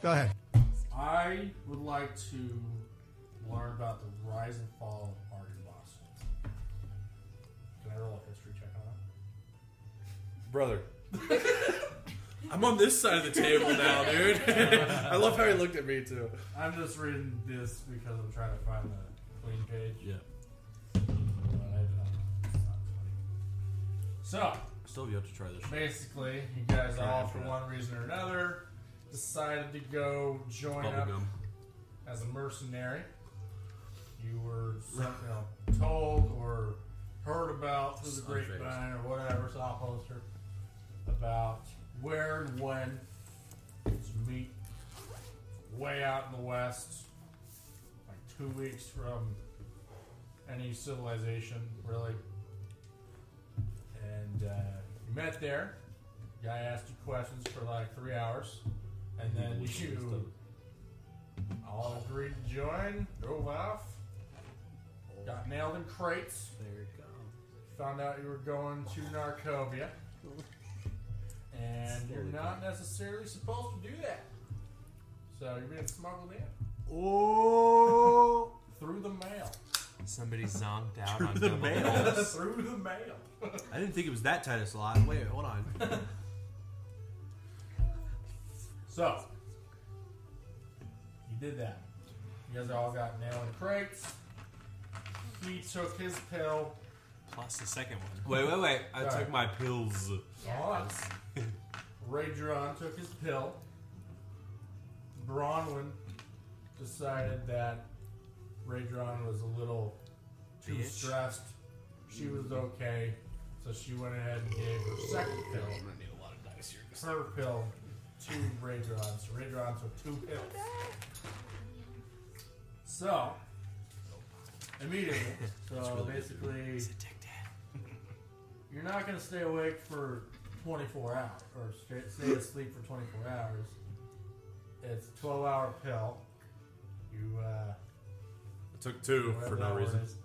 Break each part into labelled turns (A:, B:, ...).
A: Go ahead.
B: I would like to learn about the rise and fall of Arden Boston. Can I roll a history check on that?
C: brother. I'm on this side of the table now, dude. I love how he looked at me too.
B: I'm just reading this because I'm trying to find the clean page.
D: Yeah.
B: but I don't know. It's not funny. So,
D: Still, you have to try this. shit.
B: basically, you guys
D: Try
B: all,
D: after
B: for
D: that.
B: one reason or another, decided to go join up
D: Bubblegum.
B: as a mercenary. You were some- you know, told or heard about through the
D: Sunface.
B: grapevine or whatever, saw a poster about where and when to meet way out in the west, like two weeks from any civilization, really. And uh, you met there. Guy asked you questions for like three hours, and then you all agreed to join, drove off, got nailed in crates,
D: There you go.
B: found out you were going to Narcovia, and you're not necessarily supposed to do that. So you're being smuggled in
A: Oh,
B: through the mail.
E: Somebody zonked out on
C: the
E: double
C: mail.
E: doors.
B: through the mail.
C: I didn't think it was that tight a slot. Wait, hold on.
B: So you did that. You guys all got nailed in crates. He took his pill.
E: Plus the second one.
C: Wait, wait, wait. I
B: Sorry.
C: took my pills.
B: Yes. Ray Dron took his pill. Bronwyn decided that Ray Dron was a little too
E: Bitch. Mm-hmm.
B: stressed. She was okay, so she went ahead and gave her second pill,
E: Oh, need a lot of dice here.
B: her pill, to Ray Dron. So Ray Dron took two pills. So, immediately. So basically, you're not going to stay awake for 24 hours or stay, stay asleep for 24 hours. It's a 12 hour pill. You, uh,
C: I took two
B: whatever
C: for
B: that
C: no
B: word
C: reason.
B: is.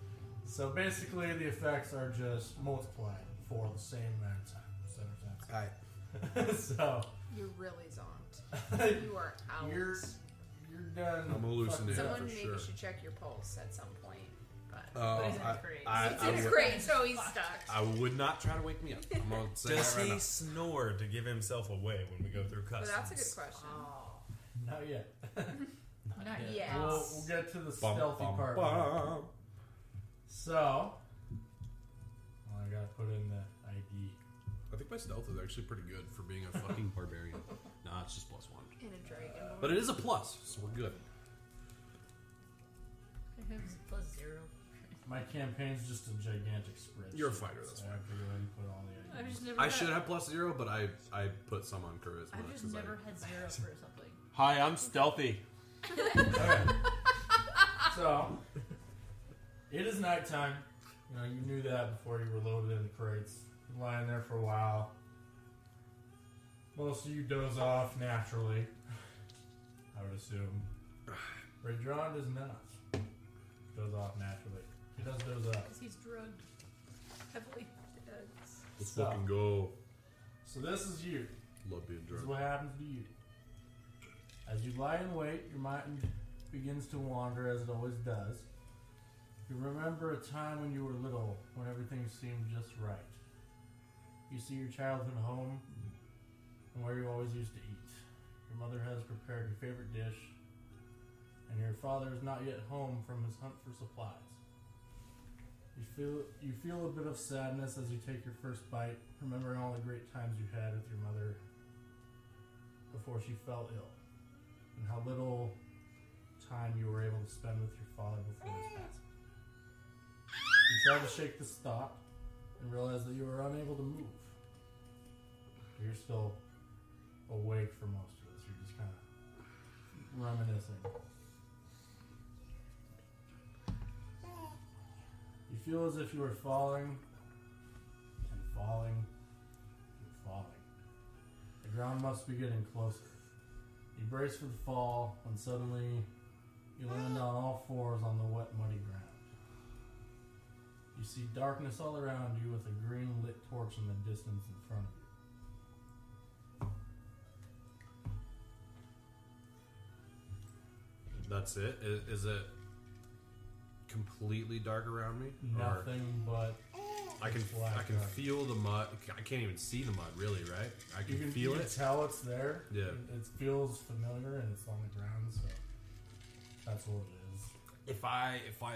B: So basically, the effects are just multiplied for the same amount of time. Seven
C: Alright.
B: times. so
F: You're really zonked. You are out.
B: you're you're done.
C: I'm hallucinating.
B: fucking up.
F: Someone
C: for
F: maybe
C: sure.
F: should check your pulse at some point. But
C: Oh,
G: But he's in
C: I-
G: grades.
C: I-
F: it's
C: I
F: in
C: would-
F: great, so he's stuck.
C: I would not try to wake me up. I'm gonna say
H: Does
C: that right
H: he
C: now.
H: snore to give himself away when we go through
F: But
H: customs?
F: that's a good question.
B: Not yet.
G: Not
F: Yeah.
G: yet.
B: We'll, we'll get to the
C: Bum,
B: stealthy
C: bum,
B: part.
C: bum.
B: So, well, I gotta put in the ID.
C: I think my stealth is actually pretty good for being a fucking barbarian. Nah, it's just plus one.
F: In a dragon.
C: But it is a plus, so we're good.
G: It was plus zero.
B: My campaign's just a gigantic spreadsheet.
C: You're a fighter, that's
B: so I have to go ahead and put all the
G: I've
B: IDs.
G: just never.
C: I
G: had,
C: should have plus zero, but I I put some on charisma.
G: I've just
C: 'cause I-
G: never had zero for something.
E: Hi, I'm stealthy.
B: So, it is nighttime. You know, you knew that before you were loaded in the crates. You're lying there for a while. Most of you doze off naturally, I would assume. Radron does not. Doze off naturally. He does doze off.
G: Because he's drugged heavily. Drugs.
C: Let's
B: So-
C: fucking go.
B: So this is you.
C: Love being
B: This is
C: drunk.
B: what happens to you. As you lie in wait, your mind begins to wander as it always does. You remember a time when you were little, when everything seemed just right. You see your childhood home and where you always used to eat. Your mother has prepared your favorite dish, and your father is not yet home from his hunt for supplies. You feel you feel a bit of sadness as you take your first bite, remembering all the great times you had with your mother before she fell ill, and how little time you were able to spend with your father before his passing. You try to shake this thought and realize that you were unable to move. You're still awake for most of this. You're just kind of reminiscing. You feel as if you were falling and falling and falling. The ground must be getting closer. You brace for the fall when suddenly you land on all fours on the wet, muddy ground. You see darkness all around you with a green lit torch in the distance in front of you.
C: That's it. I- Is, it completely dark around me? Or
B: Nothing but
C: I can
B: It's black
C: I can
B: dark.
C: feel the mud. I can't even see the mud, really. Right? I can,
B: you can
C: feel
B: you
C: it.
B: Can tell it's there.
C: Yeah.
B: It, it feels familiar and it's on the ground, so that's what it is.
C: If I if I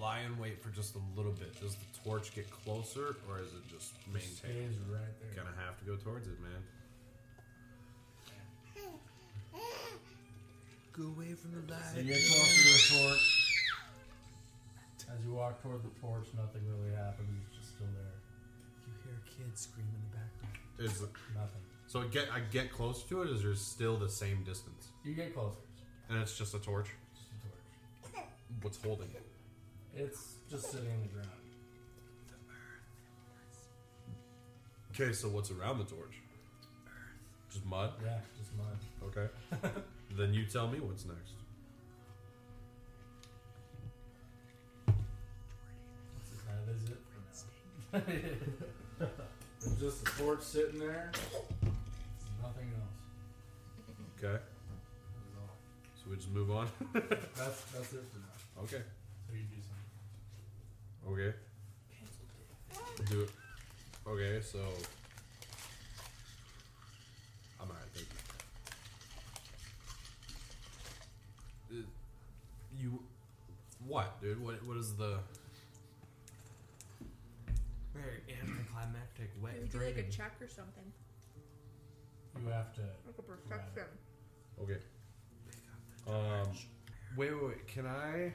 C: lie in wait for just a little bit, does the torch get closer, or is it just
B: It
C: maintained?
B: stays right there.
C: Gonna have to go towards it, man. Go away from the
B: So you get closer to the torch. As you walk toward the torch, nothing really happens. It's just still there.
E: You hear kids scream in the background.
C: Is,
B: Nothing.
C: so I get I get close to it. Is there still the same distance,
B: You get closer.
C: and it's just a torch?
B: It's just a torch.
C: What's holding it?
B: It's just sitting in the ground.
C: Okay, so what's around the torch? Just mud.
B: Yeah, just mud.
C: Okay. then you tell me what's next.
B: That is it for now. There's just a torch sitting there. Nothing else.
C: Okay.
B: That's all.
C: So we just move on.
B: That's that's it for now.
C: Okay.
B: So you do something.
C: Okay. Do it. Okay, so I'm alright. Thank you. Uh, You what, dude? What? What is the?
E: Very anticlimactic, wet
F: Maybe do like a check or something.
B: You have to.
F: Like a perception.
C: Okay. Um. Wait, wait, wait. Can I?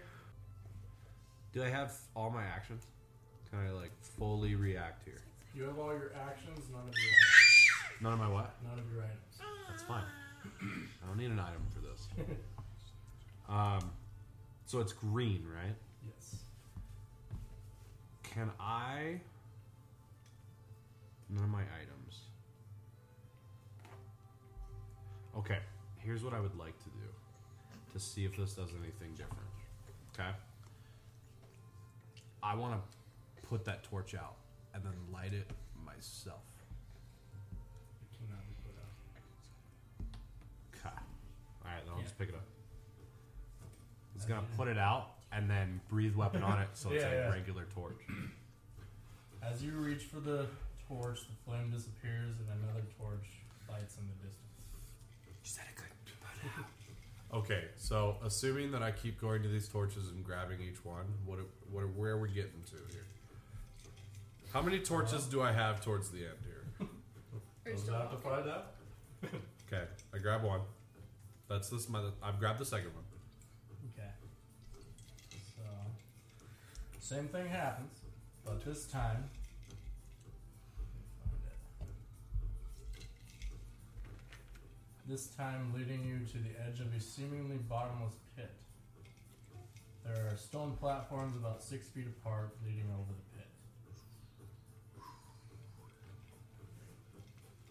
C: Do I have all my actions? Can I like fully react here?
B: You have all your actions, none of your items.
C: None of my what?
B: none of your items.
C: That's fine. I don't need an item for this. um, so it's green, right?
B: Yes.
C: Can I? None of my items. Okay, here's what I would like to do to see if this does anything different. Okay? I want to put that torch out and then light it myself.
B: It cannot be put out.
C: Okay. Alright, then I'll just pick it up. It's
B: Uh,
C: gonna
B: yeah.
C: put it out and then breathe weapon on it so it's
B: Yeah,
C: a
B: yeah.
C: regular torch.
B: As you reach for the torch, the flame disappears and another torch lights in the distance.
E: Just had a good.
C: Okay, so assuming that I keep going to these torches and grabbing each one, what what where are we getting to here? How many torches do I have towards the end here?
F: Are you
B: Those
F: still
B: have to
F: walking?
B: find out.
C: Okay, I grab one. That's this my I've grabbed the second one.
B: Okay. So, same thing happens, but this time. let me find it. This time, leading you to the edge of a seemingly bottomless pit. There are stone platforms about six feet apart leading over the pit.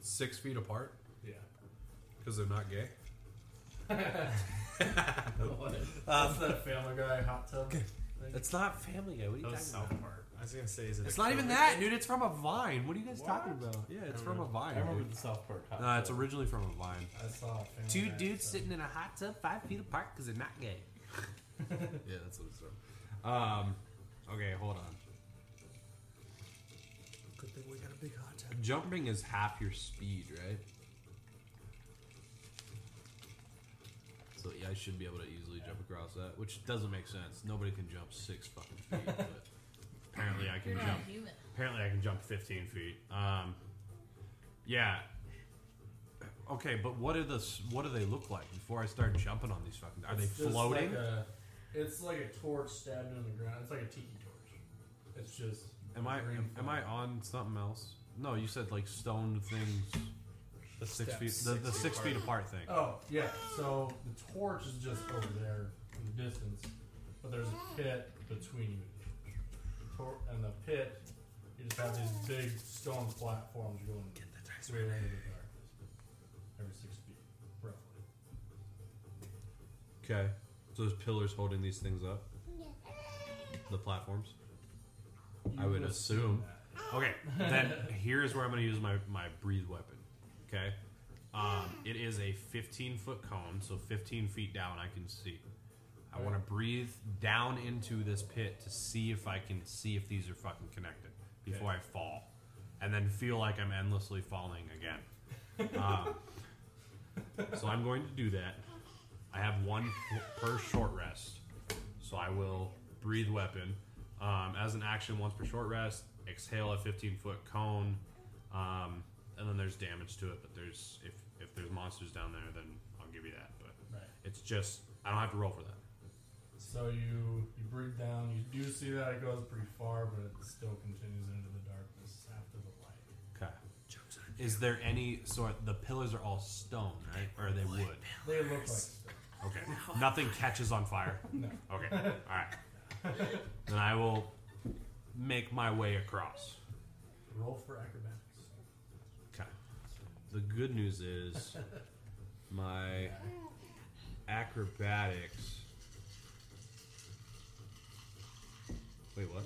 C: Six feet apart
B: Yeah.
C: because they're not gay.
B: That's that Family Guy hot tub. thing.
C: It's not Family Guy. What are
H: That was South Park. I was gonna say, is it?
C: It's
H: a
C: not even
H: COVID-
C: that, dude. It's from a Vine. What are you guys
B: What?
C: talking about? Yeah, it's
H: I
C: from a
B: I
C: Vine.
B: remember
C: dude.
B: the South Park hot
C: Nah,
B: tub.
C: it's originally from a Vine.
B: I saw a Family
C: Two
B: Guy
C: dudes
B: episode.
C: sitting in a hot tub five feet apart because they're not gay. yeah, that's what it's from. Um, okay, hold on.
E: Good thing we got a big hot tub.
C: Jumping is half your speed, right? So yeah, I should be able to easily jump across that, which doesn't make sense. Nobody can jump six fucking feet. but apparently, I
G: You're
C: can
G: not
C: jump.
G: human.
C: Apparently, I can jump fifteen feet. Um, yeah. Okay, but what are the s- what do they look like before I start jumping on these fucking? Are they
B: It's just
C: floating?
B: Like a, it's like a torch stabbed in the ground. It's like a tiki torch. It's just.
C: Am I
B: green
C: am, am I
B: flame.
C: on something else? No, you said like stoned things.
H: The
C: Six
H: steps,
C: feet, the, the six feet apart thing.
B: Oh yeah. So the torch is just over there in the distance, but there's a pit between you. The tor- and the pit, you just have these big stone platforms going straight into the darkness, every six feet, roughly.
C: Okay, so there's pillars holding these things up. The platforms. I
B: You
C: would assume.
B: that.
C: Okay, then here's where I'm going to use my my breathe weapon. Okay, Um, it is a 15 foot cone, so 15 feet down, I can see. I want to breathe down into this pit to see if I can see if these are fucking connected before I fall, and then feel like I'm endlessly falling again. Um, so I'm going to do that. I have one per short rest, so I will breathe weapon um, as an action once per short rest. Exhale a 15 foot cone, um, and then there's damage to it. But there's if if there's monsters down there, then I'll give you that. But
B: Right.
C: it's just I don't have to roll for that.
B: So you you breathe down. You do see that it goes pretty far, but it still continues into the darkness after the light.
C: Okay. Is there any sort? The pillars are all stone, right? Or are they wood?
B: They look like stuff.
C: Okay. Nothing catches on fire.
B: No.
C: Okay. All right. Then I will make my way across.
B: roll for acrobatics.
C: Okay. The good news is my acrobatics. Wait, what?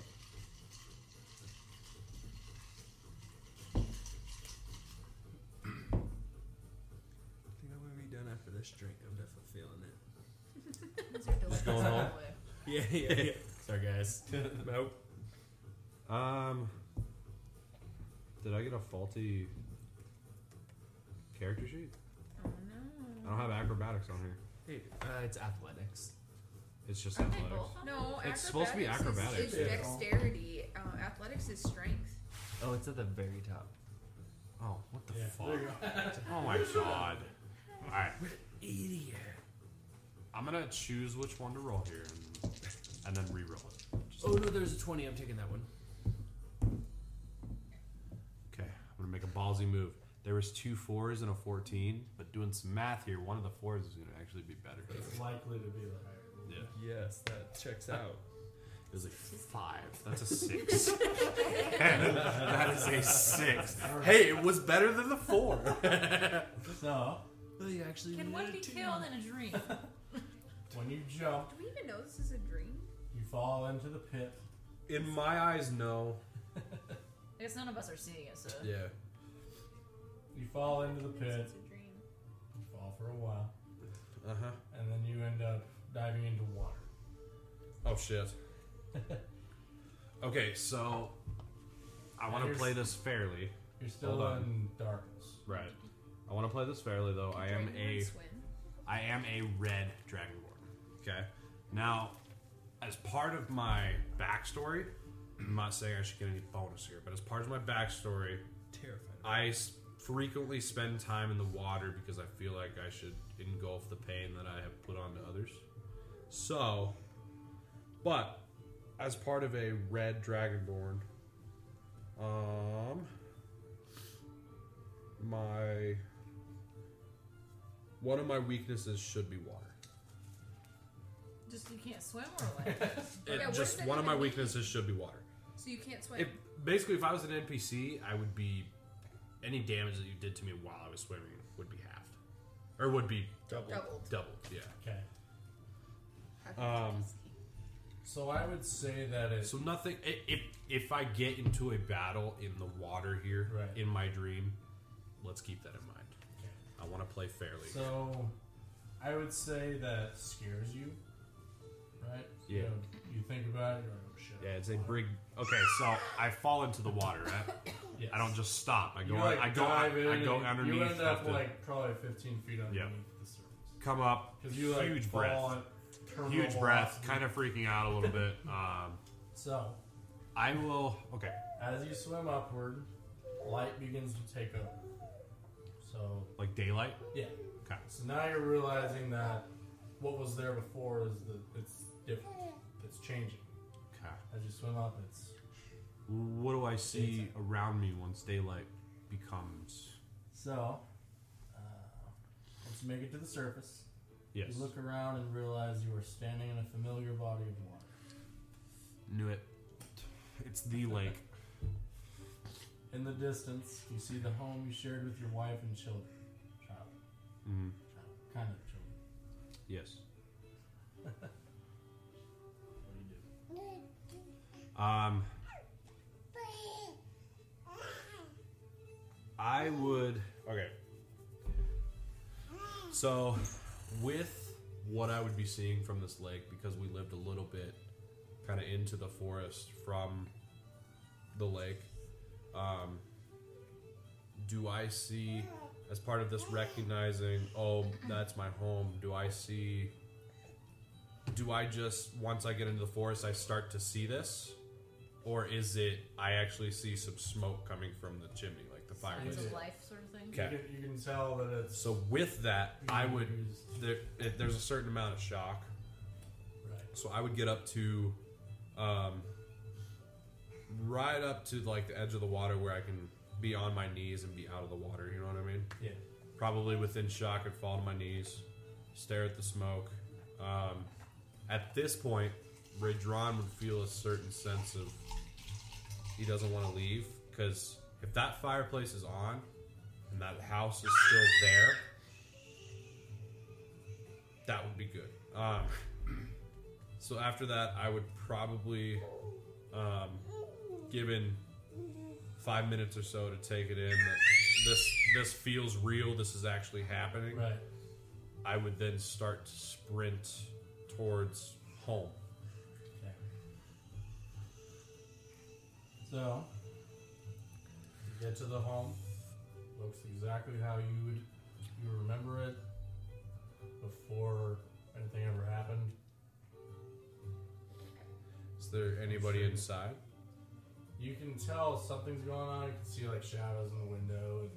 E: I think I'm gonna be done after this drink. I'm definitely feeling it.
G: Just
C: going home.
E: Yeah, yeah, yeah.
C: Sorry, guys.
E: nope.
C: Um, did I get a faulty character sheet?
G: Oh
C: I
G: no.
C: don't have acrobatics on here.
E: Hey, uh, it's athletics.
C: It's just
G: Aren't they
C: athletics.
G: both on
I: No,
C: It's supposed to be
I: acrobatics. Is, is
B: acrobatics.
I: dexterity. Uh, athletics is strength.
E: Oh, it's at the very top.
C: Oh, what the
B: Yeah,
C: fuck?
B: there you go.
C: Oh my god. Alright.
E: Idiot.
C: I'm gonna choose which one to roll here and, and then re roll it. Just-
E: Oh no, there's a twenty. I'm taking that one.
C: Okay, I'm gonna make a ballsy move. There was two fours and a fourteen, but doing some math here, one of the fours is gonna actually be better.
B: It's likely to be the higher.
C: Yeah.
E: Yes, that checks out.
C: It was a five. That's a six. that is a six. Hey, it was better than the four.
B: So
E: Well, you actually
G: Can one
E: needed
G: be
E: two.
G: killed in a dream?
B: when you jump,
I: Do we even know this is a dream?
B: you fall into the pit.
J: In my eyes, no.
G: I guess none of us are seeing it, so.
J: Yeah.
B: You fall into the
I: Yes,
B: pit.
I: It's a dream.
B: You fall for a while,
J: Uh
C: Uh-huh.
J: huh.
B: and then you end up diving into water.
J: Oh shit.
C: Okay, so I wanna
B: Here's-
C: play this fairly.
B: You're still
C: Hold on.
B: in darkness.
C: Right. I wanna play this fairly though. I am
I: Dragonborn
C: a
I: Swim.
C: I am a red dragonborn. Okay. Now, as part of my backstory, I'm not saying I should get any bonus here, but as part of my backstory,
E: Terrified.
C: I s- frequently spend time in the water because I feel like I should engulf the pain that I have put onto others. So, but as part of a red dragonborn, um, my one of my weaknesses should be water.
G: Just you can't swim or what?
C: It
I: Yeah, what does
C: just
I: that
C: one of my
I: even mean?
C: weaknesses should be water.
I: So you can't swim.
C: If basically, if I was an NPC, I would be any damage that you did to me while I was swimming would be halved, or would be
J: Double.
I: Doubled.
C: doubled. Yeah.
B: Okay.
I: How can you
C: Um,
I: just-
B: So I would say that it's
C: so nothing. i- If if I get into a battle in the water here
B: Right.
C: in my dream, let's keep that in mind.
B: Okay.
C: I want to play fairly.
B: So, I would say that scares you, right? You,
C: Yeah.
B: know, you think about it, you're like, oh shit.
C: yeah, it's a brig. Okay, so I fall into the water. Right?
B: Yes.
C: I don't just stop. I
B: You,
C: go.
B: like,
C: I go.
B: dive in
C: I, I go
B: and
C: underneath.
B: You end up
C: have to
B: like probably 15 feet underneath
C: Yeah.
B: the surface
C: come up.
B: because you like
C: huge
B: fall
C: breath.
B: at terminal
C: Huge breath.
B: velocity.
C: Kind of freaking out a little bit. Um,
B: So,
C: I will. Okay.
B: as you swim upward, light begins to take over. So
C: Like daylight.
B: yeah.
C: Okay.
B: So now you're realizing that what was there before is that it's different. It's changing
C: Okay.
B: as you swim up. It's
C: What do I see
B: Daytime.
C: around me once daylight becomes?
B: So, uh, let's make it to the surface.
C: Yes.
B: You look around and realize you are standing in a familiar body of water.
C: Knew it. It's the lake.
B: In the distance, you see the home you shared with your wife and children. Child,
C: Mm,
B: child, kind of children.
C: yes.
B: What do you do?
C: Um. I would. Okay. So, with what I would be seeing from this lake, because we lived a little bit kind of into the forest from the lake, um, do I see, as part of this recognizing, oh, that's my home, do I see, do I just, once I get into the forest, I start to see this? Or is it, I actually see some smoke coming from the chimney, like the
G: Signs
C: fireplace?
G: of life, sort of thing.
C: Okay.
B: You, can, you can tell that it's
C: So with that, I would
B: Use-
C: there, it, there's a certain amount of shock.
B: right.
C: So I would get up to, um, right up to like the edge of the water where I can be on my knees and be out of the water. You know what I mean?
B: Yeah.
C: Probably within shock, I'd fall to my knees, stare at the smoke. Um, at this point, Raydron would feel a certain sense of he doesn't want to leave because if that fireplace is on and that house is still there, that would be good. Um, so after that, I would probably, um, given five minutes or so to take it in that this this feels real. This is actually happening.
B: Right.
C: I would then start to sprint towards home.
B: Okay. So, you get to the home. Looks exactly how you would you remember it before anything ever happened.
C: Is there anybody
B: Sure.
C: inside?
B: You can tell something's going on. You can see like shadows in the window and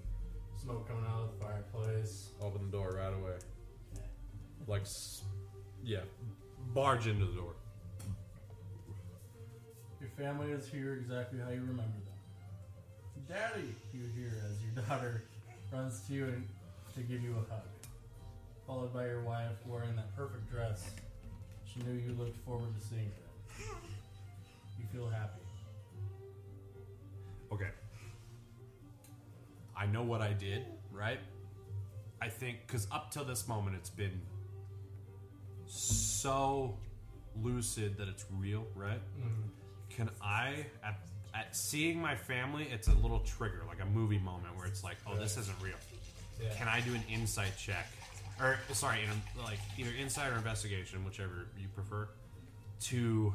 B: smoke coming out of the fireplace.
C: Open the door right away. Like, s- yeah, barge into the door.
B: Your family is here exactly how you remember them. Daddy, you hear as your daughter runs to you and to give you a hug, followed by your wife wearing that perfect dress she knew you looked forward to seeing her. You feel happy.
H: Okay. I know what I did, right? I think because up till this moment, it's been so lucid that it's real, right?
C: Mm-hmm.
H: Can I, at, at seeing my family, it's a little trigger, like a movie moment where it's like, oh, this isn't real.
B: Yeah.
H: Can I do an insight check? Or, sorry, in- like either insight or investigation, whichever you prefer, to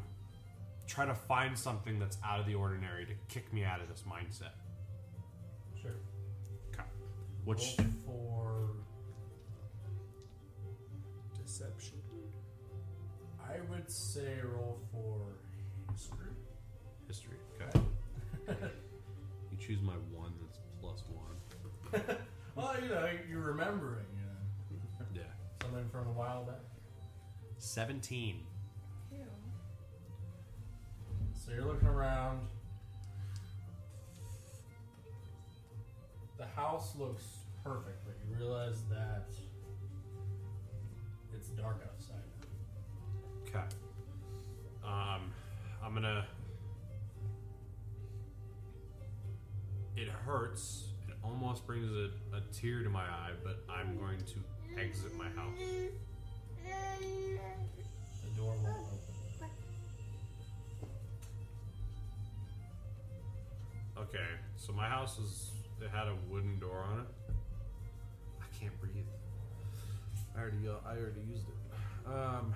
H: try to find something that's out of the ordinary to kick me out of this mindset.
B: Sure.
H: Okay. Which
B: Roll for
E: Deception.
B: I would say roll for history.
H: history? Okay. you choose my one that's plus one.
B: Well, you know, you're remembering, you know,
H: Yeah.
B: something from a while back.
H: Seventeen.
F: Ew.
B: So you're looking around. The house looks perfect, but you realize that it's dark outside.
H: Okay. Um, I'm gonna. It hurts. It almost brings a, a tear to my eye, but I'm going to exit my house.
B: The door won't open.
H: Okay, so my house is it had a wooden door on it. I can't breathe.
C: I already got, I already used it. Um,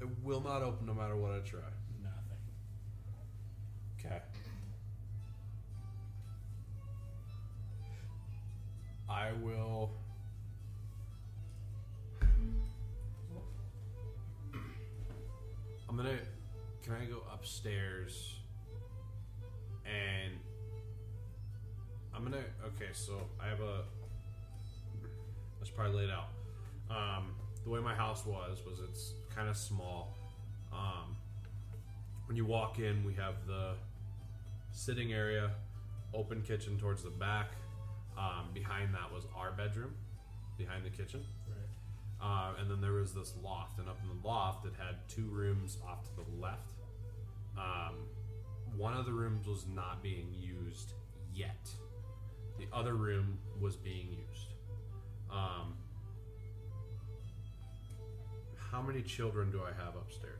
C: it will not open no matter what I try.
B: Nothing.
C: Okay. I will. I'm gonna. Can I go upstairs? And I'm gonna. Okay, so I have a. Let's probably lay it out. Um, the way my house was was it's kind of small. Um, when you walk in, we have the sitting area, open kitchen towards the back. Um, behind that was our bedroom, behind the kitchen.
B: Right.
C: Uh, and then there was this loft, and up in the loft, it had two rooms off to the left. Um, one of the rooms was not being used yet, the other room was being used. Um, how many children do I have upstairs?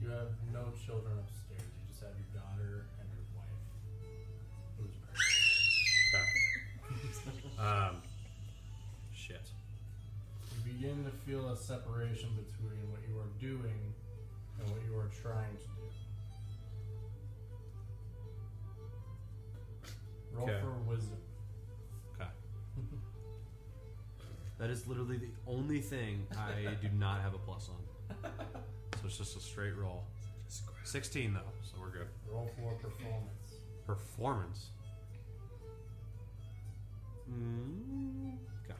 B: You have no children upstairs. You just have your daughter and your wife.
C: Um,
B: a separation between what you are doing and what you are trying to do. Roll
C: Okay.
B: for wisdom.
H: Okay.
C: That is literally the
H: Only thing I do not have a plus on. So it's just a straight roll. 16 though, so we're good.
B: Roll for performance.
H: Performance.
C: Mm-hmm.
H: Mm, okay.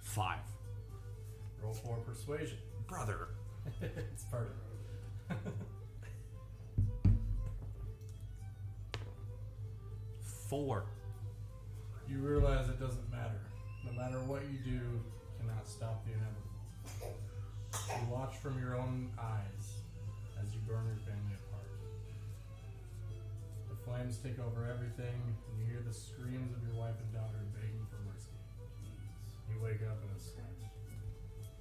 H: Five.
B: Roll for persuasion.
H: Brother.
B: it's part of it.
H: Four.
B: You realize it doesn't matter. No matter what you do, you cannot stop the inevitable. You watch from your own eyes as you burn your family apart. The flames take over everything, and you hear the screams of your wife and daughter begging for mercy. You wake up in a sweat.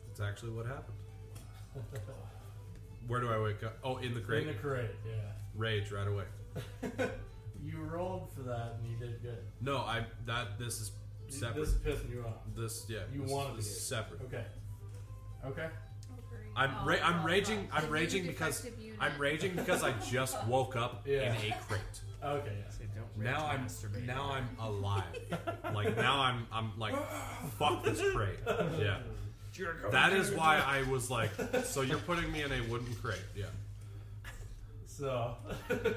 C: That's actually what happened.
B: in
C: Where do I wake up? Oh, in the crate.
B: the crate, yeah.
C: Rage right away.
B: You rolled for that, and you did good.
C: No, I that this is separate.
B: This
C: This,
B: is pissing you off.
C: yeah.
B: You
C: this
B: wanted
C: is
B: to do it.
C: separate.
B: Okay. Okay.
F: Oh, great.
C: I'm ra- I'm raging. I'm
F: Defective
C: raging because
F: unit.
C: I'm raging because I just woke up
B: Yeah.
C: in a crate.
B: Okay, yeah.
C: Now I'm now I'm alive. like now I'm I'm like fuck this crate. Yeah. That is why I was like, so you're putting me in a wooden crate. Yeah.
B: So,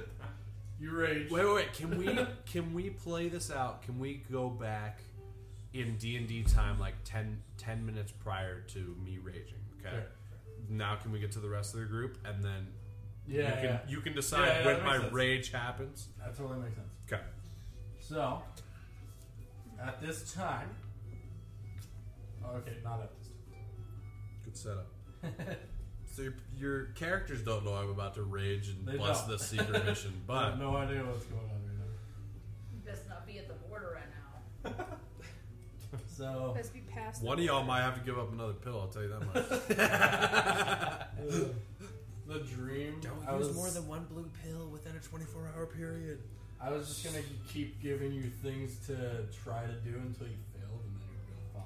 B: you rage.
C: Wait, wait, wait. Can we can we play this out? Can we go back in D and D time like 10, 10 minutes prior to me raging? Okay.
B: Sure.
C: Now can we get to the rest of the group and then
B: Yeah,
C: you can
B: yeah.
C: you can
B: Yeah,
C: decide
B: yeah, that
C: when
B: makes
C: my
B: sense.
C: rage happens.
B: That totally makes sense.
C: Okay.
B: So, at this time, okay, not at this
C: Good setup.
B: time.
C: So your, your characters don't know I'm about to rage and
B: They
C: bust
B: don't.
C: this secret mission,
B: I have
C: but
B: no idea what's going on right now.
G: You best not be at the border right now.
B: So,
F: Must be past.
C: one of y'all might have to give up another pill. I'll tell you that much.
B: the dream.
E: Don't
B: I
E: use
B: was,
E: more than one blue pill within a 24 hour period.
B: I was just gonna keep giving you things to try to do until you failed, and then you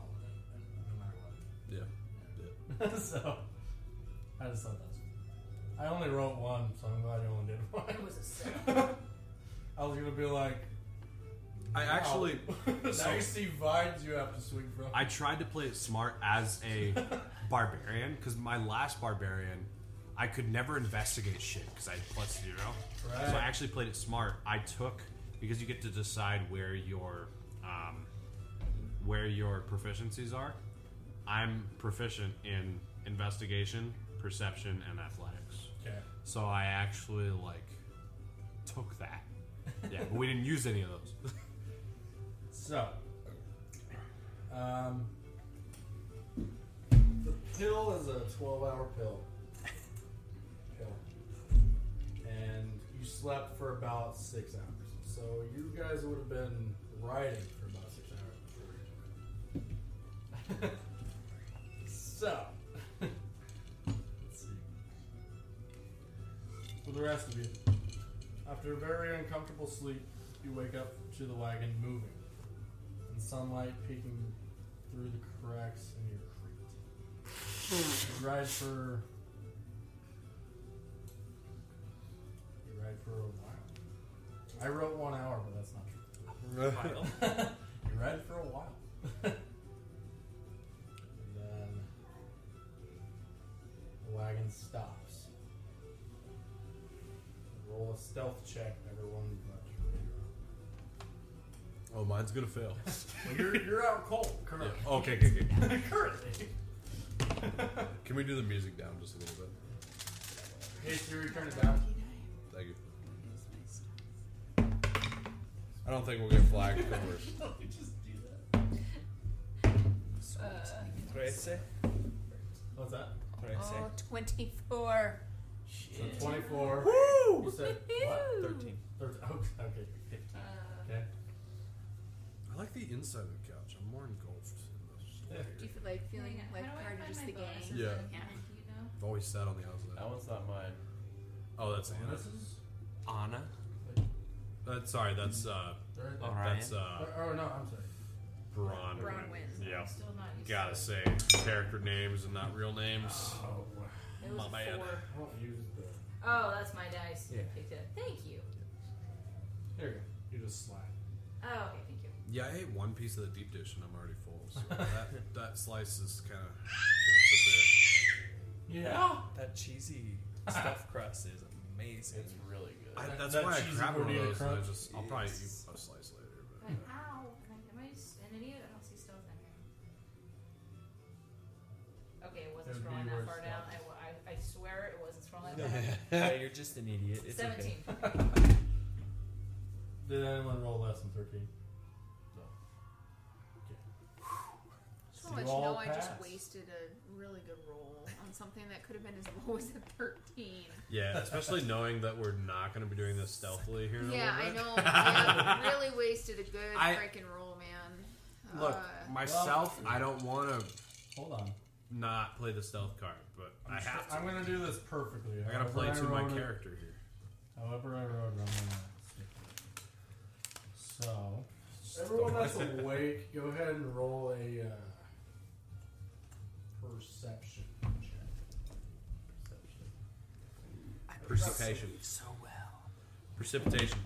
B: were gonna follow it,
C: yeah.
B: no matter what. so, I just thought that was. I only wrote one, so I'm glad you only did one.
G: It was a seven.
B: I was gonna be like.
C: I
B: wow.
C: actually
B: now
C: so-
B: you see vines you have to swing from.
H: I tried to play it smart as a barbarian because my last barbarian, I could never investigate shit because I had plus zero.
B: Right.
H: So I actually played it smart. I took because you get to decide where your um, where your proficiencies are. I'm proficient in investigation, perception, and athletics.
B: okay.
H: So I actually like took that. Yeah, but we didn't use any of those.
B: So, um, the pill is a 12 hour pill. Pill. And you slept for about six hours. So you guys would have been riding for about six hours. so, let's see. For the rest of you, after a very uncomfortable sleep, you wake up to the wagon moving, and sunlight peeking through the cracks in your crate. You ride for. You ride for a while. I wrote one hour, but that's not true. you ride for a while. and then. The wagon stops. Roll a stealth check, everyone. But
C: Oh, mine's gonna fail.
B: well, you're, you're out cold
C: Yeah.
B: currently.
C: Okay, okay, okay.
B: currently.
C: Can we do the music down just a little bit?
B: Hey Siri, turn it down.
C: Thank you. I don't think we'll get flagged for worse.
B: You just do that.
E: Trece.
B: What's that?
F: Oh, 24.
B: So 24. Woo! You said what?
E: 13.
B: Thirteen. Oh, okay.
G: Uh,
B: Okay.
C: I like the inside of the couch. I'm more engulfed in this.
F: Do you feel like feeling
G: hang
F: like
G: on, how do I
F: part of just
G: find my
F: the gang?
G: bonuses
C: Yeah.
G: in
F: Yeah.
G: Wiki, you know?
C: I've always sat on the outside.
D: That one's not mine.
C: Oh, that's Anna.
B: Bonuses?
H: Anna,
C: That's sorry. That's uh.
B: They're-
D: Oh,
B: they're-
D: Ryan.
C: That's uh.
B: Oh, no, oh, I'm sorry.
C: Braun.
F: Braun wins.
C: Yeah.
G: Still not used to
C: Gotta
G: it.
C: say, character names and not real names.
B: Oh,
G: It was
C: my man.
G: four.
B: I don't use the.
G: Oh, that's my dice.
E: Yeah.
G: Picked it. Thank you.
B: Here you go. You just slide.
G: Oh, okay, thank you.
C: Yeah, I ate one piece of the deep dish and I'm already full. So that, that slice is kind of.
B: Yeah.
E: That cheesy stuffed crust is amazing.
B: It's really good.
C: I,
B: That-
C: that's
B: that
C: why I
B: cheesy
C: grabbed one of
B: gordita
C: those. And I
B: crunch-
C: just, I'll probably eat a
E: is-
C: slice later. But.
G: But ow, am I, am I s- an idiot? I don't see stuff in here. Okay,
B: It
G: it
B: would
G: wasn't scrolling
B: be
G: that
B: worth
G: far down. I,
B: stopping.
G: wa- I, I swear it wasn't scrolling that far down.
E: no, you're just an idiot. It's okay.
G: Seventeen.
B: Did anyone roll less than 13?
F: So
B: You
F: much
B: all
F: know I just
B: passed.
F: wasted a really good roll on something that could have been as low as a 13.
C: Yeah, especially knowing that we're not going to be doing this stealthily here. in a
F: Yeah, I
C: little bit.
F: know. Yeah, really wasted a good
C: I-
F: freaking roll, man.
C: Look,
F: Uh,
C: myself, I don't want to
B: Hold on.
C: not play the stealth card, but I have to.
B: I'm gonna do this perfectly.
C: I gotta
B: However
C: play to my
B: wrote it-
C: character here.
B: However, I wrote it, I'm gonna stick with it. So, everyone that's awake, go ahead and roll a uh, perception check. Perception.
C: Precipitation.
E: So well.
C: Precipitation.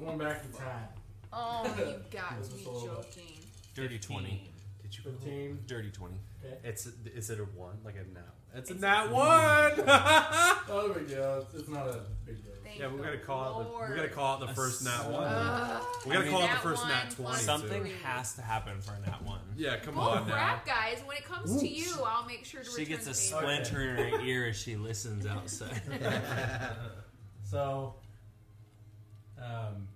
B: Going back to time.
F: oh, you got
B: This
F: me
B: is all about-
F: joking.
H: Dirty 20.
C: Did you
B: 15.
C: Dirty 20.
B: Okay.
C: It's is it a one? Like a now? It's, a nat one.
B: Oh, there we go. It's not a big deal.
F: Thank
C: yeah, we
F: the
C: gotta call it. The, we
F: Lord. Uh,
C: gotta call it the
H: A
C: first nat
H: seven.
C: one.
F: Ugh.
C: we gotta
H: I
C: call it
F: mean,
C: the
F: nat
C: first
F: one
C: nat twenty.
F: plus
C: too.
F: something.
H: Something has to happen for that one.
C: Yeah, come
F: Bull
C: on now.
F: crap, guys. When it comes to you, I'll make sure to
D: She
F: return
D: gets a
F: the favor.
D: splinter in her ear as she listens outside.
B: So, um,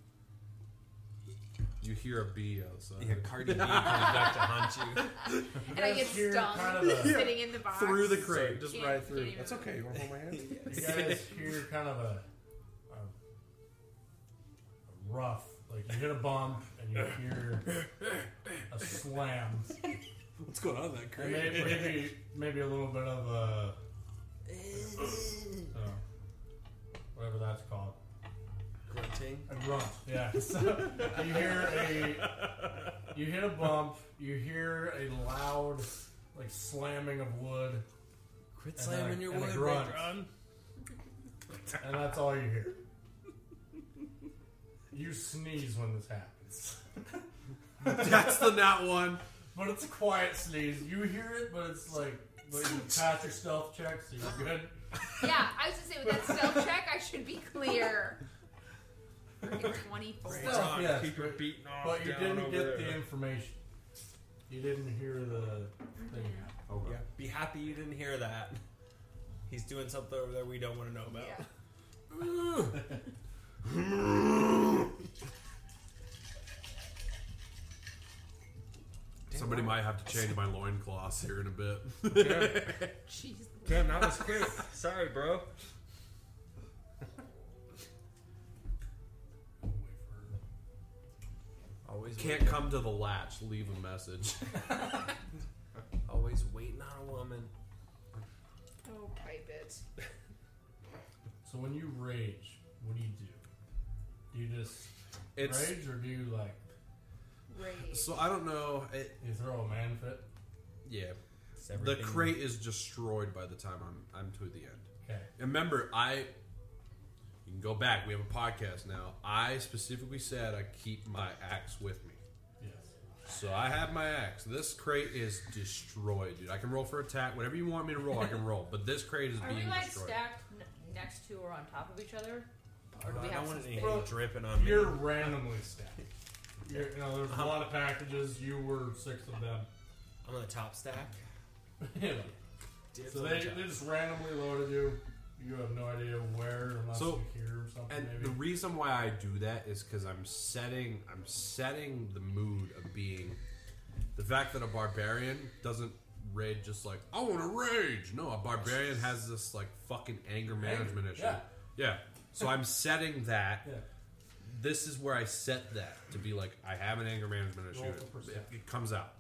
C: You hear a bee outside.
D: yeah, Cardi B comes back to hunt you.
F: and I get
B: Here,
F: stung
B: kind of a-
F: sitting in the box.
C: Through the crate, just
F: Can't-
C: right
F: can't
C: through.
F: even- That's
C: okay. You want to hold my hand?
B: you guys hear kind of a, a, a rough, like you hit a bump and you hear a slam.
E: What's going on in that
B: And may- maybe, maybe a little bit of a, uh, whatever that's called.
E: Grunting.
B: A grunt, yeah. So you hear a, you hit a bump. You hear a loud, like slamming of wood,
E: Quit
B: And
E: slamming
B: a-
E: your
B: and a
E: wood,
B: grunt.
E: Ron.
B: and that's all you hear. You sneeze when this happens,
C: That's the nat one.
B: but it's a quiet sneeze. You hear it, but it's like, but you pass your stealth check, so you're good.
F: Yeah, I was just saying with that stealth check, I should be clear. Freaking Twenty-four.
B: Still.
C: John,
B: yes,
C: keep your
B: but-
C: beating off
B: But you
C: down
B: didn't
C: over
B: get
C: there.
B: the information. You didn't hear the thing.
C: Okay.
E: Yeah. Be happy you didn't hear that. He's doing something over there we don't want to know about.
F: Yeah.
C: Somebody might have to change my loincloths here in a bit.
F: Jeez.
E: Damn, that was quick. Sorry, bro. Always
C: Can't come to the latch. Leave a message.
E: Always waiting on a woman.
F: Oh, pipe it.
B: So when you rage, what do you do? Do you just
C: It's
B: rage, or do you like
F: Rage.
C: so I don't know. It,
B: you throw a man fit?
C: yeah,
E: It's
C: the
E: everything-
C: crate is destroyed by the time I'm I'm to the end.
B: Okay.
C: Remember, I. You can go back. We have a podcast now. I specifically said I keep my axe with me,
B: Yes.
C: so I have my axe. This crate is destroyed, dude. I can roll for attack. Whatever you want me to roll, I can roll. But this crate is
G: Are
C: being
G: we like
C: destroyed.
G: stacked n- next to or on top of each other? Or do
E: I
G: we
E: don't
G: have some
E: want anything
G: space?
B: Bro,
E: dripping on me.
B: You're randomly stacked. You're, you know, there's a
C: Uh-huh.
B: lot of packages. You were six of them.
E: I'm on the top stack.
B: Yeah.
E: Dibs
B: so
E: on
B: they,
E: the top.
B: they just randomly loaded you. You have no idea where unless
C: So-
B: you hear something.
C: And the
B: maybe.
C: reason why I do that is because I'm setting I'm setting the mood of being the fact that a barbarian doesn't rage just like I want to rage. No, a barbarian has this like fucking anger management issue.
B: yeah.
C: yeah. So I'm setting that.
B: yeah.
C: This is where I set that to be like I have an anger management issue.
B: Roll for percent.
C: It, it comes out.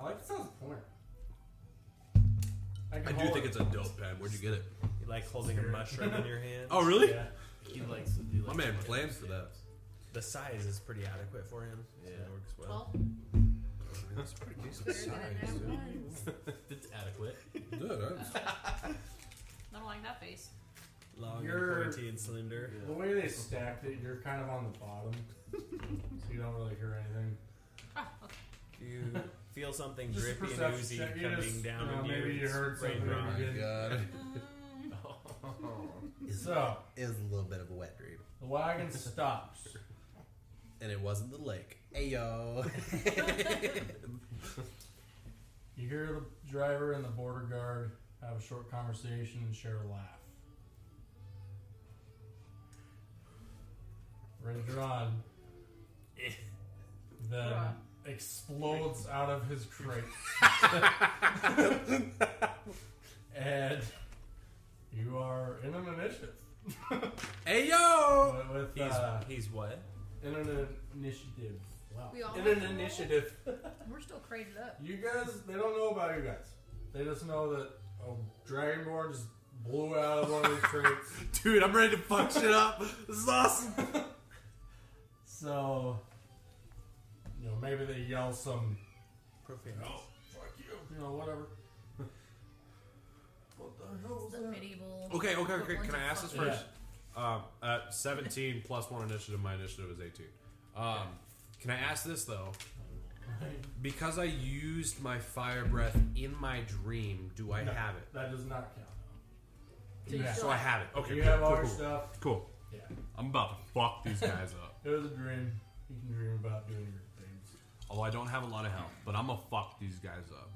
B: I like the sound of porn.
C: I do think it's a dope pen. Where'd you get it?
E: You like holding a mushroom in your hand.
C: Oh really?
B: Yeah.
D: He likes to do
C: My man plans for that.
E: The size is pretty adequate for him. so
C: Yeah.
E: it works well.
F: Twelve.
C: That's pretty decent
F: Better than
C: size.
F: that
C: dude.
F: one.
D: That's adequate.
C: Dude, that's-
F: Not like that face.
E: Long
B: You're-
E: and pointy and slender.
B: The way they stacked it, you're kind of on the bottom, so you don't really hear anything.
E: Do you feel something
B: Just a
E: drippy and
B: perception
E: oozy
B: check. You
E: coming
B: just-
E: down?
B: you know,
E: on
B: maybe you
E: It's
B: heard
E: rain
B: something.
E: drops.
C: Oh my God.
G: Um,
F: Mm,
B: So
D: Is a little bit of a wet dream,
B: the wagon stops.
D: and it wasn't the lake. Ayo.
B: You hear the driver and the border guard have a short conversation and share a laugh. Ranger on then explodes out of his crate. and you are in an initiative.
D: Ayo.
B: With, with,
E: He's,
B: uh,
E: he's what?
B: in an initiative. Wow.
F: We all
B: in
F: have
B: an
F: to roll?
B: initiative.
F: We're still crated up.
B: You guys, they don't know about you guys. They just know that a dragonborn just blew out of one of his crates.
D: Dude, I'm ready to fuck shit up. This is awesome.
B: So, you know, maybe they yell some,
E: Profane.
B: oh, fuck you, you know, whatever. what the hell was
F: The
B: that?
F: medieval.
C: Okay, okay, okay.
F: equivalent
C: Can I
F: of
C: ask this
F: fucking-
C: first? Um, at 17 plus one initiative, my initiative is 18. Um, can I ask this though? Because I used my fire breath in my dream, do I
B: No.
C: have it?
B: That does not count.
F: Do you
B: Yeah.
F: still
C: So I have it. Okay,
B: you
C: cool,
B: have all
C: cool,
B: your
C: cool.
B: stuff.
C: Cool.
B: Yeah.
C: I'm about to fuck these guys up.
B: It was a dream. You can dream about doing your things.
C: Although I don't have a lot of health, but I'm gonna fuck these guys up.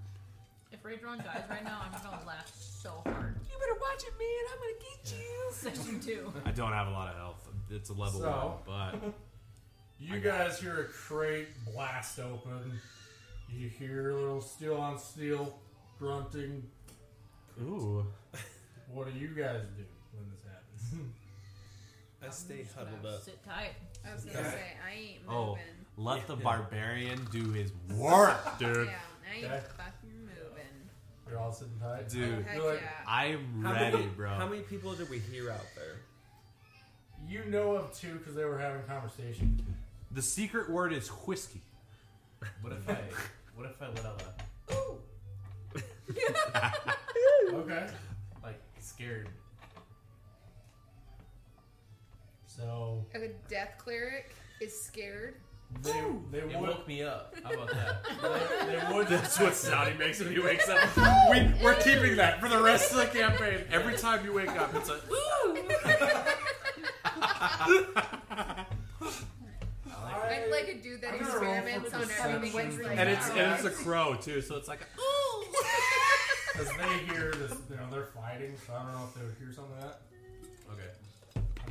F: If Raydron dies right now, I'm gonna laugh so hard. You better watch it, man. I'm gonna get you. Session two.
H: I don't have a lot of health. It's a level
B: So-
H: one, but
B: You guys hear a crate blast open. You hear a little steel on steel grunting.
H: ooh,
B: What do you guys do when this happens?
E: I stay huddled
F: Now
E: up.
F: Sit tight.
G: I was gonna say I ain't moving.
H: oh, let the barbarian do his
C: Work,
G: Yeah,
C: dude.
G: I ain't
B: Okay.
G: fucking moving.
B: You're all sitting tight.
H: Dude,
G: Heck
B: You're like-
G: yeah.
H: I'm
E: How
H: ready,
E: many,
H: bro.
E: How many people did we hear out there?
B: You know of two because they were having conversation.
H: the secret word is whiskey.
D: What if I? What if I let out a
B: Okay.
D: like scared?
B: So
G: A death cleric is scared.
B: they, they
D: It
B: would
D: woke me up. How about that?
B: they, they would
C: That's what Saudi makes when he wakes up.
B: Oh,
C: We, we're keeping that for the rest of the campaign. Every time you wake up, it's a.
G: I'd like a dude that
B: I'm gonna roll
G: experiments
B: for
G: on everything.
B: deception.
G: It's like,
C: And it's,
G: oh,
C: and it's a crow, too, so it's like.
B: because they hear this. You know they're fighting, so I don't know if they would hear something like that.
C: Okay.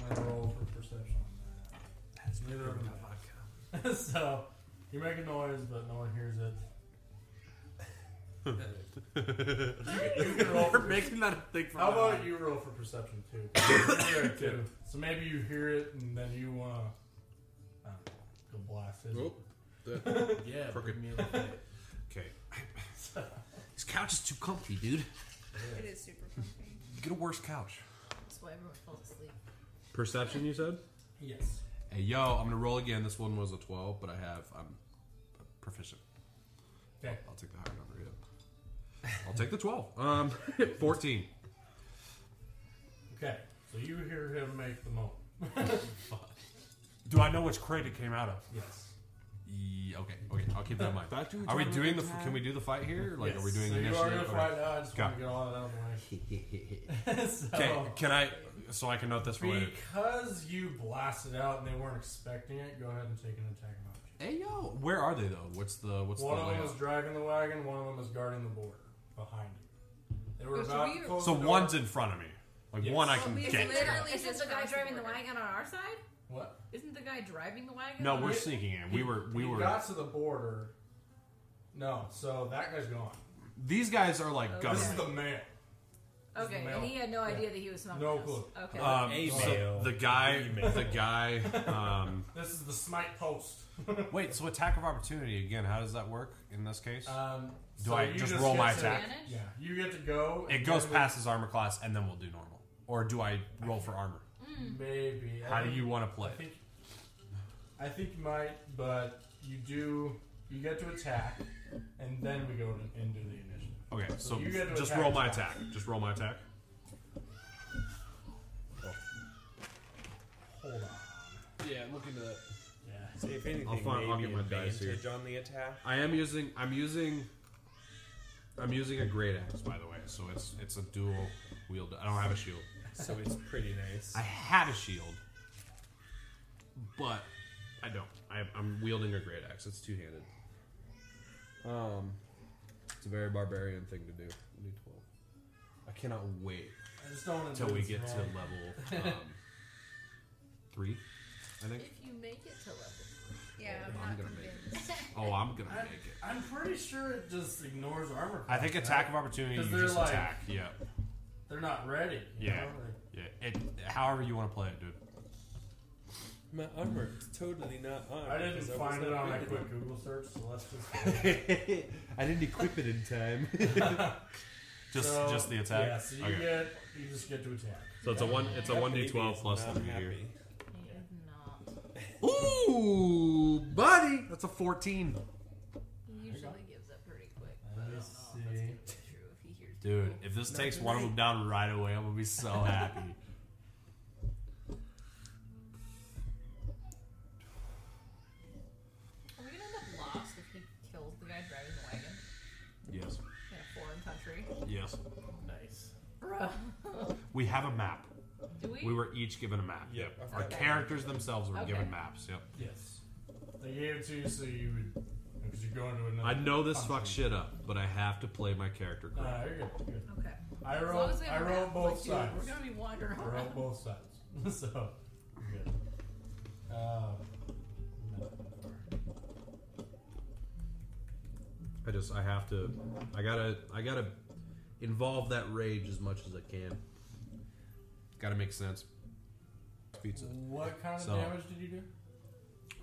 B: I'm gonna roll for perception on that. That's neither of them. have. so you make a noise, but no one hears it. you, can- you can roll
C: We're
B: for
C: making that a thing for
B: How
C: now.
B: about you roll for perception too? You're at two. So maybe you hear it and then you wanna I don't know, go blast it.
C: Nope.
D: Yeah.
C: Crooked.
D: bring me in the fight.
C: Okay.
D: This couch is too comfy, dude.
G: It is super comfy.
C: Get a worse couch.
F: That's why everyone falls asleep.
C: Perception, you said?
B: Yes.
C: Hey, yo, I'm gonna roll again. This one was a 12, but I have. I'm proficient.
B: Okay.
C: I'll take the higher number, yeah. I'll take the 12. Um, 14.
B: Okay. So you hear him make the moan.
H: Do I know which crate it came out of?
B: Yes.
C: Yeah, okay, okay, I'll keep that in mind.
E: Back to
C: Are we
E: John
C: doing the?
E: Wick time.
C: Can we do the fight here? Like, are we doing
B: so
C: initiative?
B: you are gonna
C: or-
B: fight now, I just
C: Got
B: wanna get all that out of the way. so,
C: Okay, can I? So I can note this for later.
B: because you blasted out and they weren't expecting it, go ahead and take an attack of opportunity.
C: Hey yo, where are they though? What's the what's
B: One
C: the
B: of them is
C: layout?
B: driving the wagon, one of them is guarding the border behind you. They were
F: Wait, so
B: about
F: we-
B: to close
C: So
B: the door.
C: one's in front of me. Like
B: Yes.
C: one I
B: Oh,
C: can
F: we
C: get.
F: literally-
G: It's
F: Isn't
G: just
F: the guy
G: across
F: driving the
G: border.
F: wagon on our side?
B: What?
F: Isn't the guy driving the wagon?
H: No,
F: on
H: we're
F: our-
H: sneaking in. We were, we
B: He
H: were.
B: got to the border. No, so that guy's gone.
C: These guys are like
F: Okay.
B: This is
C: government.
B: the man.
F: Okay, and he had no idea that he was smoking.
B: No
F: us.
B: clue.
F: Okay.
C: Um,
E: A
C: so
E: male.
C: the guy,
E: E male.
C: the guy. Um,
B: This is the smite post. Um,
C: wait, so attack of opportunity again? How does that work in this case?
B: Um,
C: Do
B: so
C: I
B: you
C: just roll
B: get
C: my
B: to-
C: attack?
F: Advantage?
B: Yeah, you get to go.
C: it
B: and
C: goes
B: then
C: past his armor class, and then we'll do normal. Or do I roll for armor?
B: we- Maybe.
C: How do you want to play?
B: I think, I think you might, but you do. You get to attack, and then we go to, and do the initiative.
C: Okay,
B: So
C: so
B: you get to
C: just
B: attack
C: roll my
B: now.
C: attack. Just roll my attack.
B: Hold on.
K: Yeah, look into that.
B: Yeah.
L: So if anything,
C: I'll find- I'll
L: maybe
C: get my dice here.
L: advantage on the attack.
C: I am using. I'm using. I'm using a great axe, by the way. So it's it's a dual wield. I don't have a shield.
L: So it's pretty nice.
C: I had a shield, but I don't. I, I'm wielding a great axe. It's two handed. Um, it's a very barbarian thing to do. I need twelve. I cannot wait
B: I just don't want
C: until we get to level um, three. I think.
G: If you make it to level three. Yeah,
C: I'm
G: I'm not
C: gonna make it.
G: convinced.
C: Oh, I'm gonna
B: I'm,
C: make it.
B: I'm pretty sure it just ignores armor.
C: I think
B: class,
C: attack
B: right?
C: of opportunity. You
B: 'Cause they're
C: just
B: like-
C: attack. Yeah,
B: They're not ready. you
C: Yeah.
B: know, like-
C: yeah. It, however you want to play it, dude.
E: My armor is totally not on.
B: I didn't
E: because was
B: find it
E: not
B: on
E: ready.
B: that quick Google search, so let's just.
L: I didn't equip it in time.
C: Just
B: So,
C: just the attack.
B: Yeah, so you
C: Okay.
B: get you just get to attack.
C: So it's a one. It's a one d twelve plus
E: Not
C: the meter.
E: happy.
G: He is not.
K: Ooh, buddy, that's a fourteen.
G: He usually gives up pretty quick, but I
B: Let me
G: don't know if that's gonna
B: see.
G: be true if he hears.
C: Dude, if this takes one of them down right away, I'm gonna be so happy.
G: Are we gonna end up lost if he kills the guy driving the wagon
C: yes.
G: in a foreign country?
C: Yes.
B: Nice.
G: Bruh.
C: We have a map.
G: Do we?
C: We were each given a map.
E: Yep, I've
C: Our
E: got that.
C: characters themselves were
G: Okay.
C: given maps. Yep.
B: Yes. They gave it to you so you would because you're going to another.
C: I know this fucks shit up, but I have to play my character. correctly.
B: Nah, you're good. You're good.
G: Okay.
B: I
G: As long
B: wrote.
G: as we
B: I
G: have a
B: wrote
G: map,
B: both
G: like, dude,
B: sides.
G: We're gonna be wandering
B: I wrote
G: around.
B: both sides. so you're good. Uh,
K: I just, I have to, I gotta, I gotta involve that rage as much as I can.
C: Gotta make sense. Pizza.
B: what kind of
C: So-
B: damage did you do?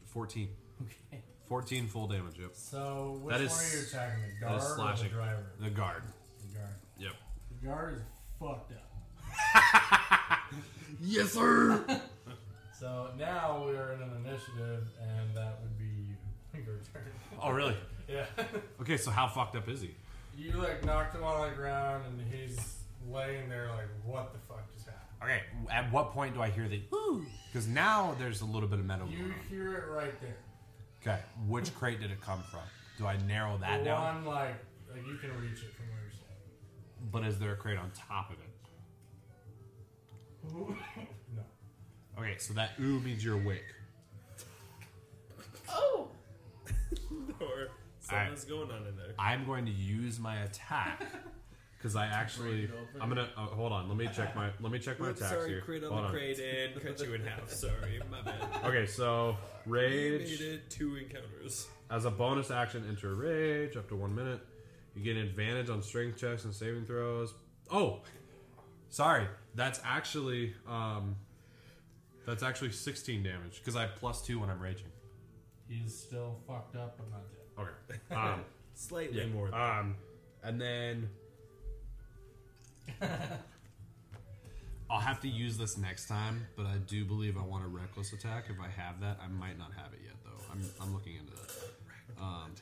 C: Fourteen.
B: Okay.
C: 14 full damage. Yep.
B: So which
C: That is-
B: one are you attacking? The
C: that
B: guard
C: is
B: or the
C: slashing.
B: driver?
C: The guard.
B: The guard.
C: Yep.
B: The guard is fucked up.
K: Yes, sir.
B: So now we are in an initiative, and that would be you. Your turn.
C: Oh, really?
B: Yeah.
C: Okay, so how fucked up is he?
B: you like knocked him on the ground, and he's laying there like, what the fuck just happened?
C: Okay, at what point do I hear the ooh? Because now there's a little bit of metal going
B: You
C: on.
B: hear it right there.
C: Okay, which crate did it come from? Do I narrow that
B: the
C: down?
B: one like, like you can reach it from where you're standing.
C: But is there a crate on top of it?
B: No.
C: Okay, so that ooh means you're awake.
G: Oh!
E: Or something's going on in there.
C: I'm going to use my attack because I actually I'm gonna uh, hold on. Let me check my let me check my
E: Oops,
C: attacks
E: sorry,
C: here.
E: crit on
C: Hold
E: the
C: on.
E: crate and cut you in half. Sorry, my bad.
C: Okay, so
E: Made
C: rage
E: it two encounters.
C: as a bonus action enter rage up to one minute. You get an advantage on strength checks and saving throws. Oh, sorry, that's actually um, that's actually 16 damage because I have plus two when I'm raging.
B: He's still fucked up, but not dead.
C: Okay. Um,
E: Slightly
C: yeah.
E: more.
C: Um, and then I'll have to use this next time, but I do believe I want a reckless attack. If I have that, I might not have it yet, though. I'm, I'm looking into that. Um,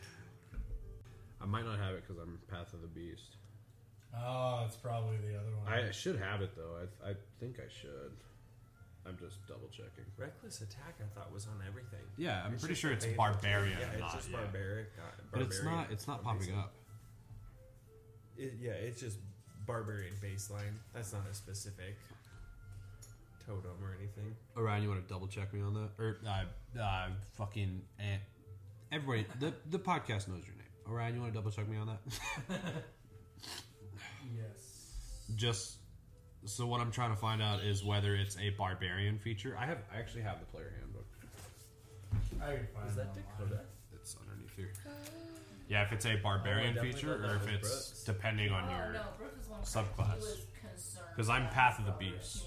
C: I might not have it because I'm Path of the Beast.
B: Oh, it's probably the other one.
K: I should have it though. I, I think I should. I'm just double checking.
E: Reckless attack, I thought was on everything.
C: Yeah, I'm pretty
E: just
C: sure it's
E: a-
C: barbarian.
E: Yeah,
C: and
E: it's
C: not,
E: just
C: yeah.
E: barbaric. uh,
C: But it's
E: barbarian
C: not. It's not popping
E: baseline.
C: up.
E: It, yeah, it's just barbarian baseline. That's not a specific totem or anything.
C: Orion, Oh, you want to double check me on that? Or uh, uh, fucking eh. everybody, the the podcast knows your name. Orion, you want to double check me on that?
B: yes.
C: Just so what I'm trying to find out is whether it's a barbarian feature. I have I actually have the player handbook. Mm.
B: I can find
E: Is
B: it
E: that
B: online.
E: Dakota?
C: It's underneath here. Yeah, if it's a barbarian
E: Oh, I definitely
C: feature
E: thought that
C: or if
E: was
C: it's
E: Brooks.
C: depending on
G: Oh
C: your.
G: no, Brooke was one
C: subclass.
G: Because
C: Because I'm Path of the Beast.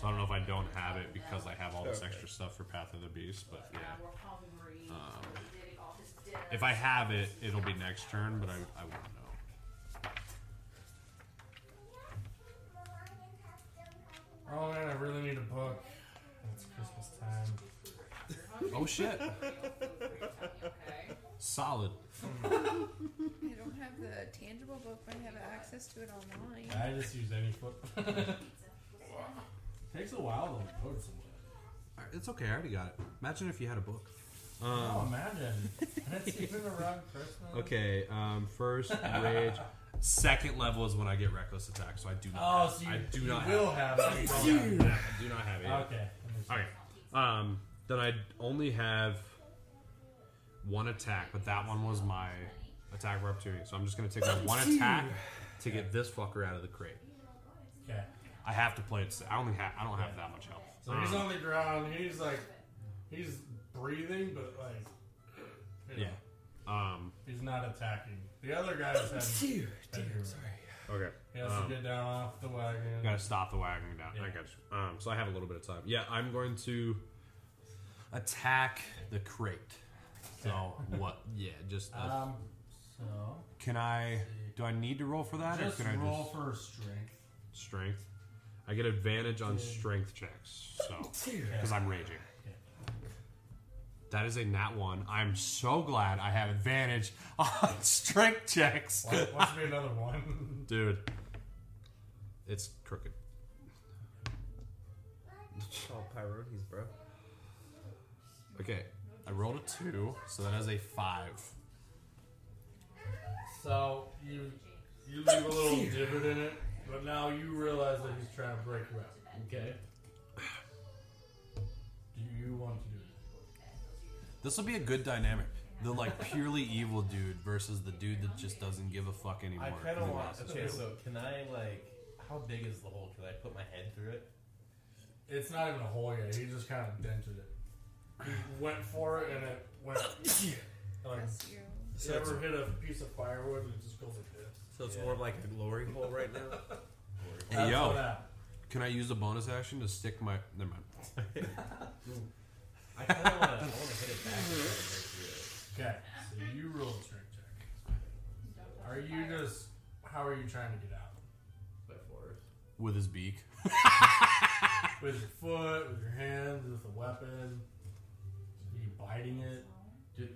C: So I don't know if I don't have it because I have all this
E: Okay.
C: extra stuff for Path of the Beast, but yeah.
G: uh,
M: we're hungry.
C: Um,
M: so we did all this dinner.
C: If I have it, it'll be next turn, but I, I won't know.
B: Oh man, I really need a book. It's Christmas time.
N: Oh shit.
G: Okay.
C: Solid.
I: I don't have the tangible book, but I have access to it online.
B: I just use any foot.
G: Pizza.
B: Takes a while to load somewhere.
C: It's okay. I already got it. Imagine if you had a book.
B: Oh,
C: Um,
B: imagine. And it's even around Christmas.
C: okay. Um, first rage. Second level is when I get reckless attack, so I do not.
B: Oh,
C: have,
B: so you,
C: I do
B: you
C: not
B: will
C: have,
B: have it.
C: I do not have- I do not have it. yet.
B: Okay.
C: Okay. Um, then I only have one attack, but that one was my attack of opportunity. So I'm just going to take my one attack to get this fucker out of the crate.
B: Okay.
C: I have to play it. sa- I only have. I don't have that much health.
B: So he's
C: Um,
B: on the ground. He's like, he's breathing, but like, you know,
C: yeah. Um.
B: he's not attacking. The other guy's had.
H: Dear,
B: had
H: dear,
B: hero.
H: sorry.
C: Okay.
B: He has
C: Um,
B: to get down off the wagon.
C: Gotta stop the wagon down. I
B: Yeah.
C: got you. Um, so I have a little bit of time. Yeah, I'm going to attack the crate. So what? Yeah, just uh,
B: Um. So
C: can I? Do I need to roll for that,
B: just
C: or can I
B: roll
C: just
B: for strength.
C: strength? I get advantage on strength checks, so because I'm raging. That is a nat one. I'm so glad I have advantage on strength checks,
B: Watch, watch me another one.
C: dude. It's crooked.
E: Call Pyrones, bro.
C: Okay, I rolled a two, so that is a five.
B: So you you leave a little divot in it, but now you realize that he's trying to break you out. Okay. Do you want to do it?
N: This will be a good dynamic. The like purely evil dude versus the dude that just doesn't give a fuck anymore.
H: I kind of
N: He
H: want.
N: lost his
H: Okay,
N: will.
H: so can I like? How big is the hole? Can I put my head through it?
B: It's not even a hole yet. He just kind of dented it. He went for it and it went. Like,
I: Bless you.
B: you ever hit a piece of firewood and it just goes like this?
E: So it's more of like a glory hole right now.
N: Hey,
B: That's
N: yo.
B: what happened.
N: Can I use a bonus action to stick my? Never mind.
H: I kind of want to. I want to hit it back. and try to break through
B: Okay, so you roll a strength check. Are you just? How are you trying to get out?
H: it By force.
N: With his beak.
B: With your foot, with your hands, with a weapon? Are you biting it?
H: Dude,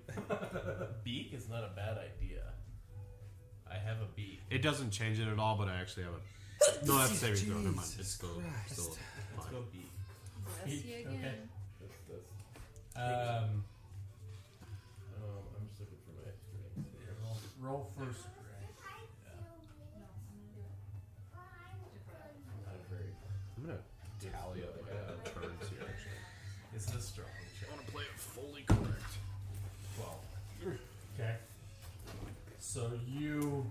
H: beak is not a bad idea. I have a beak.
C: It doesn't change it at all, but I actually have a. No, that's saving throw. Never mind. It's still, still
H: Let's
C: fine.
H: go beak.
I: Bless you again.
H: That's, that's,
B: Um,
H: um, I'm just looking for my strength.
B: yeah, roll, roll first. strength.
H: Not a very.
C: I'm gonna tally up my uh, turns here. Actually,
H: It's a strong check.
C: I want to play it fully correct.
H: Twelve.
B: Okay. So you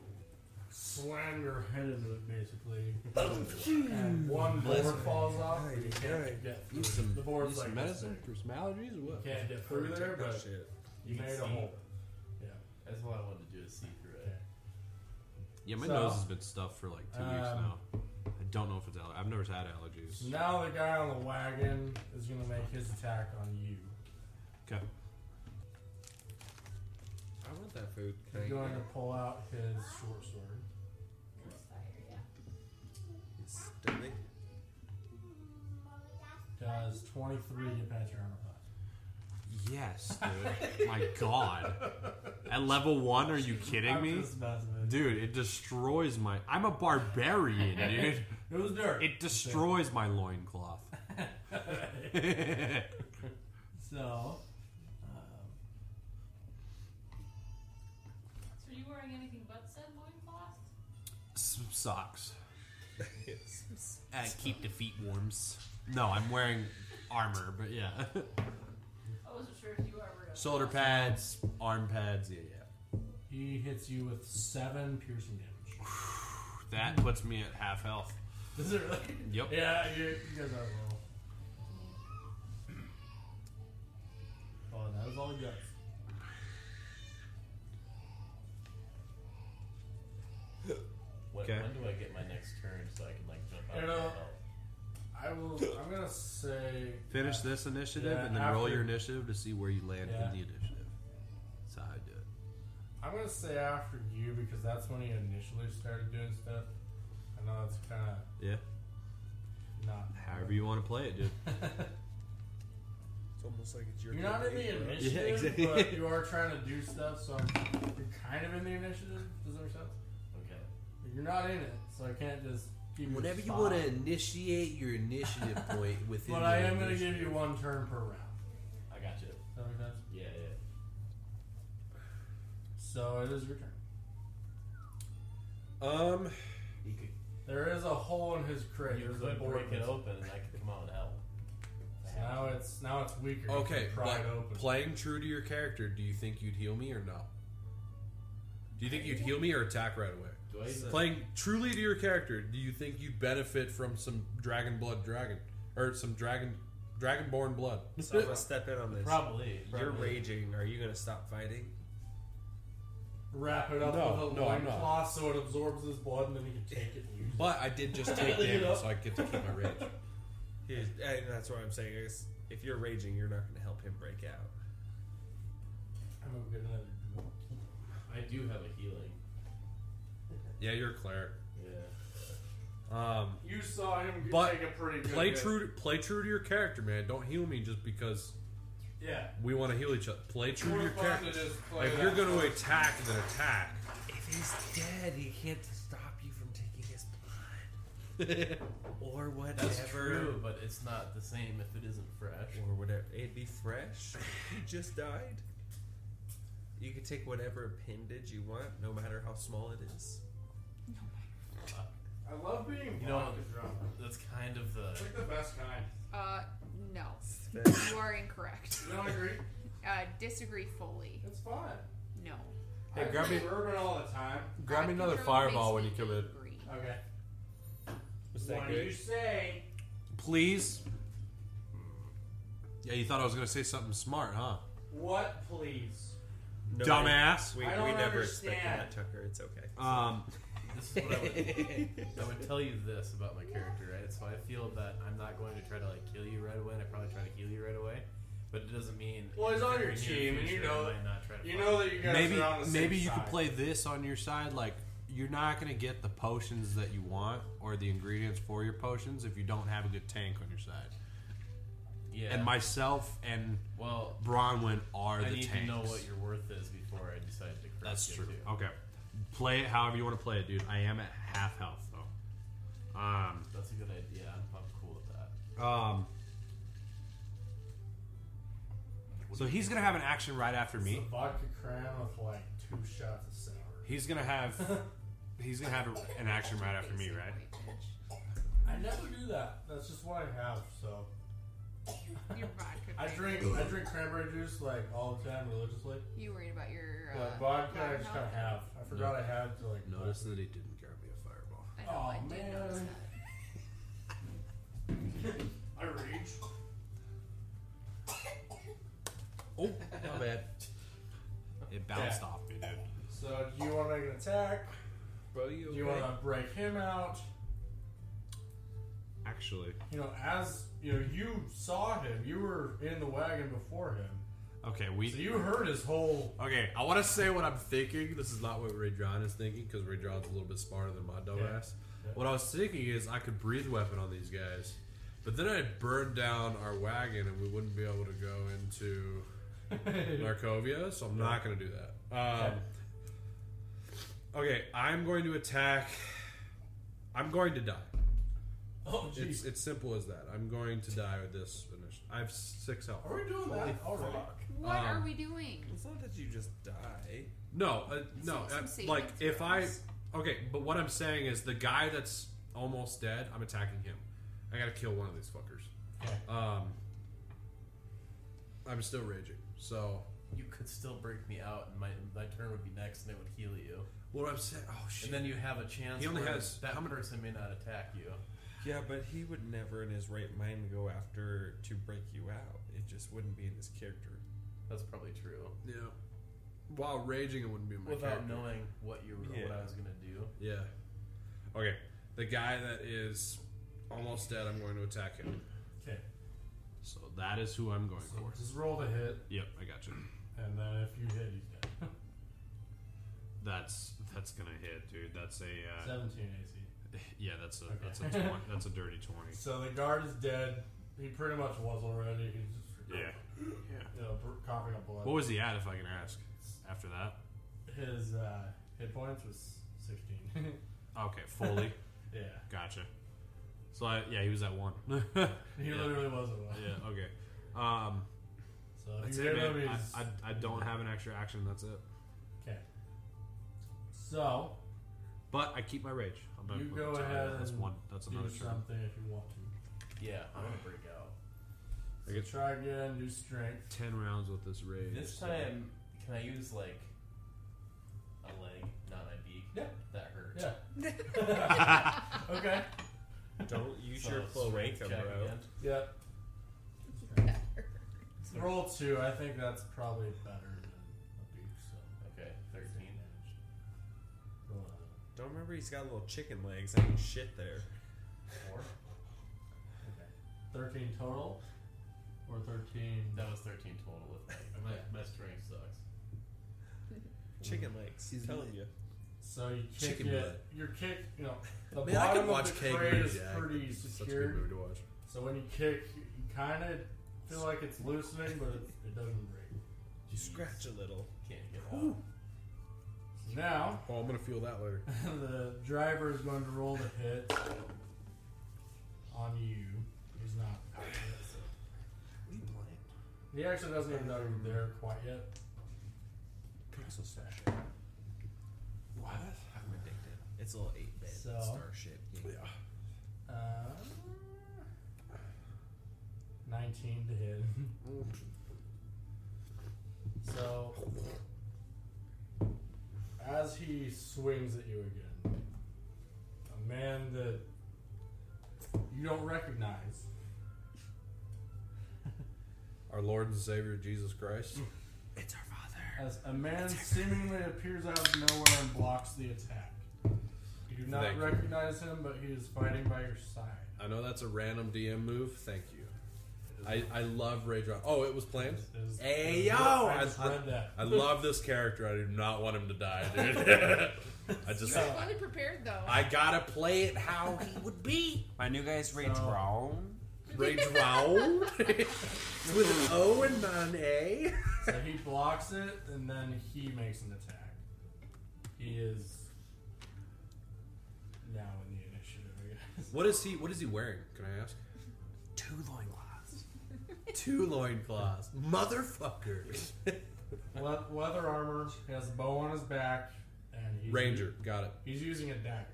B: slam your head into it, basically, and one board falls off. But you can't get through. the board's like this big.
N: for some allergies or what?
B: You can't get through there, but you
H: You can
B: made a
H: see.
B: hole. Yeah.
H: That's what I wanted to do is see through it.
B: Okay.
N: Yeah, my
B: So-
N: nose has been stuffed for like two weeks
B: Um,
N: now. I don't know if it's aller- I've never had allergies.
B: Now the guy on the wagon is gonna make his attack on you.
C: Okay.
E: I want that food. Can I
B: He's going
E: get
B: to pull out his short sword.
E: it? Stomach?
B: Does twenty three get past your armor class?
C: Yes, dude. my God. At level one, are you kidding
B: I'm
C: me?
B: just messing with you.
C: Dude, it destroys my. I'm a barbarian, dude.
B: It was dirt.
C: It destroys my loincloth.
B: so. Um,
G: So are you wearing anything but said loincloth?
C: Some socks.
N: Uh, keep the feet warm.
C: No, I'm wearing armor, but yeah.
G: I wasn't sure if you were ever.
N: Shoulder pads, arm pads. Yeah, yeah.
B: He hits you with seven piercing damage.
C: That puts me at half health.
B: Is it really?
C: Yep.
B: Yeah, you, you guys are roll. Oh, that was all you got.
H: What,
C: Okay.
H: When do I get my next turn so I can like jump out?
B: You
H: and
B: know-
H: help?
B: I will. I'm gonna say.
N: Finish this initiative
B: Yeah,
N: and then roll
B: after-
N: your initiative to see where you land
B: Yeah.
N: in the initiative. That's how I do it.
B: I'm gonna say after you because that's when he initially started doing stuff. I know that's kind of
N: Yeah.
B: not.
N: However you want to play it, dude.
E: So almost like it's your.
B: You're not in
E: campaign,
B: the
E: bro.
B: initiative,
H: Yeah, exactly.
B: but you are trying to do stuff, so I'm, you're kind of in the initiative. Does that make sense?
D: Okay.
B: But You're not in it, so I can't just give you. a
O: Whenever you
B: spot.
O: want to initiate your initiative point within.
B: But
O: your
B: I am going to
O: initiative.
B: give you one turn per round.
D: I got you.
B: Does that make sense?
D: Yeah, yeah.
B: So it is your turn.
C: Um,
O: You could-
B: There is a hole in his crate.
D: You
B: There's a
D: could
B: board.
D: break it open and I could come out and help.
B: So now it's now it's weaker.
C: okay,
B: It's pried
C: but
B: open.
C: playing true to your character, do you think you'd heal me or no? Do you think you'd heal me or attack right away?
D: Do I even-
C: Playing truly to your character, do you think you'd benefit from some dragon blood dragon or some dragon dragonborn blood?
E: So I'm gonna step in on this.
D: Probably.
E: You're
D: probably.
E: raging. Are you gonna stop fighting?
B: Wrap it up
C: No,
B: with a
C: no, I'm not.
B: loincloth so it absorbs his blood, and then he can take it. and use it.
C: But I did just take damage, so I get to keep my rage.
E: Here's, and that's what I'm saying. Is if you're raging, you're not gonna help him break out.
B: I'm gonna get another. duel.
D: I do have a healing.
C: Yeah, you're a cleric.
D: Yeah.
C: Um,
B: You saw him g-
C: But
B: take a pretty good
C: play
B: hit.
C: true, play true to your character, man. Don't heal me just because
B: Yeah.
C: we want to heal each other. Play true to
B: More
C: your
B: fun
C: character.
B: to just play
C: If
B: that.
C: you're going to attack, then attack.
O: If he's dead, he can't stop you from taking his blood or whatever.
D: That's true, but it's not the same if it isn't fresh.
E: or whatever. It'd be fresh. You just died. You could take whatever appendage you want, no matter how small it is.
B: I love being
D: You know,
B: blocked and drunk.
D: that's kind of the.
B: It's like the best kind.
I: Uh, no.
E: That's-
I: You are incorrect.
B: You don't agree?
I: Uh, disagree fully.
B: It's fine.
I: No.
C: Hey,
B: I
C: grab me-
B: bourbon all the time.
C: Grab me another fireball when you come in.
B: Okay.
E: Was
B: when
E: that good?
B: you say
C: Please. Yeah, you thought I was going to say something smart, huh?
B: what, please.
E: No,
H: Dumbass.
E: We, we
B: I don't
E: never expected
B: understand.
E: that, Tucker. It's okay.
O: Uh,
H: Um,
D: This is what I would, I would tell you this about my character, right? So I feel that I'm not going to try to like kill you right away, and I probably try to heal you right away. But it doesn't mean.
B: Well, he's
D: in the
B: on your
D: near
B: team, and you
D: future, I
B: know-
D: might not try to
B: You
D: fight.
B: know that you guys
H: maybe
B: are on the same
H: maybe you
B: side.
H: could play this on your side. Like you're not gonna get the potions that you want or the ingredients for your potions if you don't have a good tank on your side.
D: Yeah.
H: And myself and
D: well,
H: Bronwyn are
D: I
H: the
D: need
H: tanks.
D: to know what your worth is before I decide to. crack
H: That's
D: you
H: true.
D: too.
H: Okay, play it however you want to play it, dude. I am at half health though. Um,
D: That's a good idea. I'm, I'm cool with that.
H: um. So he's gonna have an action right after
B: It's
H: me.
B: a vodka cram with like two shots of sour.
H: He's gonna have, he's gonna have a, an action right after me, right?
B: I never do that. That's just what I have. So
I: Your vodka.
B: I
I: thing.
B: drink I drink cranberry juice like all the time religiously.
I: You worried about your. Uh,
B: But vodka I
I: water
B: just kind of
I: health?
B: have. I forgot I had to like.
C: Notice that he didn't grab me a fireball.
I: I know,
B: Oh
I: I did notice
B: man. I rage.
O: Oh, my bad.
H: It bounced off me, dude.
B: So do you want to make an attack?
E: Bro, you
B: Do you want to break him out?
H: Actually,
B: You know, as you know, you saw him. You were in the wagon before him,
H: okay, we.
B: so you heard his whole.
H: Okay,
C: I want to say what I'm thinking. This is not what Ray John is thinking because Ray John's a little bit smarter than my dumbass. ass.
B: Yeah.
C: What I was thinking is I could breathe weapon on these guys, but then I'd burn down our wagon and we wouldn't be able to go into Narcovia, so I'm not going to do that. Um, okay, I'm going to attack. I'm going to die.
B: oh
C: It's,
B: jeez.
C: it's simple as that. I'm going to die with this. initiative. I have six health.
B: Are we doing that? All right.
I: What
C: Um,
I: are we doing?
E: It's not that you just die.
C: No, uh, no.
I: Some- some
C: uh,
I: saving
C: like if I
I: throws.
C: okay, but what I'm saying is the guy that's almost dead, I'm attacking him. I gotta kill one of these fuckers.
B: Okay.
C: Um, I'm still raging. So
D: You could still break me out, and my my turn would be next, and it would heal you.
C: what I'm saying? Oh shit!
D: And then you have a chance.
C: He only
D: where
C: has-
D: that
C: how many-
D: person may not attack you.
E: Yeah, but he would never in his right mind go after to break you out. It just wouldn't be in his character.
D: That's probably true.
C: yeah. While raging, it wouldn't be my
D: Without
C: character.
D: knowing what you were, what
E: Yeah.
D: I was gonna do.
C: Yeah. Okay, the guy that is almost dead, I'm going to attack him.
B: Okay.
H: so that is who I'm going
B: So
H: for.
B: just roll the hit,
H: Yep, I got you.
B: and then if you hit, he's dead.
H: That's that's gonna hit, dude. That's a uh,
B: Seventeen AC.
H: yeah. That's a
B: Okay.
H: that's a 20, that's a dirty twenty.
B: So the guard is dead. He pretty much was already. He's just
H: Yeah.
B: You know, br- coughing up blood.
H: What was he at, if I can ask? After that,
B: His uh, hit points was 16.
H: okay, fully.
B: yeah.
H: Gotcha. So I, yeah, he was at one. he
B: He literally was at one.
H: Yeah. Okay. Um,
B: So if
H: that's
B: you
H: it,
B: get
H: man.
B: him,
H: I, I, I don't have an extra action. That's it.
B: Okay. So
H: But I keep my rage. I'm not-
B: you
H: I'm
B: go
H: sorry,
B: ahead
H: That's
B: and
H: one. That's
B: do
H: another turn.
B: something if you want to.
D: Yeah, I want to break out.
H: I
B: So try again. Do strength.
H: Ten rounds with this rage.
D: This
H: so-
D: time, can I use like a leg, not my beak?
B: Yeah.
D: That hurt.
B: Yeah. okay.
E: Don't use
D: So,
E: your
D: strength
E: cloaca,
D: check
E: bro.
D: again.
B: Yep. Roll two. I think that's probably better than a beak. So
D: Okay, thirteen.
B: roll another.
E: Don't remember he's got little chicken legs. I mean, shit there.
D: Four.
B: Okay. Thirteen total, or thirteen.
D: That was thirteen total. With my, my, my strength sucks.
E: Chicken legs.
A: He's
E: telling
A: lit.
E: you.
B: So you kick
A: Chicken
B: it.
A: butt.
B: Your kick, you know, the
A: Man, I could
B: bottom
A: watch
B: of the
A: Keg
B: crate
A: Ray
B: is
A: Jack.
B: pretty
C: Such a good
B: secure.
C: movie to watch.
B: So when you kick, you kind of feel like it's loosening, but it, it doesn't break.
E: You scratch a little.
D: Can't get out.
B: So now
C: Oh, I'm gonna feel that later.
B: the driver is going to roll the hit on you. He's not. out yet, so-
A: We playing.
B: He actually doesn't even know you're there quite yet.
E: Pixel smash.
A: What?
E: I'm addicted. It's a little 8 bit
B: So-
E: star shit. game.
B: Uh, Nineteen to hit. so as he swings at you again, a man that you don't recognize.
C: Our Lord and Savior Jesus Christ.
E: It's our father.
B: As a man seemingly appears out of nowhere and blocks the attack. You do not
C: Thank you.
B: recognize him, but he is fighting by your side.
C: I know that's a random DM move. Thank you. I, I love Rage Rock. Oh, it was planned.
B: Is- is-
C: Hey yo!
B: I
C: I-
B: just read that.
C: I love this character. I do not want him to die, dude. I just
I: You're fully prepared though.
C: I gotta play it how he would be.
O: My new guy's rage
B: So-
O: wrong.
C: Rage round with an O and not an A.
B: So he blocks it, and then he makes an attack. He is now in the initiative, I guess.
C: What is he? What is he wearing? Can I ask?
O: Two loincloths.
C: Two loincloths, motherfucker.
B: Le- leather armor. He has a bow on his back, and he's
C: Ranger, got it.
B: He's using a dagger,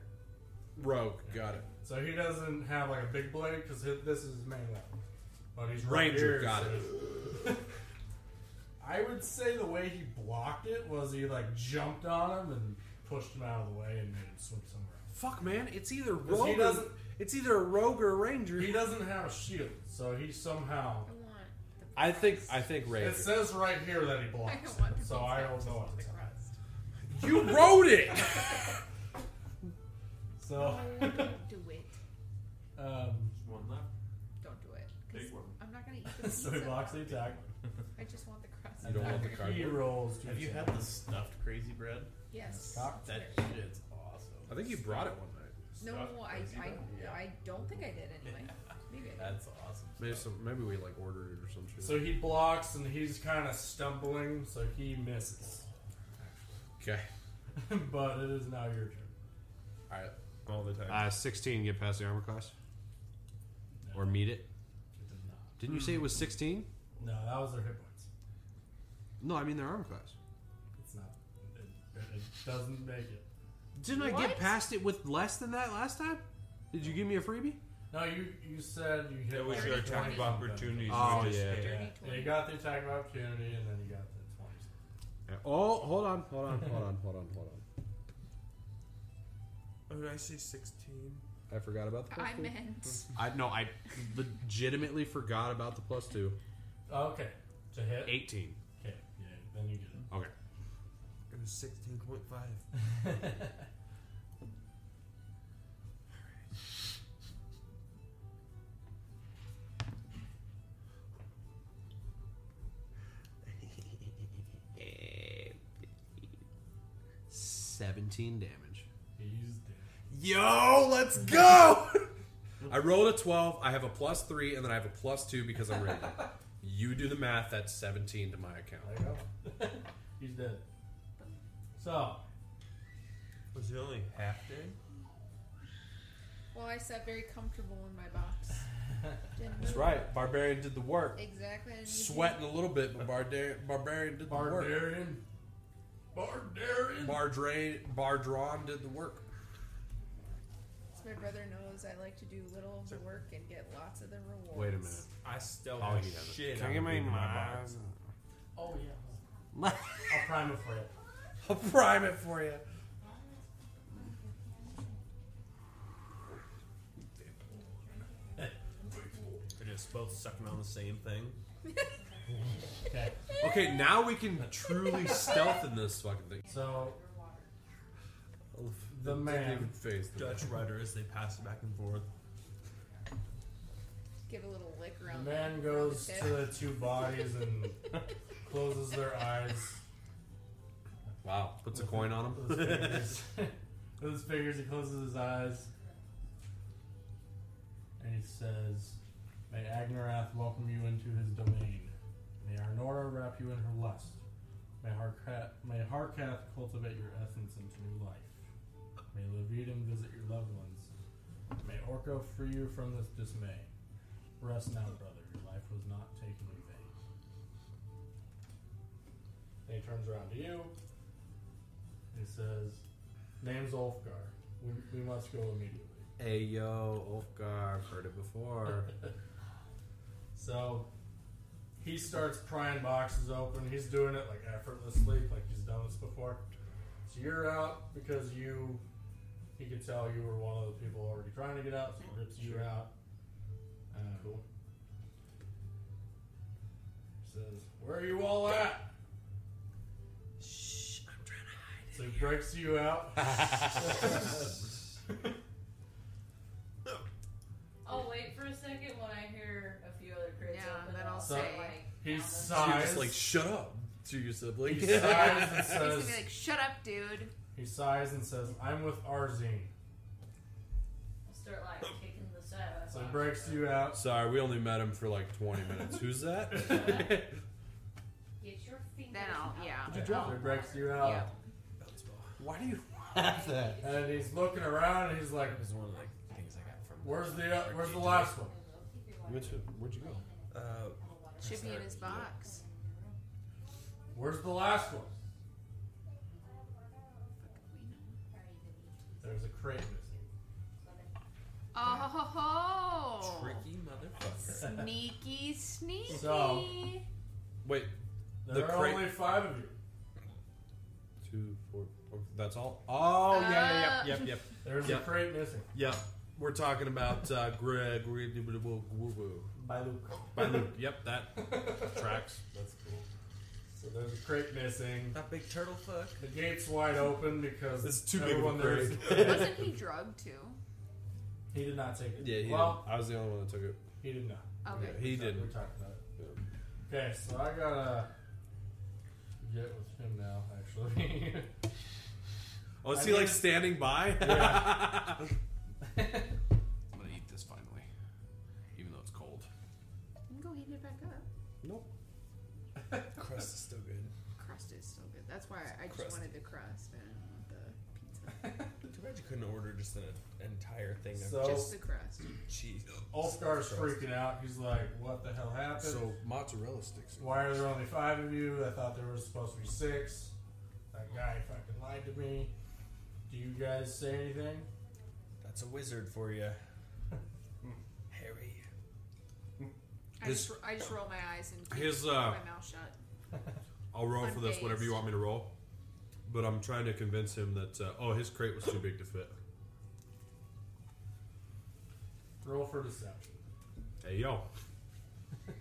C: Rogue, got it.
B: so he doesn't have like a big blade because this is his main weapon. But he's right
C: Ranger,
B: here,
C: got
B: so-
C: it.
B: I would say the way he blocked it was he like jumped on him and pushed him out of the way and made him swim somewhere else.
C: Fuck, man. It's either
B: he
C: rogue. Or,
B: doesn't-
C: it's either a rogue or a ranger.
B: He doesn't have a shield, so he somehow
I: I want. the
C: I think.
I: crust.
C: I think ranger.
B: It says right here that he
I: I
B: blocks,
I: don't want the
B: so I don't know what
I: the
B: to tell.
I: crust.
C: You wrote it.
B: So,
I: No, don't do it.
B: um,
D: One left.
I: Don't do it. 'cause
D: Big one.
I: I'm not gonna eat the pizza.
B: so he blocks the attack.
I: I just want the crust.
C: You don't want the card.
B: He rolls. two
D: Have you had
B: attacks.
D: the stuffed crazy bread?
I: Yes.
B: Cock-
D: That
I: It's very-
D: shit's awesome.
C: I think you brought it one night.
I: No,
D: Stuffed
I: I,
D: crazy
I: I,
D: bread? Yeah.
I: I don't think I did anyway. Maybe I did.
D: That's awesome.
C: Maybe some. Maybe we like ordered it or some shit.
B: So he blocks, and he's kind of stumbling, so he misses.
C: okay.
B: but it is now your turn.
C: All right.
E: All the time.
H: Uh, sixteen. Get past the armor class. Or meet it.
B: It does not.
H: Didn't you say it was sixteen?
B: No, that was their hit points.
H: No, I mean their armor class.
B: It's not. It, it doesn't make it.
H: Didn't I
I: What?
H: get past it with less than that last time? Did you give me a freebie?
B: No, you you said you hit.
E: That was
B: like
E: your
B: 20
E: attack of
B: something.
E: opportunities.
H: Oh,
E: You just
H: yeah.
E: hit it.
B: Yeah, you got the attack of opportunity, and then you got the twenty.
H: Oh, hold on, hold on, hold on, hold on, hold on.
E: Oh, did I say 16?
C: I forgot about the.
I: I meant.
H: I no, I legitimately forgot about the plus two.
B: Okay, to hit.
H: Eighteen.
B: Okay, yeah, then you get it.
H: Okay.
E: It was 16.5.
H: Seventeen damage.
B: He's dead.
C: Yo, let's go. I rolled a twelve. I have a plus three, and then I have a plus two because I'm raging. You do the math. That's seventeen to my account.
B: There you go. He's dead. So.
E: Was it only half day?
I: Well, I sat very comfortable in my box. Didn't
C: That's
I: move.
C: right. Barbarian did the work.
I: Exactly. I didn't need to-
C: Sweating a little bit, but Barbarian, Barbarian did the work.
B: Barbarian. Barbarian.
C: Bardra- Bardron did the work.
I: My brother knows I like to do little of the work and get lots of the rewards.
H: Wait a minute.
E: I still
H: Oh,
E: have
H: he doesn't.
E: shit.
H: Can I get
E: I'm
H: my
E: leaving
H: miles?
B: Oh yeah. I'll prime it for you.
C: I'll prime it for you.
E: box. They're just both sucking on the same thing.
B: Okay.
C: Okay, now we can truly stealth in this fucking thing.
B: So The
C: Didn't
B: man.
C: even phase the
E: Dutch rudder as they pass back and forth.
I: Give a little lick
B: the
I: around
B: man
I: the, around
B: goes
I: the tip.
B: to the two bodies and closes their eyes.
C: Wow, puts a coin on him.
B: With his fingers. With his fingers, he closes his eyes. And he says, May Agnarath welcome you into his domain. May Arnora wrap you in her lust. May Harkath, may Harkath cultivate your essence into new life. May Levitum visit your loved ones. May Orko free you from this dismay. Rest now, brother. Your life was not taken in vain. Then he turns around to you. He says, "Name's Ulfgar. We, we must go immediately."
C: Hey yo, Ulfgar, I've heard it before.
B: So he starts prying boxes open. He's doing it like effortlessly, like he's done this before. So you're out because you. He could tell you were one of the people already trying to get out, so he rips you out. Uh, cool. Says, "Where are you all at?"
E: Shh, I'm trying to hide
B: So he breaks you out.
G: I'll Oh, wait for a second when I hear a few other crits.
F: Yeah,
G: open
F: then
G: up,
F: I'll
G: so,
B: say-
G: like,
B: He
C: So you're
B: sighs.
C: just like, shut up to your sibling.
B: he sighs and
F: He's gonna be
B: says,
F: like, "Shut up, dude."
B: He sighs and says, I'm with Arzine.
G: I'll start like kicking the side. of that
B: So he
G: box
B: breaks
G: open.
B: you out.
C: Sorry, we only met him for like 20 minutes. Who's that?
G: Get your fingers.
F: Then I'll,
G: out.
F: yeah.
B: So he breaks you out.
C: Why do you have that?
B: And he's looking around and he's like,
E: It was one of the things I got from.
B: Where's the uh, where's the last one?
C: Which, where'd you go?
E: Uh,
F: Should be in his box.
B: Where's the last one? There's a crate missing.
F: Oh ho ho ho!
E: tricky motherfucker.
F: Sneaky, sneaky.
B: So-
C: Wait,
B: There
C: The
B: are
C: crate-
B: only five of you.
C: two, four, four that's all? Oh, yeah, yeah, yeah, yep, yep,
B: There's
C: Yeah.
B: a crate missing.
C: yep. We're talking about uh, Greg. Greg- Greg- Greg- Greg-
B: By Luke.
C: By Luke. Yep, that tracks.
B: That's cool. So there's a crate missing.
E: That big turtle fuck.
B: The gate's wide open because
C: It's too big of a
B: everyone there is-
F: Wasn't he drugged too?
B: He did not take it.
C: Yeah, he
B: well,
C: did. I was the only one that took it.
B: he did not.
F: Okay.
C: Yeah, he
B: So
C: didn't.
B: We talked about it. Okay, so I gotta get with him now. Actually,
C: Oh, is
B: I
C: he like
B: mean-
C: standing by?
B: Yeah.
C: I'm gonna eat this finally, even though it's cold.
F: You can go heat it back up.
C: Nope.
E: Crust is still good.
F: Crust is so good. That's why I just
E: Crust.
F: wanted the crust. I didn't want the pizza.
E: Too bad you couldn't order just an entire thing of
B: So-
F: Just the crust.
E: cheese.
B: Ulfgar's freaking out. He's like, "What the hell happened?
C: So mozzarella sticks.
B: Why are there only five of you? I thought there was supposed to be six. That guy fucking lied to me. Do you guys say anything?"
E: That's a wizard for you, Harry.
F: I
C: His-
F: just, I just roll my eyes and keep
C: His uh,
F: my mouth shut.
C: I'll roll for this, whatever you
F: Unfazed.
C: want me to roll. But I'm trying to convince him that uh, oh, his crate was too big to fit.
B: Roll for deception.
C: Hey yo,
E: I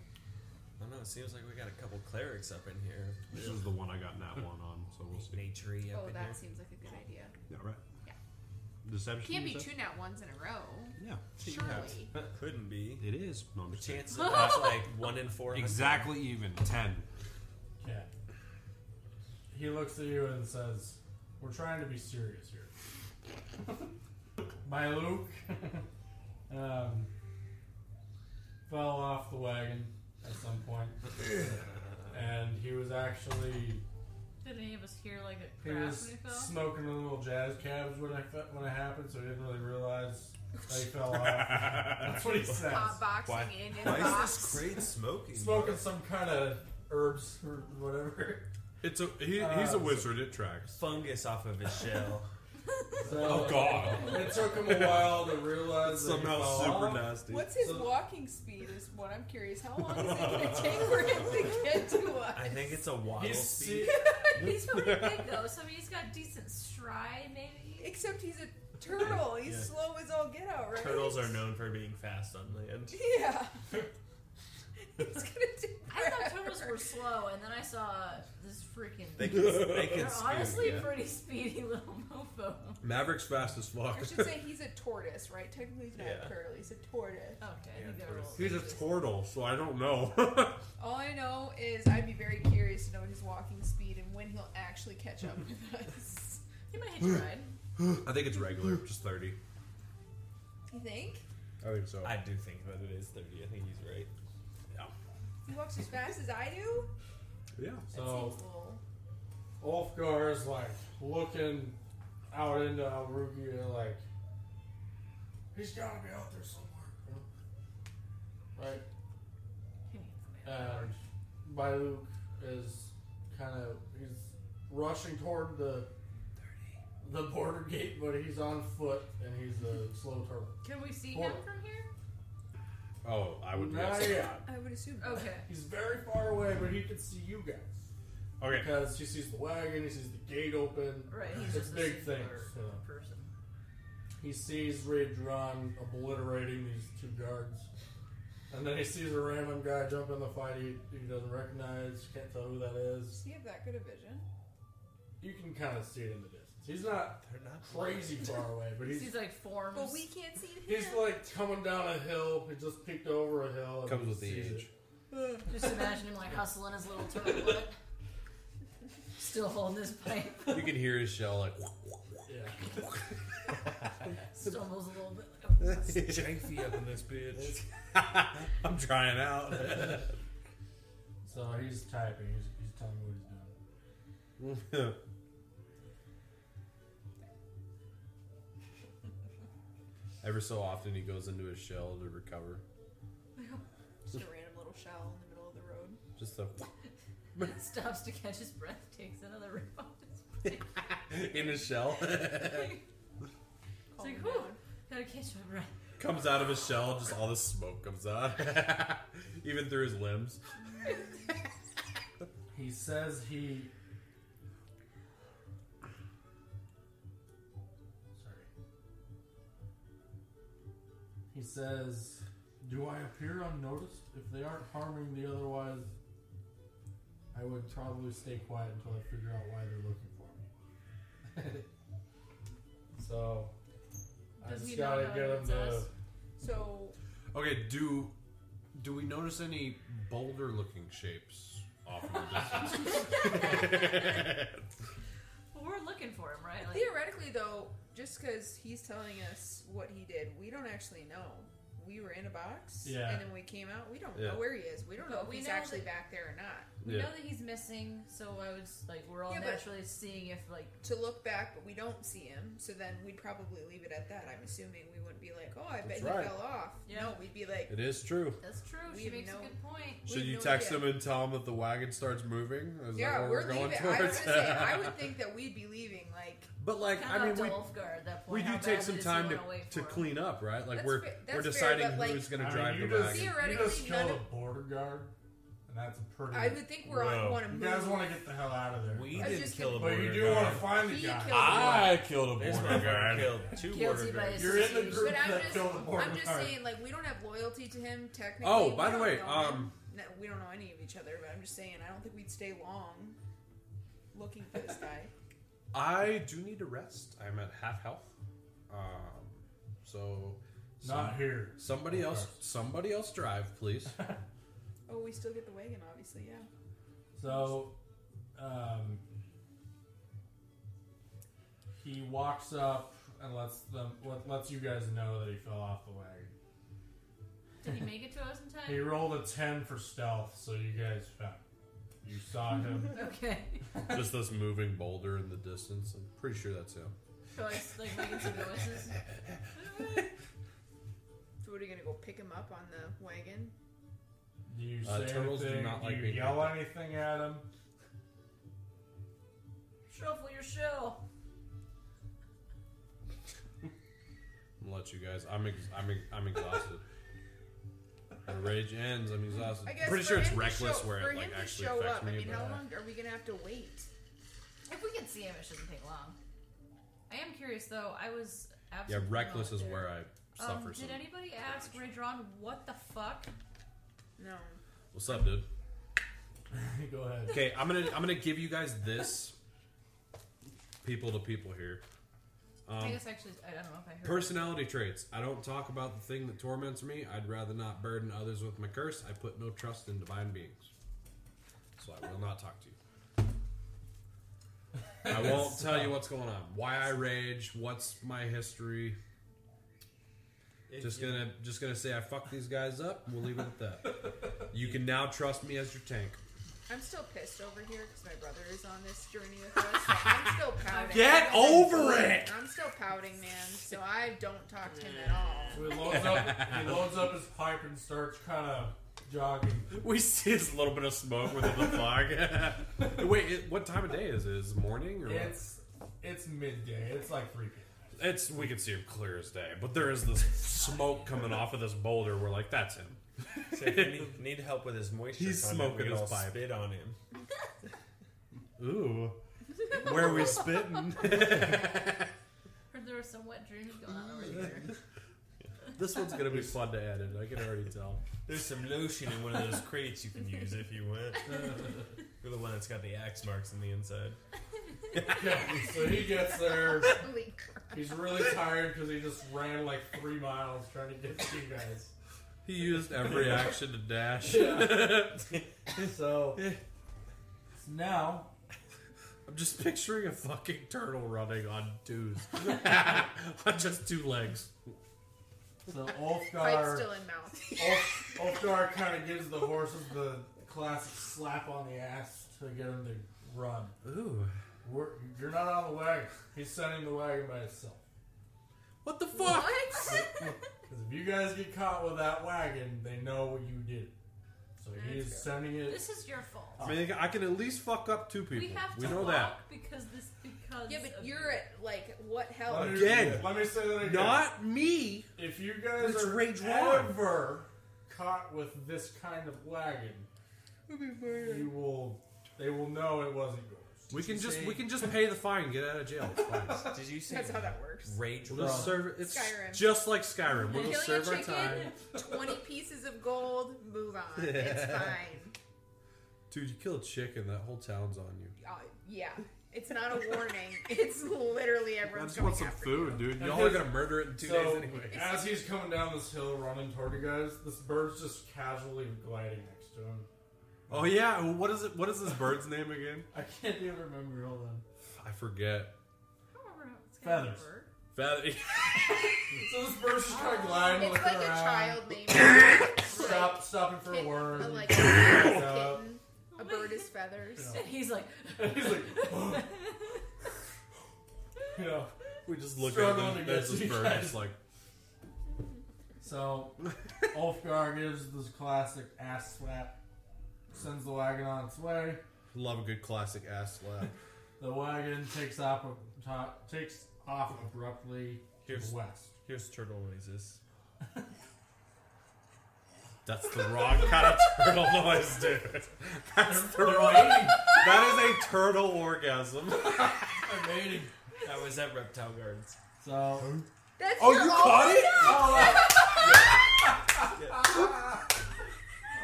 E: don't know. It seems like we got a couple clerics up in here.
H: This is the one I got that one on, so we'll see.
E: Naturey up
F: Oh,
E: in
F: that
E: here.
F: seems like a good idea.
H: Yeah, right.
F: Yeah.
H: Deception.
F: Can't
H: you
F: be
H: said?
F: two nat ones in a row.
H: Yeah,
F: Surely.
E: Couldn't be.
H: it is. No, I'm
E: The
H: just saying.
E: chance that that's like one in four. hundred.
H: Exactly even ten.
B: Okay. He looks at you and says, We're trying to be serious here. My Luke um, fell off the wagon at some point. actually
F: Did any of us hear like a
B: he
F: crash
B: was
F: when he fell?
B: smoking a little jazz cabbage when I fe- when it happened, so he didn't really realize that he fell off. That's what he says.
F: Hot boxing
E: Why-
F: in in
E: why
F: a
E: is this
F: box.
E: crate smoking?
B: Smoking some kind of herbs or whatever.
C: It's a he, he's a
B: Uh,
C: wizard. It tracks.
E: fungus off of his shell.
B: So-
C: Oh, God.
B: It took him a while to realize that he
C: Somehow
B: fell
C: super
B: off.
C: nasty.
I: What's his walking speed is what I'm curious. How long is it going to take for him to get to us?
E: I think it's a waddle
B: He's
E: speed.
B: see-
G: he's pretty big though, so I mean, he's got decent stride, maybe.
I: Except he's a turtle. He's
E: Yeah.
I: slow as all get out, right?
E: Turtles are known for being fast on land.
I: Yeah. he's going to do
G: I thought turtles were slow, and then I saw this freaking.
E: They can, they
G: They're
E: can speed.
G: honestly
C: yeah.
G: pretty speedy little mofo.
C: Maverick's fast as fuck.
I: I should say he's a tortoise, right? Technically, he's not
E: Yeah.
I: a turtle. He's a tortoise.
G: Okay, I think they're a little.
C: He's a turtle, so I don't know.
I: All I know is I'd be very curious to know his walking speed and when he'll actually catch up with us.
G: He might hitch a ride.
C: I think it's regular, just thirty.
I: You think?
C: I think so.
E: I do think that it is 30. I think he's right.
I: He walks as fast as I do?
C: yeah.
I: That
B: So-
I: seems a little-
B: Ulfgar is like looking out into Alrugia, like he's gotta be out there somewhere, right? And Bailuk is kind of he's rushing toward the the border gate, but he's on foot and he's a slow turtle.
G: Can we see
B: Hold
G: him
B: on.
G: from here?
C: Oh, I would
B: Not
C: guess.
B: yet.
I: I would assume.
G: Okay.
B: He's very far away, but he can see you guys
H: Okay.
B: because he sees the wagon, he sees the gate open.
G: Right, he's
B: it's
G: just a
B: big
G: singular
B: things. so.
G: person.
B: He sees Radron obliterating these two guards. And then he sees a random guy jump in the fight he, he doesn't recognize, can't tell who that is.
I: Does he have that good a vision?
B: You can kind of see it in the distance. He's not
E: They're not
B: crazy far away, but he's
G: He's like forms.
I: But we can't see him.
B: he's like coming down a hill. He just peeked over a hill. And
C: Comes with the
B: sees
C: age.
B: it.
G: Just imagine him like hustling his little turtle butt. Still holding his pipe.
C: You can hear his shell like.
B: Yeah.
G: Stumbles a little bit. Like,
E: janky up in this bitch.
C: I'm trying out.
B: So he's typing. He's, he's telling me what he's doing.
C: Every so often, he goes into his shell to recover.
I: Just a random little shell in the middle of the road.
C: Just the
G: oh. Stops to catch his breath, takes another rip off his
C: in his shell
G: pipe.
I: Calm
G: like,
I: him
G: whew.
I: down.
G: Gotta catch my breath.
C: comes out of his shell. Just all this smoke comes out, even through his limbs.
B: He says he. Sorry. He says, Do I appear unnoticed? If they aren't harming the otherwise, I would probably stay quiet until I figure out why they're looking for me. so. I
G: Does
B: just
G: he not
B: gotta get
G: know that
B: him
G: it's
B: to.
G: us?
I: So,
C: Okay, do do we notice any boulder-looking shapes off in the distance?
G: Well, we're looking for him, right? Like,
I: theoretically, though, just because he's telling us what he did, we don't actually know. We were in a box,
B: Yeah.
I: and then we came out. We don't
C: Yeah.
I: know where he is. We don't
G: But
I: know if
G: we
I: he's
G: know
I: actually
G: that-
I: back there or not.
G: we know that he's missing, so I would s- like we're all
I: Yeah, but-
G: naturally seeing if like
I: To look back, but we don't see him, so then we'd probably leave it at that. I'm assuming we wouldn't be like, "Oh, I bet
C: That's right.
I: he fell off."
G: Yeah.
I: No, we'd be like,
C: It is true.
G: that's true.
I: We
G: She
I: have
G: makes a
I: no-
G: good point.
I: We
C: Should
I: have
C: you
I: no
C: text
I: idea.
C: them and tell them that the wagon starts moving? Is that
I: "Yeah,
C: what
I: we're,
C: we're, going
I: leaving." I was
C: towards?
I: gonna say, I would think that we'd be leaving. Like,
C: but like,
G: Kind
C: I mean,
G: to
C: we,
G: Ulfgar at that
C: we
G: point.
C: do
G: How
C: take
G: badly
C: some
G: does he
C: time to,
G: wanna wait
C: to
G: for him?
C: clean up, right? Like
I: That's
C: we're
I: fa- that's
C: we're
I: fair,
C: deciding
I: but, like,
C: who's going to
B: I mean,
C: drive
B: you
C: the
B: just,
C: wagon.
I: Theoretically,
B: you just
I: none
B: killed
I: of-
B: a border guard, and that's a pretty.
I: I would think we're on
E: Whoa.
I: want to
B: you
I: move.
B: guys want to get the hell out of there.
E: We
I: I was
E: didn't
I: just
E: kill a
B: but you
E: border
B: do want
E: guard.
B: to find the
I: He
B: guy.
I: killed I
C: killed
E: This motherfucker killed two
G: Guilty
E: border
G: by
E: guards.
B: You're in the
G: But
B: group
I: But I'm
B: that
I: just,
B: killed a border
I: I'm just
B: guard.
I: saying, like, we don't have loyalty to him technically.
C: Oh,
I: We
C: by the
I: don't
C: way,
I: know
C: um,
I: him. No, we don't know any of each other. But I'm just saying, I don't think we'd stay long looking for this guy.
C: I do need to rest. I'm at half health. Um, so
B: Not here.
C: somebody
B: Okay.
C: else, somebody else drive, please.
I: Oh, we still get the wagon, obviously. Yeah.
B: So, um, he walks up and lets them let, lets you guys know that he fell off the wagon.
G: Did he make it to us in
B: He
G: time?
B: rolled a ten for stealth, so you guys found. You saw him.
G: Okay.
C: Just this moving boulder in the distance. I'm pretty sure that's him.
F: So it's like making some noises.
I: So what are you gonna go pick him up on the wagon?
B: Do you say
C: Uh, turtles do
B: anything?
C: not
B: do
C: like
B: you
C: being
B: yell
C: picked up.
B: anything at him?
G: Shuffle your shell.
C: I'll let you guys. I'm ex- I'm ex- I'm exhausted. My rage ends. I'm exhausted.
I: I guess
C: pretty
I: for
C: sure it's
I: him to
C: reckless
I: show,
C: where
I: for
C: it like
I: him to
C: actually
I: show
C: affects
I: up.
C: me.
I: I mean,
C: but
I: how long are we gonna have to wait?
G: If we can see him, it shouldn't take long.
F: I am curious though. I was
C: yeah,
F: absent. from
C: reckless
F: out
C: is
F: there.
C: where I
F: Um,
C: suffer.
F: did
C: some.
F: anybody ask Radron what the fuck?
I: No.
C: What's up, dude?
B: Go ahead.
C: Okay, I'm gonna I'm gonna give you guys this people to people here.
F: I
C: Um,
F: guess actually, I don't know if I heard.
C: personality traits. I don't talk about the thing that torments me. I'd rather not burden others with my curse. I put no trust in divine beings, so I will not talk to you. I won't tell you what's going on. Why I rage. What's my history. Just gonna just gonna say I fucked these guys up. We'll leave it at that. You can now trust me as your tank.
I: I'm still pissed over here because my brother is on this journey with us. So I'm still pouting.
C: Get over it!
I: I'm still pouting, man. So I don't talk to him at all.
B: So he loads up. he loads up his pipe and starts kind of jogging.
C: We see this little bit of smoke within the fog. Wait, it, what time of day is it? Is it morning or what?
B: It's it's midday. It's like three. p.m.
C: It's we can see him clear as day, but there is this smoke coming off of this boulder. We're like, that's him.
E: So if you need, need help with his moisture,
C: He's
E: content, we
C: smoking
E: can
C: his
E: all
C: pipe.
E: Spit on him.
C: Ooh, where are we spitting?
F: Heard there were some wet dreams going on over here.
C: this one's gonna be fun to edit. I can already tell.
E: There's some lotion in one of those crates you can use if you want. You're the one that's got the axe marks on the inside.
B: Okay, so he gets there.
I: Holy crap.
B: He's really tired because he just ran like three miles trying to get to you guys.
C: He used every action to dash.
B: So now
C: I'm just picturing a fucking turtle running on twos, on just two legs.
B: So
I: Pipe
B: Ulfgar,
I: still in mouth.
B: Ulf, Ulfgar kind of gives the horses the classic slap on the ass to get them to run.
C: Ooh,
B: We're, you're not on the wagon. He's sending the wagon by itself.
C: what the fuck?
I: What?
B: Because if you guys get caught with that wagon, they know what you did. So he is sending it.
F: This is your fault.
C: I mean, I can at least fuck up two people.
F: We have to
C: know
F: walk
C: that.
F: because this because
I: yeah,
F: of
I: but you're
F: you.
I: at like what hell?
B: Let me-
C: Again.
B: let me say that again.
C: Not me.
B: if you guys
C: It's
B: are
C: Rage One.
B: ever caught with this kind of wagon, you will. They will know it wasn't yours.
C: We can just
E: say-
C: we can just pay the fine, get out of jail. It's fine.
E: Did you say
I: That's how that works.
E: rage?
C: We'll just serve it. It's
I: Skyrim.
C: just like Skyrim. We'll just
I: Killing a
C: serve our
I: chicken,
C: time.
I: twenty pieces of gold. Move on. It's fine.
C: Dude, you kill a chicken, that whole town's on you.
I: Uh, yeah, it's not a warning. It's literally everyone's going after you.
C: dude.
B: And
C: Y'all are
B: his-
C: gonna murder it in two
B: so,
C: days anyway.
B: as he's coming down this hill, running toward you guys, this bird's just casually gliding next to him.
C: Oh yeah, well, what is it what is this bird's name again?
B: I can't even remember. Hold on.
C: I forget.
F: I don't remember how it's gonna
B: Feathers.
F: work.
C: Feather
B: So this bird's just kind of gliding,
I: It's
B: looking
I: like a
B: around,
I: child named like,
B: stop, stopping for a
I: kitten,
B: word.
I: a, like,
B: up.
I: kitten. A bird is feathers.
B: Yeah.
G: And he's like,
B: And he's like, you know.
C: We just look at
B: Struggling
C: him
B: to
C: there's
B: get you
C: this bird
B: guys.
C: just like
B: So Ulfgar gives this classic ass slap, sends the wagon on its way.
C: love a good classic ass slap.
B: The wagon takes off, ab- to- takes off abruptly
E: Here's-
B: west.
E: Here's turtle noises.
C: That's the wrong kind of turtle noise, dude. That's the
B: They're
C: wrong
B: mating.
C: That is a turtle orgasm.
B: They're mating.
E: That was at Reptile Gardens.
B: So
I: That's
C: Oh,
I: your
C: you
I: own-
C: caught it?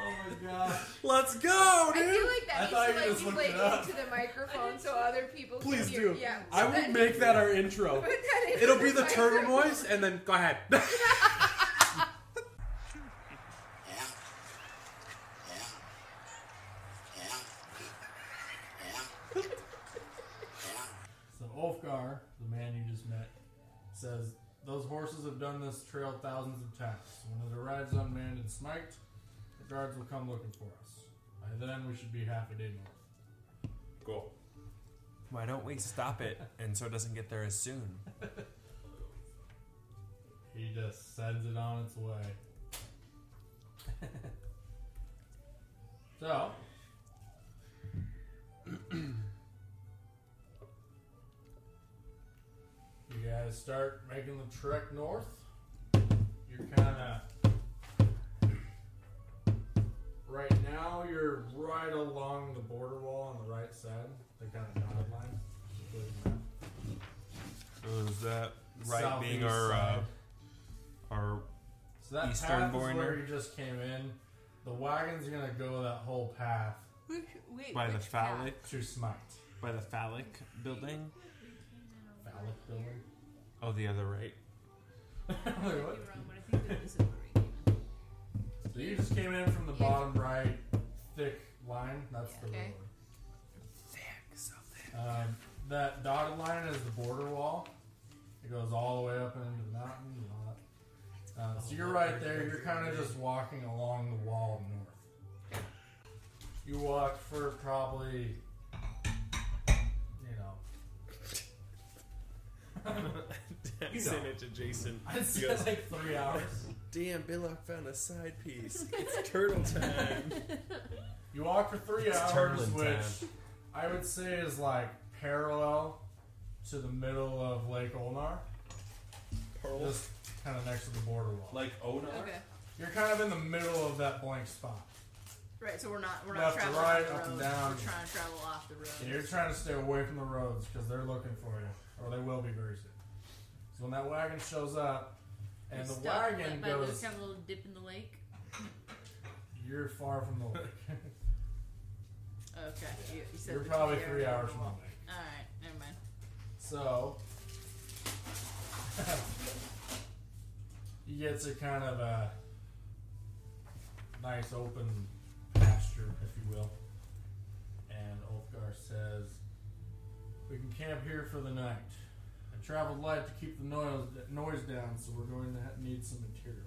B: Oh my gosh.
C: Let's go,
I: I feel like
B: I
I: that
B: thought you
I: needs
B: just
I: to
B: looked
I: like be
B: it
I: like
B: up.
I: into the microphone so other people
C: Please
I: can hear.
C: do.
I: Yeah,
C: I
I: put
C: will
I: that-
C: make that our intro.
I: put that into
C: It'll be the turtle
I: microphone.
C: noise, and then go ahead.
B: So Ulfgar, the man you just met, says those horses have done this trail thousands of times. When it arrives unmanned and sniped, the guards will come looking for us. By then we should be half a day north.
C: Cool.
E: Why don't we stop it and so it doesn't get there as soon?
B: He just sends it on its way. so, you guys start making the trek north. You're kind of right now. You're right along the border wall on the right side, the kind of dotted line.
C: So is that
H: right being
B: Southeast
H: our uh,
B: side.
H: our
B: So that
H: eastern
B: path is
H: border
B: where you just came in. The wagon's gonna go that whole path
I: Wait, wait,
H: by the
I: which path?
H: phallic
B: to Smite.
H: by the phallic building.
B: Phallic building.
H: Oh, the other right.
B: Wait, what?
F: I think that is a marine.
B: So you just came in from the bottom right, thick line. That's the
I: Okay.
B: road. Um, that dotted line is the border wall. It goes all the way up into the mountain. and all that. Uh, so you're right there. You're kind of just walking along the wall north. You walk for probably, you know,
E: You send it to Jason.
B: I'd
E: He
B: say
E: goes,
B: like three hours.
E: Damn, Billock found a side piece. It's turtle time.
B: You walk for three
E: It's
B: hours,
E: turbulent
B: which
E: time.
B: I would say is like parallel to the middle of Lake Olnar,
E: Pearl.
B: just kind of next to the border wall.
C: Like Onar?
I: Okay.
B: You're kind of in the middle of that blank spot.
F: Right, so we're not we're
B: Left,
F: not traveling
B: right,
F: off the
B: up
F: road.
B: and down.
F: We're trying to travel off the road.
B: And you're trying to stay away from the roads because they're looking for you, or they will be very soon. So when that wagon shows up, and the
F: Stuck
B: wagon
F: by the-
B: goes,
F: kind of a little dip in the lake.
B: you're far from the lake.
F: Okay, you, you said
B: you're
F: that
B: probably
F: were
B: three
F: there.
B: hours from the lake.
F: All right, never mind.
B: So you get to kind of a nice open pasture, if you will. And Ulfgar says, "We can camp here for the night. I traveled light to keep the noise noise down, so we're going to ha- need some materials.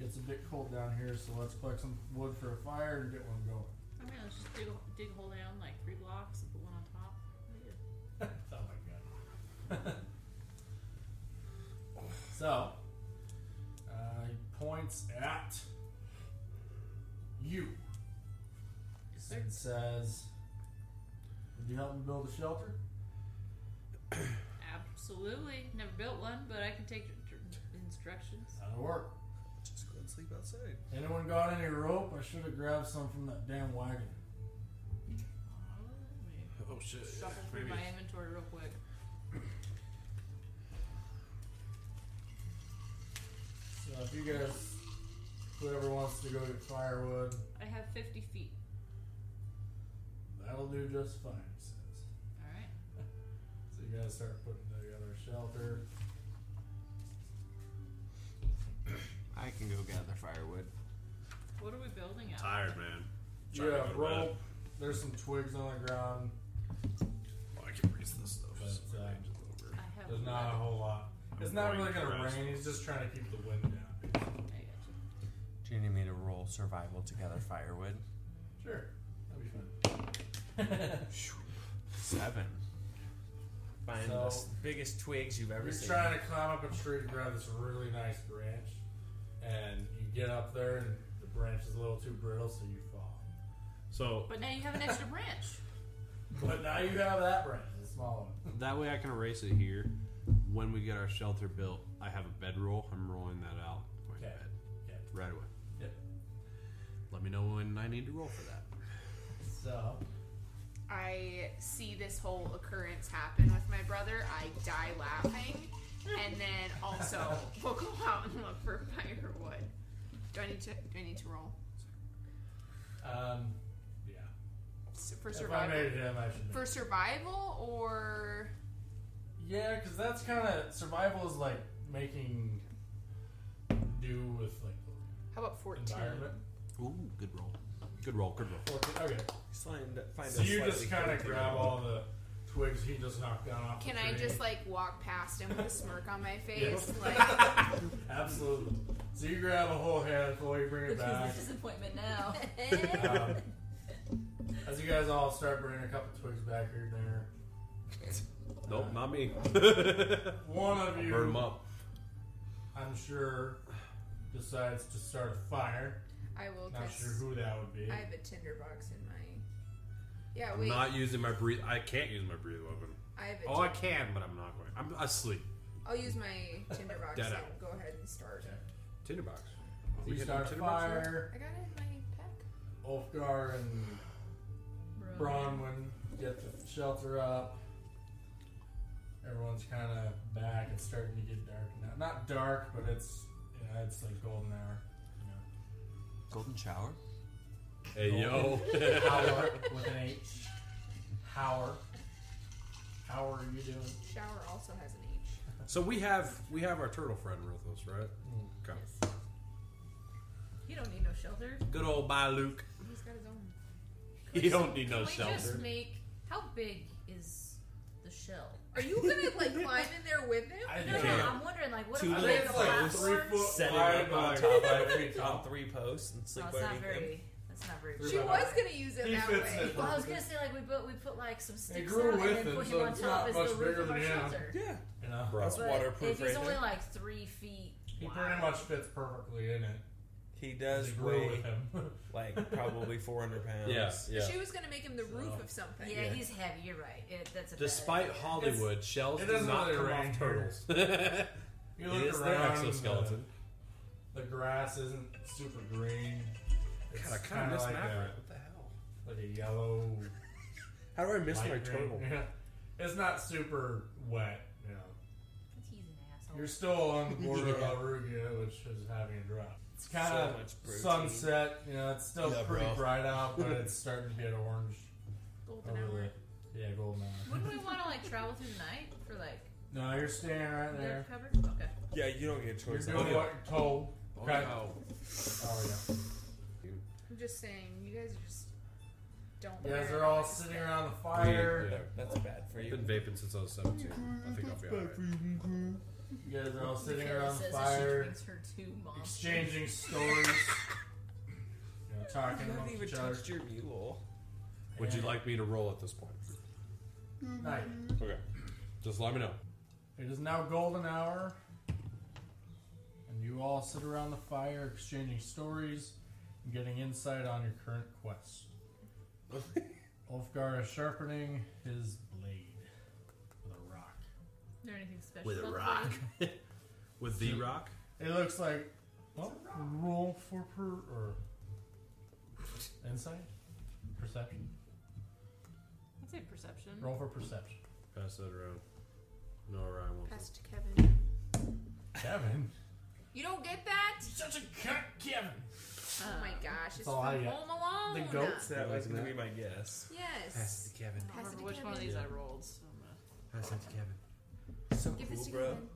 B: It's a bit cold down here, so let's collect some wood for a fire and get one going."
F: I mean, let's just dig a, dig a hole down like three blocks and put one on top.
B: oh my god. so, uh, he points at you
F: Yes, sir.
B: and says, Would you help me build a shelter?
F: Absolutely. Never built one, but I can take tr- tr- instructions. Oh,
B: That'll work.
E: Just go and sleep outside.
B: Anyone got any rope? I should have grabbed some from that damn wagon.
F: Let
C: Oh shit.
F: me Shuffle through my inventory real quick.
B: So, if you guys, whoever wants to go get firewood,
F: I have 50 feet.
B: that'll do just fine, he says.
F: All right.
B: So you gotta start putting together a shelter.
H: I can go gather firewood.
F: What are we building out?
C: Tired, man.
B: You
C: Trying to
B: have
C: go to bed.
B: rope. There's some twigs on the ground.
C: Oh, I can breeze this stuff.
B: But,
C: so my
B: uh,
C: range is over.
F: I have
B: There's not a whole lot. It's not
C: going
B: really gonna
C: dressed.
B: rain. He's just trying to keep the wind down.
F: I got you.
E: Do you need me to roll survival to gather firewood?
B: Sure, that'd be fun.
E: Seven. Find the
B: So-
E: biggest twigs you've ever
B: You're
E: seen.
B: trying to climb up a tree and grab this really nice branch, and you get up there, and the branch is a little too brittle, so you fall.
C: So
F: But now you have an extra branch.
B: But now you have that branch, the small one.
H: That way I can erase it here. When we get our shelter built, I have a bedroll. I'm rolling that out. Going to
B: Okay.
H: bed.
B: Okay.
H: Right away.
B: Yep.
H: Let me know when I need to roll for that.
B: So
I: I see this whole occurrence happen with my brother. I die laughing, and then also we'll go out and look for firewood. Do I need to? Do I need to roll
B: um, yeah.
I: S- for
B: If I
I: survival?
B: made him, I should. make
I: For survival, or
B: Yeah, because that's kind of survival is like making do with like
I: how about
B: the
I: fourteen?
B: environment.
H: Ooh, good roll. Good roll, good roll.
B: Okay.
E: Find, find
B: So
E: a
B: you just
E: slightly
B: kind of
E: tilted
B: grab
E: rope.
B: all the twigs he just knocked down off
I: Can
B: the
I: I
B: tree.
I: just like walk past him with a smirk on my face?
B: Yes.
I: Like,
B: Absolutely. So you grab a whole handful, you bring it
F: Which
B: back.
F: was a disappointment now.
B: Um, as you guys all start bringing a couple twigs back here and there,
C: Nope, not me.
B: one of
C: I'll
B: you,
C: burn 'em up.
B: I'm sure, decides to start a fire.
I: I will.
B: Not
I: just-
B: sure who that would be.
I: I have a tinderbox in my. Yeah,
C: I'm
I: wait.
C: not using my breathe. I can't use my breathe weapon.
I: I have a
C: oh, I
I: tin-
C: can, but I'm not going. I'm asleep.
I: I'll use my tinderbox
C: Dead
I: and
C: owl.
I: go ahead and start.
C: Tinderbox.
B: We
C: hit
B: start a
C: tinderbox yet?
B: fire.
I: I got it in my pack.
B: Ulfgar and Bronwyn get the shelter up. Everyone's kind of back. It's starting to get dark now. Not dark, but it's you know, it's like golden hour. You know.
A: Golden shower.
C: Hey yo.
B: Oh. Howard with an H. Howard. How are you doing?
I: Shower also has an H.
C: so we have we have our turtle friend with us, right? Okay.
F: You don't need no shelter.
C: Good old bye Luke.
I: He's got his own.
C: You don't need
F: Can
C: no
F: we just
C: shelter.
F: make how big is the shell?
I: Are you gonna like climb in there with him?
B: I
F: No, no,
B: think
F: I'm wondering like what
E: Two
F: if we
E: legs
F: have a
E: like
F: platform?
E: Set it
B: wide
E: up on
B: by-
E: top
B: by
E: of
B: three
E: on
B: top.
E: three posts and sleep
F: No, Oh, it's not
E: underneath them.
F: very. That's not very.
I: She
F: big.
I: was gonna use it
B: He
I: that
B: fits
I: way.
B: it.
F: Well, I was gonna say like we put we put like some sticks out
B: grew
F: and
B: with
F: then
B: it,
F: put
B: so
F: him on
B: it's
F: top
B: not
F: as
B: much
F: the roof
B: bigger
F: of our
B: than him.
F: shelter.
E: Yeah,
B: You know,
C: Bro.
E: that's
F: But
E: waterproof
F: if he's
E: right
F: only
E: there.
F: like three feet,
B: he
F: wide.
B: pretty much fits perfectly in it.
E: He
B: As
E: does
B: you grow
E: weigh
B: with him.
E: like probably 400 pounds.
C: Yeah, yeah.
I: She was gonna make him the roof of something.
F: yeah,
E: Yeah.
F: he's heavy. You're right. It, that's a bad
C: Despite
F: idea.
C: Hollywood, shells
B: it
C: do
B: doesn't
C: not
B: really
C: come
B: rain
C: off turtles.
B: You
C: It
B: look
C: is their
B: around.
C: exoskeleton.
B: The, the grass isn't super green. It's
C: God, I kind of
B: kinda
C: miss
B: like
C: Maverick.
B: a,
C: What the hell?
B: like a yellow.
E: How do I miss
B: light
E: my
B: green.
E: turtle?
B: Yeah. It's not super wet. You know,
F: He's an
G: Oh.
F: asshole.
B: you're still on the border
E: Yeah.
B: of Aruga, which is having a drop. It's
E: So
B: kind of
E: much protein.
B: sunset. You know, it's still
E: Yeah,
B: pretty
E: bro.
B: bright out, but it's starting to get orange
I: Golden
B: over
I: hour.
B: the Oh, yeah golden hour.
F: Wouldn't we want to like travel through the night for like
B: No, you're staying right
F: nerve
B: there.
F: covered? Okay.
E: Yeah, you don't get a
B: You're
E: choice.
B: doing
E: on that.
B: what you're told.
C: Oh,
B: Okay.
C: no.
B: Oh yeah.
I: I'm just saying, you guys are just don't.
B: You guys
I: wear
B: are all
I: nice
B: sitting
I: stuff.
B: around the fire.
C: Yeah.
E: That's bad for
C: I've
E: you.
C: been vaping since I was 17. I think I'll be alright.
B: You guys are all sitting
F: Michaela
B: around the
F: says that She
B: fire,
F: drinks her two moms.
B: exchanging stories, you know, talking
E: You haven't
B: amongst
E: even
B: each other.
E: touched your mule.
C: Would you
B: Yeah.
C: like me to roll at this point?
B: Night.
C: Okay. Just let me know.
B: It is now golden hour, and you all sit around the fire, exchanging stories and getting insight on your current quest. Ulfgar is sharpening his blade with a rock.
F: Is there anything special?
C: With a
F: about the
C: rock.
F: lady?
C: With the rock?
B: It looks like well, roll for per or insight, perception.
F: I'd say perception.
B: Roll for perception.
C: Pass that around. No, Ryan wants
I: Pass to Kevin.
B: Kevin,
I: You don't get that?
B: such a cut, Kevin.
I: Oh my
F: Uh,
G: Um,
I: gosh! It's,
B: all I
I: from
B: get.
I: Home Alone.
B: The goats.
E: That was
C: liking
E: gonna be
C: that?
E: my guess.
I: Yes.
C: to Kevin.
F: I
I: Pass
F: don't
I: it
F: remember
I: to
F: which one of
I: Kevin.
F: these I rolled. So I'm gonna-
C: Pass that to Kevin.
E: So
I: Give
E: cool,
I: this to
E: bro.
I: Kevin.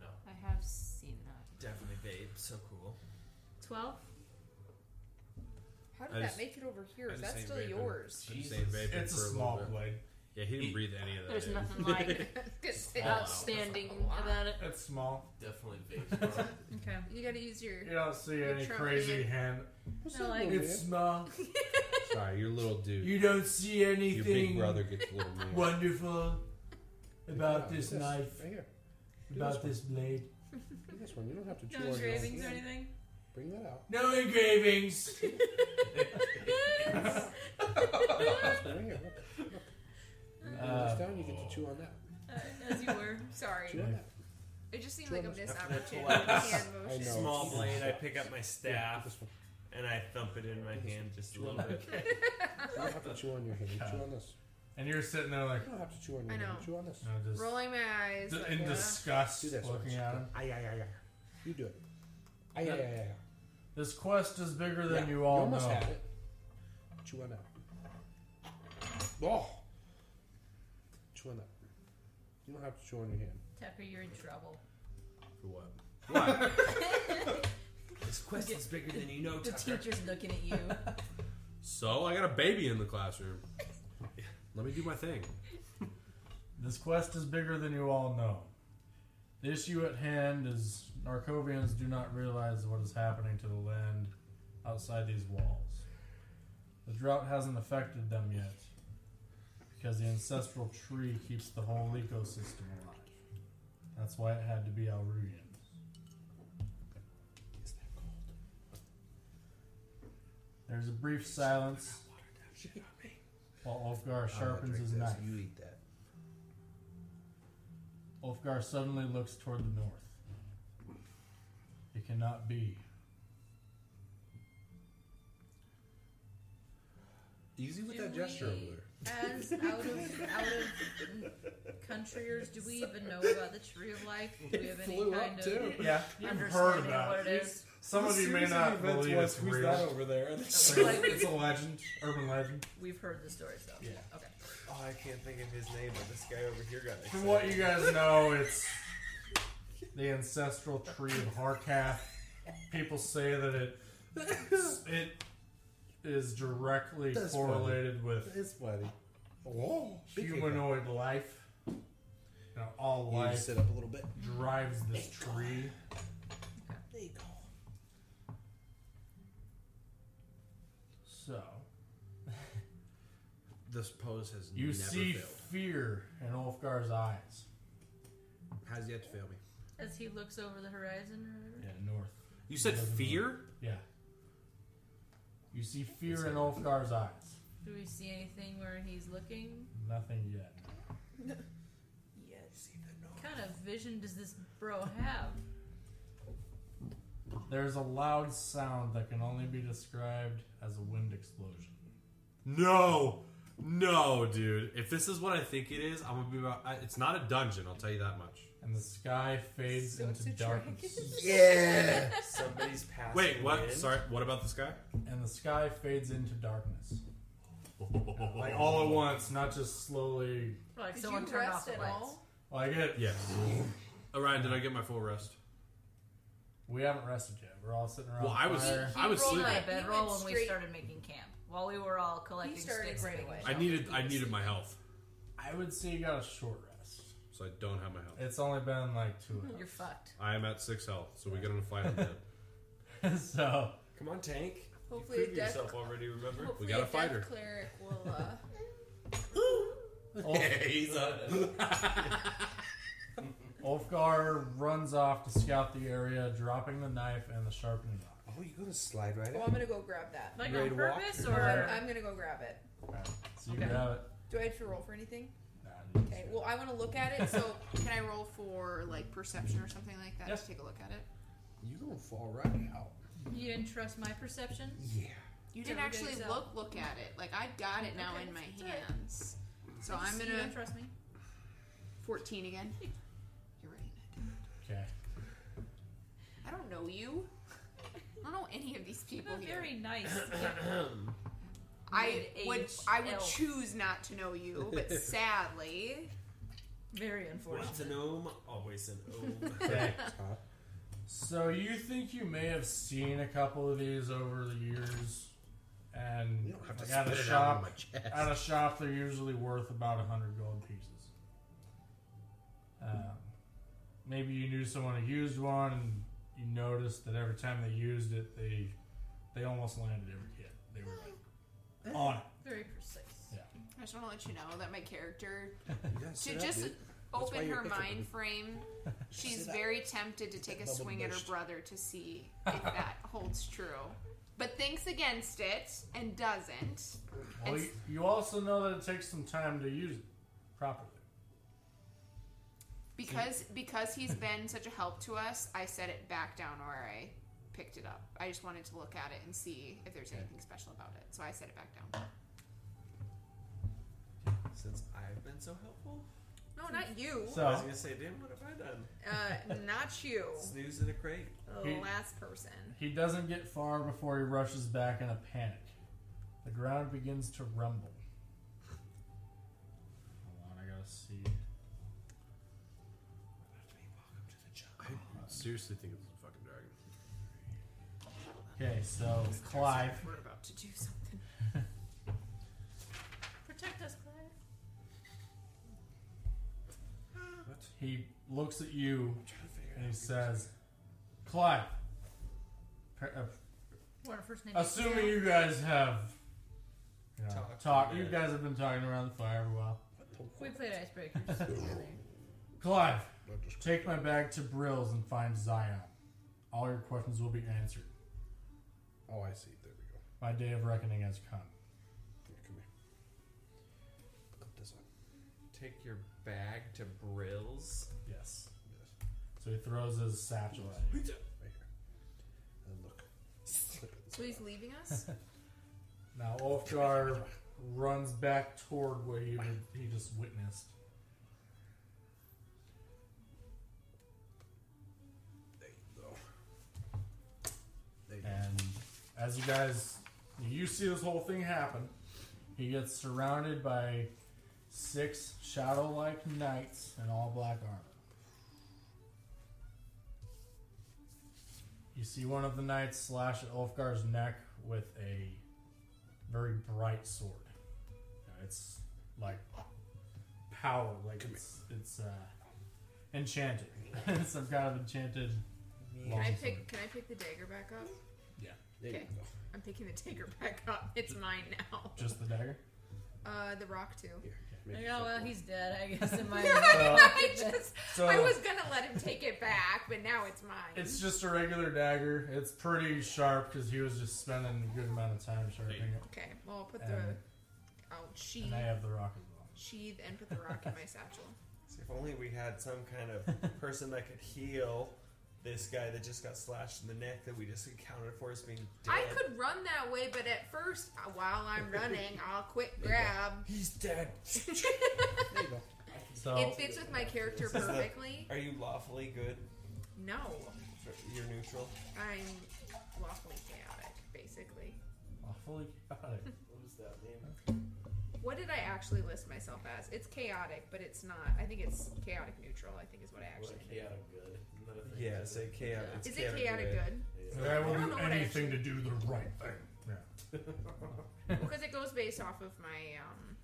D: No.
F: I have seen that.
E: Definitely vape. So cool.
F: Twelve.
I: How
C: I
I: did that
C: just-
I: make it over here?
C: I
I: Is
C: just
I: that
C: ain't
I: still
C: vaping.
I: yours?
C: I'd say
D: Jesus.
C: vaping
B: It's a
C: for little
B: small
C: bit.
B: blade.
C: Yeah, he didn't breathe any of that.
F: There's
C: in.
F: nothing like outstanding about it.
B: It's small.
D: Definitely vapes. bro.
F: Okay.
I: You gotta use your.
B: You don't see any
I: Trump
B: crazy
I: hand.
B: hand.
F: No, like
B: It's small.
C: Sorry, your little dude.
B: You don't see anything
C: your big brother gets a little man.
B: wonderful about
C: Yeah,
B: this
C: yes,
B: knife,
C: Right here.
B: about this blade.
C: Do this one. You don't have to chew
F: no
C: on your own
F: engravings or
C: hand.
F: anything.
C: Bring that out.
B: No engravings.
C: Right here. Look. Look.
B: Uh,
C: It's down. You get to chew on that.
F: Uh, as you were.
I: Sorry,
C: Chew on that.
I: it just seemed like a missed opportunity.
E: Twice.
I: hand
C: I
I: motion.
B: Oh,
C: know.
E: Small
C: Jesus.
E: blade. I pick up my
C: Yeah,
E: staff
C: this one.
E: and I thump it in my hand just a little bit.
C: You don't have to chew on your hand. Chew on this.
B: And you're sitting there like,
C: You don't have to chew on
I: I
C: your hand.
I: know.
C: Chew on this.
B: you know, just
I: Rolling my eyes.
B: d-
I: like,
B: in
I: uh,
B: disgust,
C: Do this. Ah,
B: looking at him.
C: Ay, ay, ay, ay. You do it. Ah, Ay,
B: Yeah.
C: ay, ay, ay.
B: This quest is bigger
C: Yeah,
B: than you all
C: almost
B: know.
C: had it. Chew on that. Oh. Chew on that. You don't have to chew on your hand.
F: Tucker, you're in trouble.
C: For what?
E: This quest is bigger than you know,
F: The
E: Tucker.
F: teacher's looking at you.
C: So I got a baby in the classroom. Let me do my thing.
B: This quest is bigger than you all know. The issue at hand is Narcovians do not realize what is happening to the land outside these walls. The drought hasn't affected them yet because the ancestral tree keeps the whole ecosystem alive. That's why it had to be Alrudian. There's a brief silence while Ulfgar sharpens his knife.
P: You eat that.
B: Ulfgar suddenly looks toward the north. It cannot be.
Q: Easy with
G: Do
Q: that gesture over
G: we-
Q: there.
G: As out of out of countryers, do we even know about the tree of life? Do we have any
Q: flew up
G: kind of
Q: too.
B: Yeah, you've heard
G: understanding of
B: about it.
G: what it is?
B: Some of you may
E: Series of
B: not
E: events
B: believe
E: was,
B: it's
E: who's
B: real.
E: that over there?
B: It's
G: Like-
B: it's a legend, urban legend.
G: We've heard the story, so
B: Yeah.
G: Okay.
E: Oh, I can't think of his name, but this guy over here got excited.
B: From what you guys know, it's the ancestral tree of Harkath. People say that it it is directly
P: That's funny.
B: correlated with
P: It's funny. Whoa.
C: Oh,
B: humanoid life. Now all
P: You
B: life
P: just sit up a little bit.
B: drives this tree.
P: There you go.
B: So
C: This pose has
B: you
C: never
B: see
C: failed.
B: fear in Ulfgar's eyes.
C: Has yet to fail me.
G: As he looks over the horizon or whatever.
B: Yeah, north.
C: You said
B: Doesn't
C: fear?
B: Yeah. You see fear in Ulfgar's eyes.
G: Do we see anything where he's looking?
B: Nothing yet.
G: Yes. What kind of vision does this bro have?
B: There's a loud sound that can only be described as a wind explosion.
C: No, no, dude. If this is what I think it is, I'm gonna be. About, I, it's not a dungeon. I'll tell you that much.
B: And the sky fades into darkness.
P: Yeah.
E: Somebody's passing.
C: Wait, what?
E: in.
C: Sorry, what about this guy?
B: And the sky fades into darkness. Like all at once, not just slowly.
G: Like
I: Did
G: someone
I: you
G: turned off
I: rest
G: the
I: at
G: lights.
I: all?
B: Like it.
C: Yes. Orion, Oh, did I get my full rest?
B: We haven't rested yet. We're all sitting around.
C: Well, I
B: the
C: was-
B: fire.
C: I was
R: rolled
C: sleeping.
R: my
C: He
R: bedroll
I: went
R: when we
I: straight-
R: started making camp while we were all collecting
I: started
R: sticks.
I: right
R: making
I: away.
C: I needed. I needed my health,
B: I would say you got a short rest.
C: so I don't have my health.
B: It's only been like two
R: You're fucked.
C: I am at six health, so we get on a fight on that.
B: hours. so
E: Come on, tank.
I: Hopefully,
E: you
I: a
E: proved
I: death.
E: yourself already. Remember?
I: Hopefully,
C: got a
I: death
C: fighter.
I: cleric will. Uh,
B: Ulf-
E: He's up.
B: Ulfgar runs off to scout the area, dropping the knife and the sharpening rock.
P: Oh, you gonna slide right
I: oh,
P: up?
I: I'm gonna go grab that.
G: Like
E: Ready
G: on
E: to walk?
G: purpose
I: I'm,
G: or
I: I'm gonna go grab it.
B: Alright, so you
G: Okay.
B: grab it.
I: Do I have to roll for anything?
B: Nah, you just-
I: Okay. Well, I want to look at it. So, can I roll for like perception or something like that?
B: Yes.
I: Just take a look at it.
P: You gonna fall right out?
G: you didn't trust my perception?
P: Yeah.
I: You didn't
G: Never
I: actually
G: goes up.
I: look look at it. Like I got it now
G: Okay,
I: in my
G: it's alright.
I: hands. So
G: Just
I: I'm
G: you
I: gonna
G: don't trust me.
I: 14 again. You're right.
B: Okay.
I: I don't know you. I don't know any of these
G: Keep
I: people
G: a
I: here.
G: very nice.
I: I would
G: mid-aged
I: I would
G: elf.
I: choose not to know you, but sadly,
G: very
E: What's
G: unfortunate.
E: an ohm? Always an ohm.
B: Okay. So you think you may have seen a couple of these over the years, and
P: You don't have to
B: like, at a
P: spit it out on
B: shop,
P: my chest.
B: at a shop they're usually worth about a hundred gold pieces. Um, maybe you knew someone who used one, and you noticed that every time they used it, they they almost landed every hit. They were like on it.
G: Very precise.
I: I just want to let you know that my character
P: You gotta
I: to
P: sit up,
I: just
P: dude. That's why
I: open
P: you're
I: her
P: picking
I: mind
P: me.
I: frame. She's
P: Sit up.
I: very tempted to take a
P: Bubble
I: swing at her
P: burst.
I: brother to see if that holds true, but thinks against it and doesn't.
B: Well, you, you also know that it takes some time to use it properly.
I: Because because he's been such a help to us, I set it back down where I picked it up. I just wanted to look at it and see if there's anything special about it. So I set it back down.
E: Since I've been so helpful,
I: No, not you.
E: I was
B: So
E: gonna say, damn, what have I done?
I: Uh, not you.
E: Snooze in a crate.
B: He-
I: last person.
B: He doesn't get far before he rushes back in a panic. The ground begins to rumble. Hold on, I gotta see.
C: Seriously, think it's a fucking dragon.
B: Okay, so Clive,
I: We're about to do something.
G: Protect us, Claire.
B: He looks at you and he says, Clive, per- uh,
F: What our first name is
B: assuming
F: Sam.
B: you guys have you know,
F: Talked.
B: talk, you
F: Yeah.
B: guys have been talking around the fire for a while.
F: We played icebreakers together.
B: Clive, take my bag to Brills and find Zion. All your questions will be answered.
A: Oh, I see. There we go.
B: My day of reckoning has come.
A: Here, come here. Clip this on.
E: Take your bag to Brills.
B: Yes. So he throws his satchel at you.
A: Right here. And look. Look at this.
I: So he's leaving us?
B: Now Ulfgar runs back toward where he, he just witnessed. And as you guys, you see this whole thing happen. He gets surrounded by six shadow-like knights in all black armor. You see one of the knights slash at Ulfgar's neck with a very bright sword. Now, It's like power, like it's it's uh, enchanted. it's some kind of enchanted.
I: Can I
B: long sword.
I: pick? Can I pick the dagger back up?
B: Yeah.
I: Okay. I'm picking the dagger back up. It's mine now.
B: Just the dagger.
I: Uh, the rock too.
G: Like, oh well, he's dead. I guess it might.
I: I just,
B: Uh, So-
I: I was gonna let him take it back, but now it's mine.
B: It's just a regular dagger. It's pretty sharp because he was just spending a good amount of time sharpening it.
I: okay. Well, I'll put the
B: And-
I: I'll sheath,
B: And I have the rock as well.
I: sheath, and put the rock in my satchel.
E: So if only we had some kind of person that could heal this guy that just got slashed in the neck that we just accounted for as being dead.
I: I could run that way, but at first, uh, while I'm running, I'll quick
E: There you go.
I: grab.
E: He's dead.
B: So
I: it fits with my character
E: This is the-
I: perfectly.
E: are you lawfully good?
I: No,
E: You're neutral.
I: I'm lawfully chaotic, basically.
B: awfully chaotic.
E: What is that name?
I: What did I actually list myself as? It's chaotic, but it's not. I think it's chaotic neutral. I think is what I actually.
D: chaotic good. Another thing
E: Yeah,
D: is
E: say chaotic. It's
I: Is it chaotic good?
B: Like, I will
I: I don't
B: do
I: know what I
B: anything to do the right thing. Yeah.
I: Because it goes based off of my um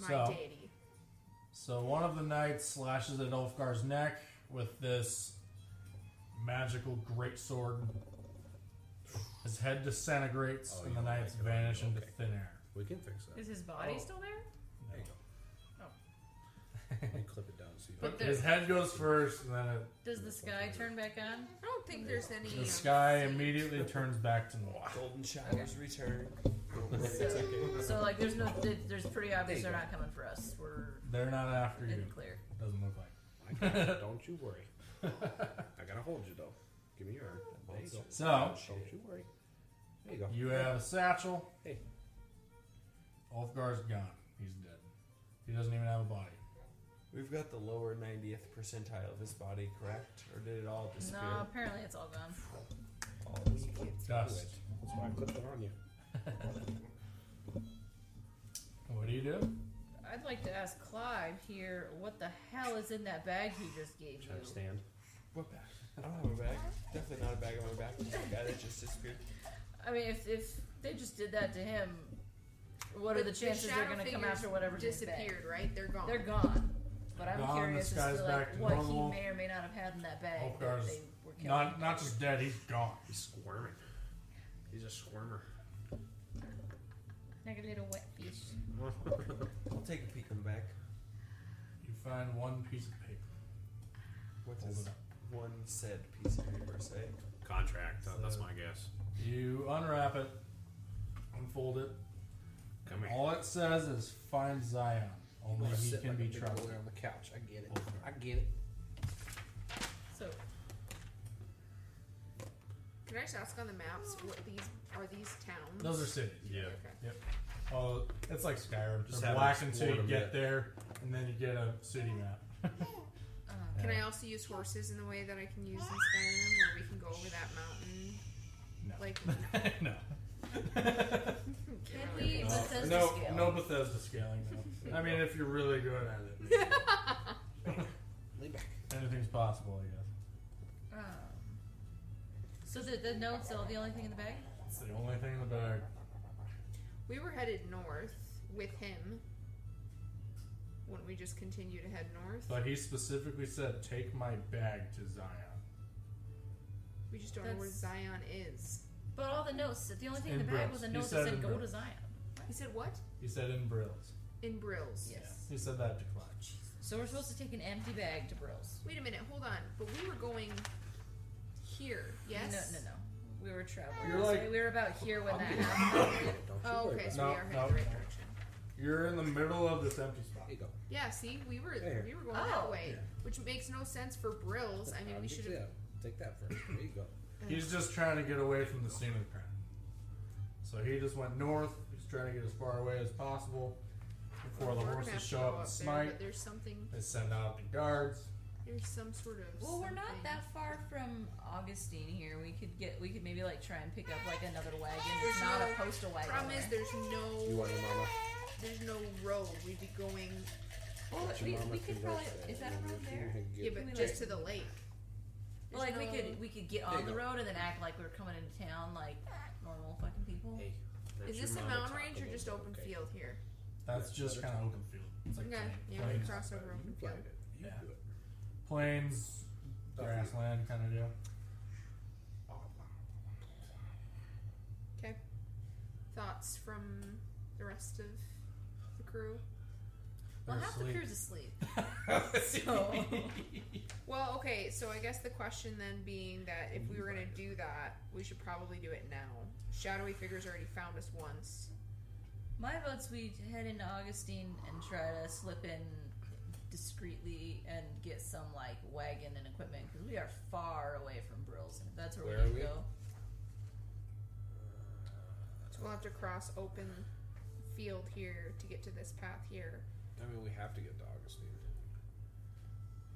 I: my
B: So-
I: deity.
B: So one of the knights slashes at Ulfgar's neck with this magical greatsword. His head disintegrates
C: Oh,
B: and
C: you
B: the
C: don't
B: knights
C: like it,
B: vanish
C: okay.
B: into thin air.
C: We can fix that.
F: Is his body
B: Oh.
F: still there?
B: No.
C: There you Let me clip it down so you
F: But
C: don't-
F: there-
B: His head goes first, and then it,
G: Does the sky turn back on?
I: I don't think there's any.
B: the
I: um,
B: sky immediately turns back to normal.
E: Golden showers return.
G: So like, there's no. there- There's pretty obvious they're not coming for us. We're
B: They're not after
G: in
B: you.
G: the clear.
B: Doesn't look like.
C: I got it. Don't you worry. I gotta hold you though. Give me your arm. There you go.
B: So-
C: don't you worry. There you go.
B: You have a satchel.
C: Hey.
B: Ulfgar's gone. He's dead. He doesn't even have a body.
E: We've got the lower 90th percentile of his body, correct? Or did it all disappear?
G: No, apparently it's all gone.
E: All this
B: Dust.
C: That's why I clipped it on you.
B: What do you do?
G: I'd like to ask Clive here, what the hell is in that bag he just gave
C: Trying to
G: you?
C: stand.
E: What bag? I don't have a bag. Definitely not a bag on my back. It's a guy that just disappeared.
G: I mean, if, if they just did that to him, what are
I: but
G: the chances they're
I: shadow
G: going to come
I: figures
G: after whatever's in his bag?
I: disappeared? Right, they're gone.
G: They're gone. But I'm
B: Gone,
G: curious
B: the
G: as
B: sky's
G: to
B: back
G: like,
B: to
G: what
B: normal.
G: he may or may not have had in that bag that
B: Ulfgar's
G: they were killed.
B: Not not just dead. He's gone.
C: He's squirming. He's a squirmer.
G: like a little wet fish.
E: I'll take a peek in the back.
B: You find one piece of paper.
E: What
B: Hold
E: does
B: it up.
E: one said piece of paper say?
H: Contract. uh, that's my guess.
B: You unwrap it, unfold it.
H: Come here.
B: All it says is "Find Zion." Only
A: Wanna
B: he
A: sit
B: can
A: like a
B: be
A: big
B: trusted.
A: boy on the couch. I get it. I get it.
G: So,
I: Can I just ask on the maps what these are? These towns.
B: Those are cities.
H: Yeah.
I: Okay.
B: Oh, it's like Skyrim.
C: Just
B: Just
C: haven't
B: black until
C: explored
B: you
C: 'em
B: get
C: yet.
B: there, and then you get a city map.
G: uh,
I: Can I also use horses in the way that I can use in Skyrim, where we can go over that mountain?
B: No.
I: Like,
B: no.
G: can we Bethesda
B: no,
G: scale?
B: no Bethesda scaling. No. I mean, if you're really good at it, maybe.
A: Lay back.
B: anything's possible. I guess
G: Um, so the, the notes are the only thing in the bag?
B: it's the only thing in the bag.
I: we were headed north with him. Wouldn't we just continue to head north?
B: But he specifically said, "Take my bag to Zion."
I: we just don't know where
F: That's-
I: Zion is.
F: But all the notes, the only thing in the
B: In
F: bag
B: Brills.
F: was a
B: He
F: note
B: said
F: that said
B: in
F: go to
B: Brills.
F: Zion.
I: He said what?
B: He said in Brills.
I: In Brills.
F: Yes.
B: He said that to Clutch.
G: So we're supposed to take an empty bag to Brills.
I: Wait a minute, hold on. But we were going here, yes?
G: No, no, no. We were traveling.
B: You're
G: this
B: like-
G: way. we were about here when that happened.
I: Oh, okay, so we
B: No,
I: are heading
B: no,
I: the right
B: no.
I: direction.
B: You're in the middle of this empty spot.
A: you go.
I: Yeah, see, we were
A: There.
I: we were going
G: Oh.
I: that way,
A: Yeah.
I: which makes no sense for Brills. I mean, we should have.
A: Yeah, take that first. There you go.
B: He's just trying to get away from the scene of the crime. So he just went north. He's trying to get as far away as possible before the horses show up and smite.
I: But there's something.
B: They send out the guards.
I: There's some sort of.
G: well, we're not
I: something.
G: that far from Augustine here. We could get, we could maybe like try and pick up like another wagon.
I: There's
G: It's not
I: no
G: a postal wagon.
I: Problem is,
G: right?
I: there's
A: You
I: no
A: want your mama?
I: there's no road. We'd be going
G: Well,
A: Your
G: we,
A: mama
G: we could
A: can
G: probably.
A: rest
G: Is that
A: and
G: a road
A: you can
G: there?
A: get-
I: yeah,
G: Can we,
I: but just
G: like-
I: to the lake.
G: Well, like we
I: There's no-
G: could we could get
A: you
G: on the
A: go.
G: road and then act like we were coming into town like normal fucking people.
A: Hey,
I: Is this a mountain range or just open field here?
B: That's just kind of open field. It's like
I: Okay, yeah, we
B: plains,
I: can cross over open
A: Yeah.
I: field.
B: Yeah.
A: You do it.
B: plains, grassland kind of deal.
I: Okay. Thoughts from the rest of the crew?
G: Well,
B: They're
G: half the
B: asleep.
G: crew's asleep.
I: Well, okay, so I guess the question then being that if we were gonna do that, we should probably do it now. Shadowy figures already found us once.
G: My vote's we head into Augustine and try to slip in discreetly and get some like wagon and equipment because we are far away from Brills and if that's where,
A: Where
G: we need to
A: are
G: go.
I: So we'll have to cross open field here to get to this path here.
C: I mean, we have to get to Augustine.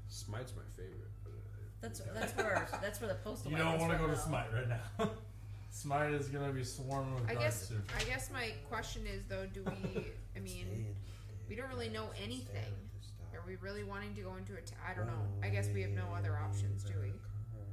C: Smite's my favorite. but, uh,
G: That's
C: we have
G: that's where that's where the postal.
B: You don't
G: want
B: want to go to Smite right now. Smite is gonna be swarming with
I: I
B: guards
I: guess
B: soon.
I: I guess my question is though, do we I mean we don't really know anything. Are we really wanting to go into it? I I don't know. I guess we have no other options, do we?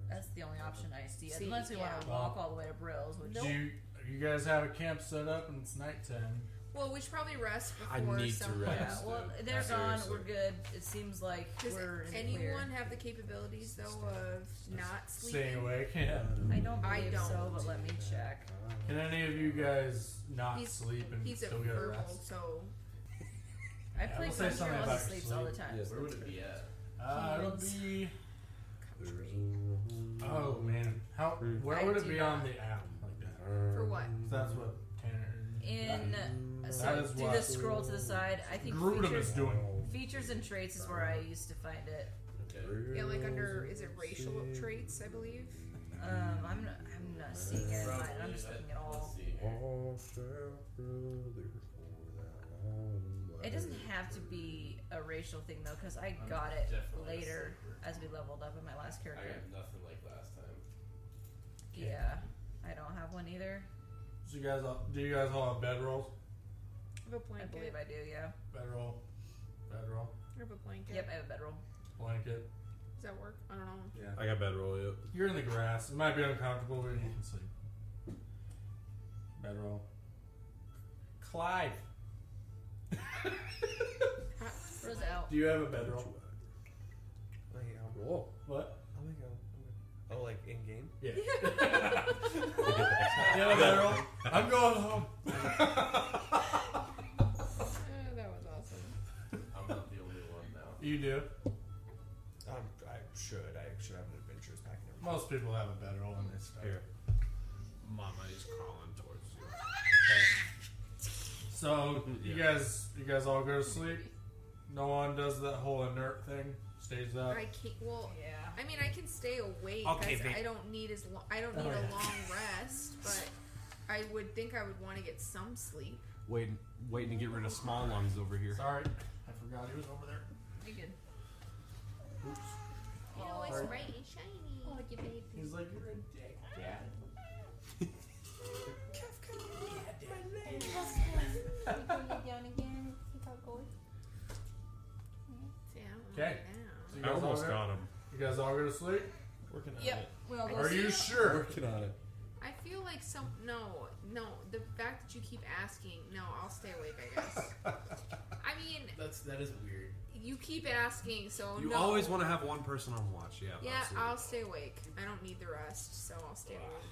G: That's the only option I see,
I: See,
G: unless we want
I: yeah.
G: to walk all the way to Brills. Which
B: Do you, you guys have a camp set up and it's nighttime?
I: Well, we should probably rest
C: I
I: before
C: need to
I: someone.
C: rest.
G: yeah,
C: That's
G: well,
C: the-
G: they're gone.
C: seriously.
G: We're good. It seems like
I: Does
G: we're in the clear.
I: anyone have the capabilities though of not
B: Staying
I: sleeping?
B: awake? Yeah.
G: I don't
I: I
G: believe so,
I: don't.
G: but let me check.
B: Can any of you guys not
I: He's-
B: sleep and
I: He's a
B: still get a
I: verbal,
B: rest?
I: so
G: I
B: Yeah,
G: play
B: we'll say
G: Conjure
B: something
G: while
B: about
G: he
B: your
G: sleeps all the
B: sleep.
G: time.
A: Yes,
D: Where would it be at?
B: Uh, it'll
G: Humans.
B: be.
I: country.
B: Oh man, how? Where
I: I
B: would it
I: do
B: be
I: not.
B: on the app? Like that?
I: For what?
B: That's what Tanner.
G: In
B: That
G: so
B: is
G: do
B: what-
G: the scroll to the side. I think
B: Grudem
G: features,
B: is doing.
G: features and traits is where I used to find it.
I: Yeah, like under is it racial traits? I believe.
G: Um, I'm not, I'm not seeing it. in mine. I'm just looking at all. It doesn't have to be a racial thing though, because I
D: I'm
G: got it
D: definitely a
G: later
D: sleeper.
G: as we leveled up in my last
D: I
G: character.
D: got nothing like last time.
G: Yeah, I don't have one either.
B: So you guys, all, do you guys all have bedrolls?
I: I have a
G: I believe
I: blanket.
G: I do. Yeah.
B: Bedroll, bedroll,
I: I have a blanket.
G: Yep, I have a bedroll.
B: blanket.
I: Does that work? I don't know.
B: Yeah.
H: I got bedroll, yep.
B: You're in the grass. It might be uncomfortable, but you can sleep. Bedroll. Clive,
G: Rose out.
B: do you have a bedroll?
E: I'll make it out.
A: Whoa.
B: What?
E: I'll make it out. I'm good. Oh, like in game?
B: Yeah.
I: Oh,
B: you have a bedroll? I'm going home.
I: Uh, that was awesome.
D: I'm not the only one now.
B: You do.
E: Um, I should. I should have an adventures pack. and everything.
B: Most people have a bedroll when they start.
H: Here. Mama is crawling towards you.
B: So you
H: Yeah.
B: guys, you guys all go to sleep. No one does that whole inert thing. Stays up.
I: I can't. Well,
G: Yeah.
I: I mean, I can stay awake
H: Okay,
I: because
H: then.
I: I don't need as long. I don't
B: Oh,
I: need a
B: yeah.
I: long rest, but I would think I would want to get some sleep.
H: Waiting, waiting to get rid of small lungs over here.
B: Sorry, I forgot he was over there.
G: You good?
I: You know, it's bright and shiny. Oh, you baby.
B: He's like, you're a dick, Dad.
I: Okay.
B: Okay. So you
H: I
B: guys all
H: almost
B: go-
H: got him.
B: You guys all go to sleep.
E: Working on it.
G: Yep. We all go
B: Are you
G: sleep.
B: sure?
A: Working on it.
I: I feel like some. No, no. The fact that you keep asking. No, I'll stay awake. I guess. I mean,
D: That's that is weird.
I: you keep asking, so
H: You
I: Oh, no.
H: always want to have one person on watch. Yeah.
I: Yeah,
H: absolutely.
I: I'll stay awake. I don't need the rest, so I'll stay awake.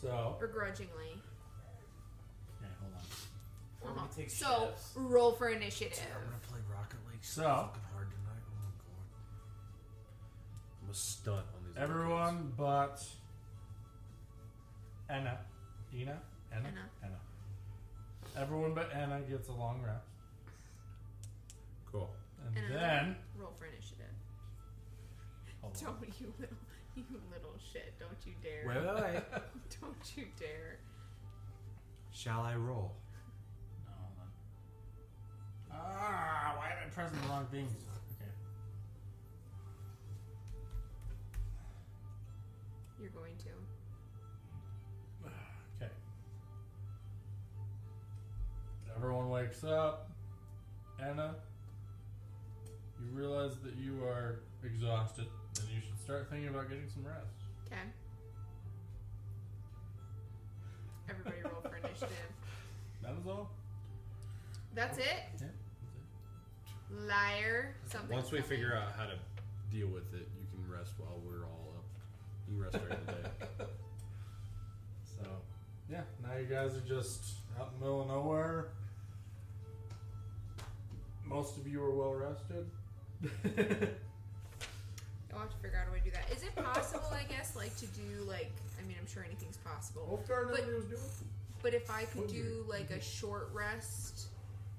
B: So.
I: Begrudgingly. Uh-huh.
B: Okay, hold on.
D: Or
G: Uh-huh.
D: we could take
I: So
D: shifts.
I: roll for initiative.
O: play Rocket League so
B: So.
O: fucking hard tonight. Oh my god.
H: I'm a stunt on these.
B: Everyone but Anna. Ina? Anna?
I: Anna.
B: Anna. Everyone but Anna gets a long rest.
C: Cool.
B: And
I: Anna.
B: then
I: Roll for initiative.
B: hold on.
I: Don't you little, you little shit! Don't you dare!
H: Wait, wait, wait.
I: Don't you dare!
H: Shall I roll?
B: No, hold on. Ah, why am I pressing the wrong things? Okay.
I: You're going to.
B: Okay. Everyone wakes up. Anna, you realize that you are exhausted and you should start thinking about getting some rest.
I: Okay. Everybody roll for initiative.
B: That is all.
I: That's it.
B: Yeah.
I: Liar. Something.
C: Once we
I: something.
C: figure out how to deal with it, you can rest while we're all up. You can rest during the day.
B: So, yeah, now you guys are just out in the middle of nowhere. Most of you are well rested.
I: I'll have to figure out a way to do that. Is it possible? I guess like to do like. I mean, I'm sure anything's possible.
B: Wolfgar
I: But-
B: never was doing.
I: But if I could do like a short rest,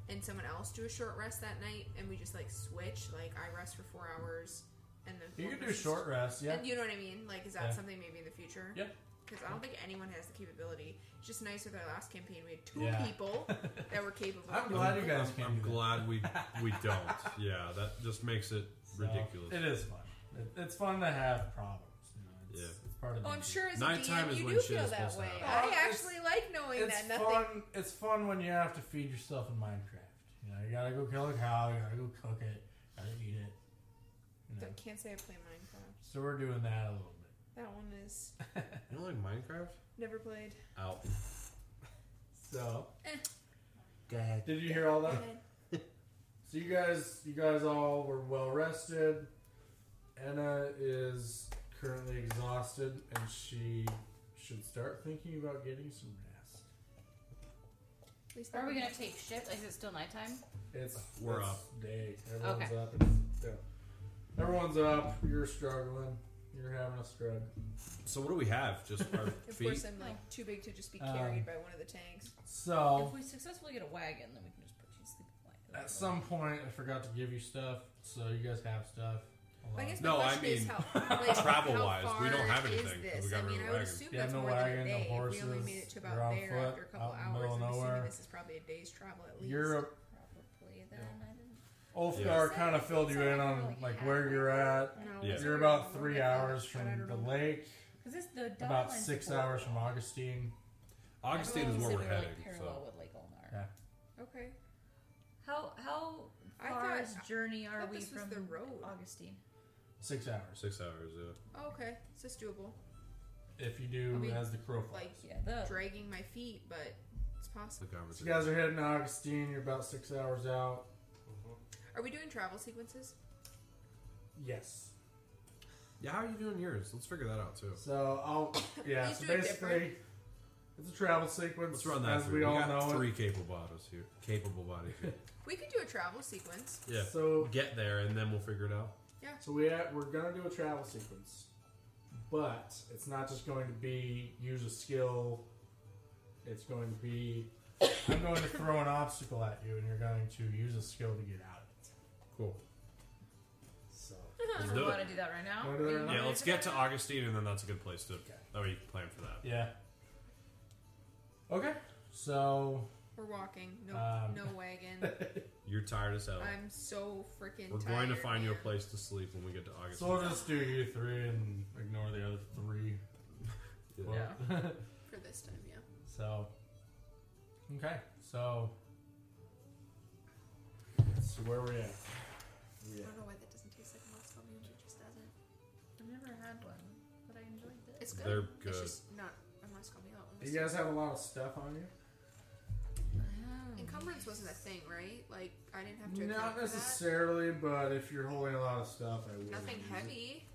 I: and someone else do a short rest that night, and we just like switch, like I rest for four hours, and then
B: You
I: one
B: can do
I: person's-
B: short rest, yeah.
I: And you know what I mean? Like, is that
B: Yeah.
I: something maybe in the future?
B: Yeah.
I: Because I don't think anyone has the capability. It's just nice with our last campaign, we had two
B: Yeah.
I: people that were capable.
B: I'm
I: of
B: glad
I: doing
B: you guys
I: it.
B: came.
C: I'm
B: to that.
C: glad we we don't. Yeah, that just makes it
B: So,
C: ridiculous.
B: It is fun. It, it's fun to have problems. You know, it's,
C: Yeah.
B: it's part of.
I: Oh, I'm
B: being-
I: sure as a
C: Nighttime
I: DM,
C: is
I: you
C: when
I: do
C: shit
I: feel
C: is
I: that
C: supposed to
I: way.
B: happen.
I: I
B: Oh, it's-
I: actually like knowing
B: It's
I: that nothing.
B: fun. It's fun when you have to feed yourself in Minecraft. You know, you gotta go kill a cow. You gotta go cook it. Gotta eat it. You know.
I: I can't say I play Minecraft.
B: So we're doing that a little bit.
I: That one is
C: You don't like Minecraft?
I: never played.
C: Out.
B: So
O: Go ahead.
B: did you hear all that?
I: Good.
B: So you guys, you guys all were well rested. Anna is currently exhausted, and she should start thinking about getting some rest.
I: At least
G: Are
I: that
G: we
I: one-
G: gonna take shifts? Like, Is it still nighttime?
B: It's
C: We're
B: it's
C: up.
B: Day. Everyone's
G: Okay.
B: up. It's, yeah. Everyone's up. You're struggling. You're having a struggle.
C: So what do we have? Just our
I: Of
C: feet.
I: course, I'm
B: Oh.
I: like too big to just be
B: Um,
I: carried by one of the tanks.
B: So
C: Oh.
G: If we successfully get a wagon, then we can just put you to sleep. in the wagon.
B: at some point, I forgot to give you stuff. So you guys have stuff. Hold
I: But I
B: on.
I: guess
C: No,
I: my
C: I
I: question is
C: mean,
I: how, like,
C: travel-wise,
I: how far
C: we don't have
I: is
C: anything, 'cause
I: This?
C: we got
I: I
C: rid
I: mean,
C: of
I: I
C: the
I: would
C: wagon.
I: assume
B: Yeah,
I: that's
B: no
I: more
B: wagon,
I: than a
B: no
I: day.
B: horses,
I: we only made it to
B: you're
I: about
B: on
I: there
B: foot,
I: after a couple
B: out in the
I: hours.
B: middle
I: I'm
B: of
I: assuming
B: nowhere.
I: this is probably a day's travel at least.
B: Europe,
G: Probably then. I didn't.
B: Ulfgar
G: Yeah.
B: kind of filled you in on like where you're at.
I: No,
C: Yeah.
I: it's
B: You're
I: around
B: about
I: the
B: three
I: world,
B: hours
I: but I
B: from
I: don't
B: the
I: know.
B: lake.
G: Cause this the
B: About six hours from Augustine.
C: Augustine is where we're heading.
G: Like parallel
C: So
G: with Lake Olnar.
B: Yeah.
I: Okay.
G: How how
I: I
G: far
I: thought-
G: is journey
I: I
G: are
I: thought
G: we
I: this was
G: from
I: the road.
G: Augustine?
B: Six hours
C: six hours. Yeah.
I: Oh, okay. So it's doable.
B: if you do
I: I mean,
B: as the crow flies.
I: Like
G: Yeah, the
I: dragging my feet, but it's
C: The
I: possible.
B: So
C: conversation.
B: you guys are heading to Augustine. You're about six hours out.
I: Are we doing travel sequences?
B: Yes.
C: yeah. How are you doing yours? Let's figure that out too.
B: So I'll yeah.
I: Please
B: so
I: do it
B: basically,
I: different.
B: it's a travel sequence.
C: Let's run that
B: as
C: through.
B: we all
C: got
B: know
C: three capable bodies here. Capable bodies. Here.
I: We could do a travel sequence.
B: it.
C: Yeah.
B: So
C: Get there and then we'll figure it out.
B: so we ha- we're gonna do a travel sequence, but it's not just going to be use a skill. It's going to be I'm going to throw an obstacle at you, and you're going to use a skill to get out of it.
C: Cool.
B: So
C: Let's
G: we
C: do
G: want
C: it.
G: to do that right now.
B: Wanna do that right
C: Yeah. Let's get to Augustine and then that's a good place to. That way you can plan for that.
B: yeah. Okay. So
I: We're walking. No,
B: Um.
I: no wagon.
C: You're tired as hell.
I: I'm so freaking.
C: We're
I: tired,
C: going to find you a
I: man.
C: place to sleep when we get to
B: so
C: Augustine.
B: we'll just do you three and ignore the other three.
C: Yeah.
B: Well,
I: for this time. Yeah.
B: So, okay, so that's where we're at.
I: I don't know why that doesn't taste like Moscow Mule. It just doesn't.
G: I've never had one, but I enjoyed this.
I: It's good.
C: They're
I: It's
C: good.
I: just not a Moscow Mule.
B: You guys have a lot of stuff on you.
G: Mm.
I: in encumbrance wasn't a thing, right? Like I didn't have to. account
B: Not
I: for that?
B: necessarily, but if you're holding a lot of stuff, I will.
I: Nothing
B: use it.
I: heavy.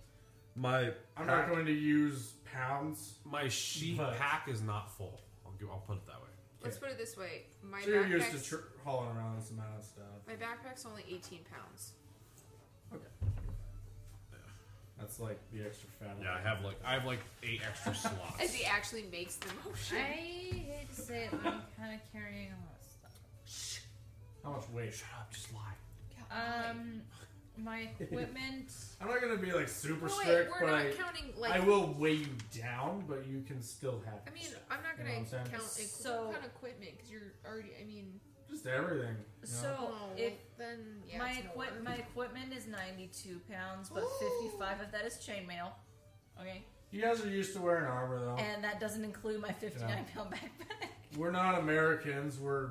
C: My
B: I'm not going to use pounds.
C: My sheet
B: But-
C: pack is not full. I'll give, I'll put it that way.
I: Let's put it this way: my
B: so you're used to
I: backpack's,
B: tr- hauling around this amount of stuff.
I: my backpack's only 18 pounds.
B: That's like the extra fat.
C: Yeah, I have like I have like eight extra slots.
I: As he actually makes the motion.
G: I hate to say it, but I'm kind of carrying a lot of stuff.
B: How much weight?
C: Shut up, just lie.
G: Um, my equipment.
B: I'm not gonna be like super
I: Well, wait,
B: strict,
I: we're
B: but
I: not
B: I,
I: counting, like-
B: I will weigh you down, but you can still have.
I: I mean,
B: stuff.
I: I'm not
B: You
I: gonna
B: know what I'm saying?
I: count
G: So-
I: so, count equipment because you're already. I mean,
B: just everything. you know?
G: So
I: oh,
G: if
I: then yeah,
G: my
I: it's more.
G: equip my equipment is 92 pounds, but 55 of that is chainmail. Okay,
B: you guys are used to wearing armor, though.
G: and that doesn't include my 59 pound backpack.
B: we're not Americans. We're